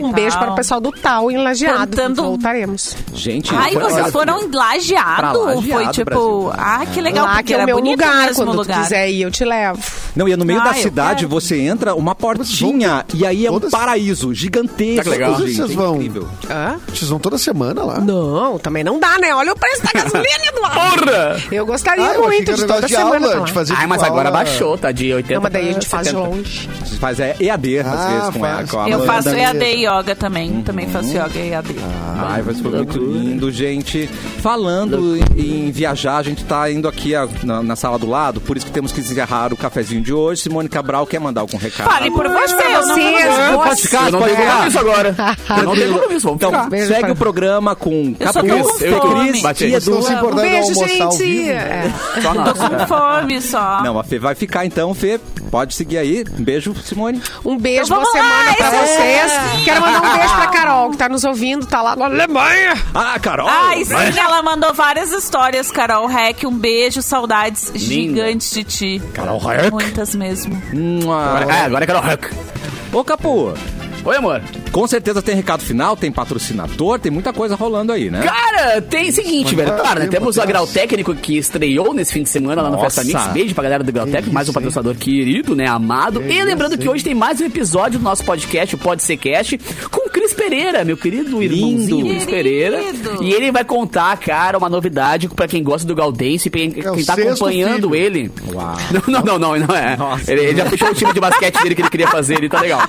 Speaker 2: Um beijo para o pessoal do Tal em Lajeado.
Speaker 6: Cantando-
Speaker 2: Voltaremos.
Speaker 1: Gente,
Speaker 6: Ai,
Speaker 1: foi-
Speaker 6: vocês foram em lajeado?
Speaker 1: Pra Lajeado,
Speaker 6: Foi tipo,
Speaker 1: Brasil.
Speaker 6: ah, que legal,
Speaker 2: Lá
Speaker 6: porque
Speaker 2: que é
Speaker 6: era
Speaker 2: o meu
Speaker 6: bonito
Speaker 2: lugar.
Speaker 6: mesmo
Speaker 2: Quando
Speaker 6: lugar.
Speaker 2: tu quiser ir, eu te levo.
Speaker 1: Não, e no meio
Speaker 6: Ah,
Speaker 1: da
Speaker 6: eu
Speaker 1: cidade
Speaker 6: quero.
Speaker 1: você entra uma portinha e aí é um
Speaker 4: Todas-
Speaker 1: paraíso gigantesco.
Speaker 3: Tá legal.
Speaker 1: gente, é
Speaker 4: Vocês vão-
Speaker 1: incrível.
Speaker 2: Hã?
Speaker 4: Vocês vão toda semana lá.
Speaker 2: Não, também não dá, né? Olha o preço da
Speaker 6: [laughs]
Speaker 2: gasolina, Eduardo.
Speaker 3: Porra!
Speaker 2: Eu gostaria
Speaker 4: Ah, eu achei que
Speaker 2: muito
Speaker 4: era
Speaker 2: de
Speaker 4: negócio
Speaker 2: toda
Speaker 4: de
Speaker 2: semana.
Speaker 4: aula,
Speaker 2: tá lá.
Speaker 4: de fazer
Speaker 3: Ai, mas
Speaker 4: tipo
Speaker 3: agora
Speaker 4: aula-
Speaker 3: baixou, tá? De 80
Speaker 2: Não, mas daí a gente
Speaker 3: pra
Speaker 2: faz de
Speaker 3: 70.
Speaker 2: longe.
Speaker 1: Você faz é, EAD, às
Speaker 4: Ah,
Speaker 1: vezes, com ela.
Speaker 4: faz.
Speaker 1: com a
Speaker 6: Eu
Speaker 1: Amanda.
Speaker 6: faço
Speaker 4: Amanda
Speaker 6: EAD
Speaker 4: mesmo.
Speaker 6: yoga também.
Speaker 1: Uhum.
Speaker 6: Também faço yoga e EAD.
Speaker 1: Ai, mas foi muito lindo, gente. Falando em, em viajar, a gente tá indo aqui a- na, na sala do lado, por isso que temos que encerrar o cafezinho de hoje. Simone Cabral quer mandar algum recado.
Speaker 6: Fale por você, eu não
Speaker 2: vocês, Um
Speaker 6: eu não-
Speaker 2: boa
Speaker 1: pode ficar,
Speaker 3: Eu não
Speaker 1: pode
Speaker 3: tenho
Speaker 1: ficar.
Speaker 3: compromisso agora. Eu não [laughs] tenho compromisso, vamos
Speaker 1: Então,
Speaker 3: ficar.
Speaker 2: Beijo
Speaker 1: segue
Speaker 2: pra-
Speaker 1: o programa com
Speaker 6: Eu só um
Speaker 1: Capu,
Speaker 6: tô com
Speaker 1: eu e
Speaker 6: fome.
Speaker 1: Cris
Speaker 3: Bate aí.
Speaker 1: e Edu.
Speaker 4: Não se
Speaker 2: Um
Speaker 4: importar
Speaker 2: beijo,
Speaker 4: de almoçar ao
Speaker 2: gente.
Speaker 4: vivo. né?
Speaker 2: É.
Speaker 3: Só nós.
Speaker 6: Com fome só.
Speaker 1: Não, a Fê vai ficar então, Fê. Pode seguir aí. Um beijo, Simone.
Speaker 2: Um beijo,
Speaker 6: Então
Speaker 2: boa
Speaker 6: vamos lá,
Speaker 2: semana pra
Speaker 6: isso
Speaker 2: vocês.
Speaker 6: aí.
Speaker 2: Quero mandar um beijo pra Carol, que tá nos ouvindo, tá lá na Alemanha.
Speaker 1: Ah, Carol!
Speaker 6: Ai, sim, ela mandou várias histórias, Carol Rec. Um beijo, saudades gigantes de ti.
Speaker 1: Carol Rec.
Speaker 6: Muitas mesmo.
Speaker 1: Mua.
Speaker 3: Agora, é, agora é Carol Huck.
Speaker 1: Ô, Capu,
Speaker 3: Oi, amor.
Speaker 1: com certeza tem recado final, tem patrocinador, tem muita coisa rolando aí,
Speaker 4: É.
Speaker 1: né?
Speaker 3: Cara, tem seguinte,
Speaker 4: tá
Speaker 3: velho. Claro, né? Temos o Grau Técnico que estreou nesse fim de semana lá no
Speaker 1: Nossa.
Speaker 3: Festa Mix. Beijo pra galera do Grau Técnico, mais um patrocinador querido, né? Amado. e lembrando que hoje tem mais um episódio do nosso podcast, o Pode Ser Cast, com o Cris Pereira, meu querido irmãozinho Cris
Speaker 6: Querido.
Speaker 3: Pereira. E ele vai contar, cara, uma novidade pra quem gosta do Gaudense, pra quem,
Speaker 4: É o
Speaker 3: quem tá
Speaker 4: sexto
Speaker 3: acompanhando
Speaker 4: filho.
Speaker 3: ele. Não, não, não, não, não é. Ele, ele já fechou o time de basquete dele que ele queria fazer, ele tá legal.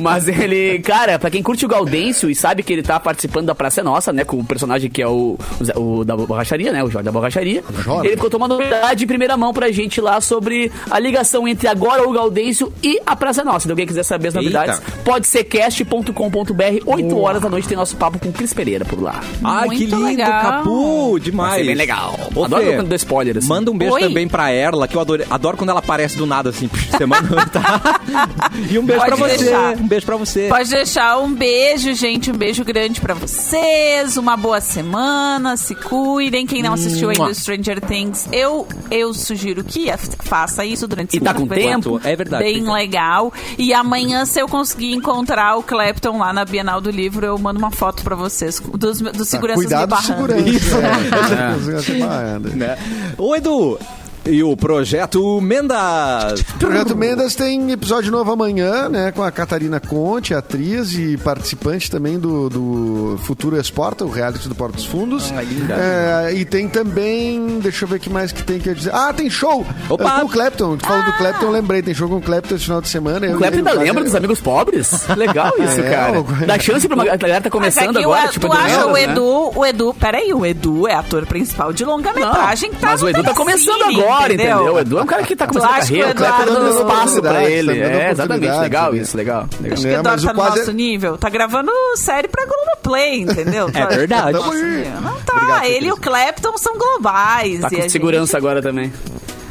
Speaker 3: Mas ele, cara, cara, pra quem curte o Gaudêncio e sabe que ele tá participando da Praça é Nossa, né? Com o personagem que é o, o Zé- o da borracharia, né? O Jorge da borracharia.
Speaker 4: Jorge.
Speaker 3: Ele contou uma novidade em primeira mão pra gente lá sobre a ligação entre agora o Gaudêncio e a Praça é Nossa. Se alguém quiser saber as novidades, pode ser cast.com.br, 8 horas da noite tem nosso papo com o Cris Pereira por lá.
Speaker 1: Ai, que
Speaker 6: Muito
Speaker 1: lindo,
Speaker 6: legal.
Speaker 1: Capu!
Speaker 3: Vai
Speaker 1: Demais.
Speaker 3: ser bem legal.
Speaker 1: Ô,
Speaker 3: Adoro
Speaker 1: Fê,
Speaker 3: quando dou spoiler, assim.
Speaker 1: Manda um beijo
Speaker 6: Oi.
Speaker 1: também pra Erla, que eu adoro, adoro quando ela aparece do nada, assim, [laughs] por semana. tá? E um beijo
Speaker 6: Pode
Speaker 1: pra você.
Speaker 6: deixar.
Speaker 1: Um beijo pra você.
Speaker 6: Pode deixar um beijo, gente. Um beijo grande pra vocês. Uma boa semana. Se cuidem. Quem não assistiu ainda
Speaker 1: Mua.
Speaker 6: o Stranger Things, eu, eu sugiro que a- faça isso durante
Speaker 3: E tá com
Speaker 6: vai ser
Speaker 1: tempo? É verdade,
Speaker 6: Bem
Speaker 1: tem
Speaker 6: legal. E amanhã, se eu conseguir encontrar o Clapton lá na Bienal do Livro, eu mando uma foto pra vocês. Dos, dos seguranças me
Speaker 4: Ah, Cuidado,
Speaker 6: barrando.
Speaker 4: segurança. É.
Speaker 1: Né? Ô, Edu! E o projeto Mendas.
Speaker 4: Projeto Mendas tem episódio novo amanhã, né? Com a Catarina Conte, atriz e participante também do, do Futuro Exporta, o reality do Porto dos Fundos.
Speaker 3: Ah,
Speaker 4: É, e tem também, deixa eu ver o que mais que tem que eu dizer. Ah, tem show!
Speaker 1: Opa!
Speaker 4: É, Com o Clapton. Tu
Speaker 6: Ah!
Speaker 4: falou do Clapton, eu lembrei. Tem show com o Clapton esse final de semana.
Speaker 3: O
Speaker 4: Eu-
Speaker 3: Clepton
Speaker 4: eu-
Speaker 3: ainda lembra dos amigos pobres? Legal isso,
Speaker 4: É,
Speaker 3: cara.
Speaker 4: o-
Speaker 3: Dá chance pra uma a galera tá
Speaker 6: Mas é
Speaker 3: começando
Speaker 6: que o-
Speaker 3: agora, tipo
Speaker 6: tu acha
Speaker 3: Edu
Speaker 6: o
Speaker 3: Mendes, né?
Speaker 6: Edu, o Edu, peraí, o Edu é ator principal de longa-metragem.
Speaker 3: Não,
Speaker 6: tá
Speaker 3: mas
Speaker 6: no
Speaker 3: o Edu tá
Speaker 6: Telecine,
Speaker 3: começando agora, entendeu? O Edu é um cara que tá começando a
Speaker 6: acha que o
Speaker 3: carreira, o
Speaker 6: Edu
Speaker 3: Clepton
Speaker 6: tá
Speaker 3: dando
Speaker 6: dando
Speaker 3: espaço pra
Speaker 4: oportunidade,
Speaker 3: ele.
Speaker 4: tá dando
Speaker 3: É, exatamente,
Speaker 4: oportunidade,
Speaker 3: legal
Speaker 4: né?
Speaker 3: isso, legal. legal.
Speaker 6: Acho que
Speaker 4: É,
Speaker 6: o Eduardo
Speaker 4: mas
Speaker 6: tá
Speaker 4: o
Speaker 6: no
Speaker 4: quase-
Speaker 6: nosso nível. Tá gravando série pra Globoplay,
Speaker 3: É
Speaker 6: entendeu? Tá-
Speaker 1: verdade.
Speaker 6: Nosso nível. Não tá. ele e o Clapton são globais.
Speaker 3: Tá
Speaker 6: e a
Speaker 3: com
Speaker 6: gente-
Speaker 3: segurança agora também.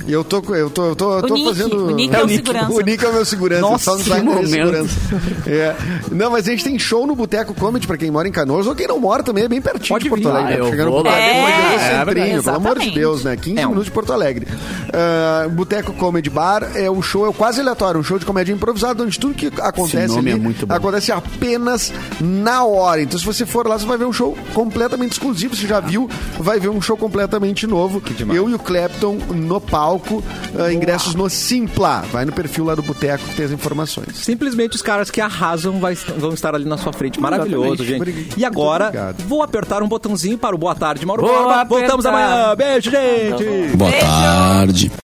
Speaker 4: E eu tô, eu tô, eu tô, eu
Speaker 6: O
Speaker 4: tô
Speaker 6: Nick,
Speaker 4: fazendo.
Speaker 6: o Nick é o segurança.
Speaker 4: O [laughs] Nick é o meu segurança.
Speaker 3: Nossa,
Speaker 4: só não sai
Speaker 3: que
Speaker 4: com ele,
Speaker 3: momento.
Speaker 4: segurança. É. Não, mas a gente tem show no Boteco Comedy pra quem mora em Canoas ou quem não mora também, é bem pertinho
Speaker 1: Pode
Speaker 4: de Porto
Speaker 1: vir.
Speaker 4: Alegre.
Speaker 3: Ah,
Speaker 4: né?
Speaker 3: eu
Speaker 4: Chegando
Speaker 3: vou
Speaker 4: por
Speaker 3: lá
Speaker 4: ali,
Speaker 6: depois.
Speaker 4: é,
Speaker 6: É,
Speaker 4: centrinho,
Speaker 6: verdade.
Speaker 4: pelo amor de
Speaker 6: Exatamente.
Speaker 4: Deus, né? 15
Speaker 1: É um-
Speaker 4: minutos de Porto Alegre. Ah, Boteco Comedy Bar é um show, é o quase aleatório, um show de comédia improvisada, onde tudo que acontece
Speaker 3: nome
Speaker 4: ali
Speaker 3: é muito bom.
Speaker 4: acontece apenas na hora. Então, se você for lá, você vai ver um show completamente exclusivo. Você já viu, vai ver um show completamente novo. Eu e o Clapton no palco, ah, ingressos no Simpla. Vai no perfil lá do Boteco que tem as informações.
Speaker 1: Simplesmente os caras que arrasam vai- vão estar ali na sua frente. Maravilhoso,
Speaker 4: Exatamente.
Speaker 1: gente.
Speaker 4: Muito
Speaker 1: E agora,
Speaker 4: obrigado.
Speaker 1: vou apertar um botãozinho para o Boa Tarde, Mauro
Speaker 3: Vou
Speaker 1: Borba. Voltamos
Speaker 3: apertar.
Speaker 1: amanhã. Beijo, gente!
Speaker 7: Boa tarde.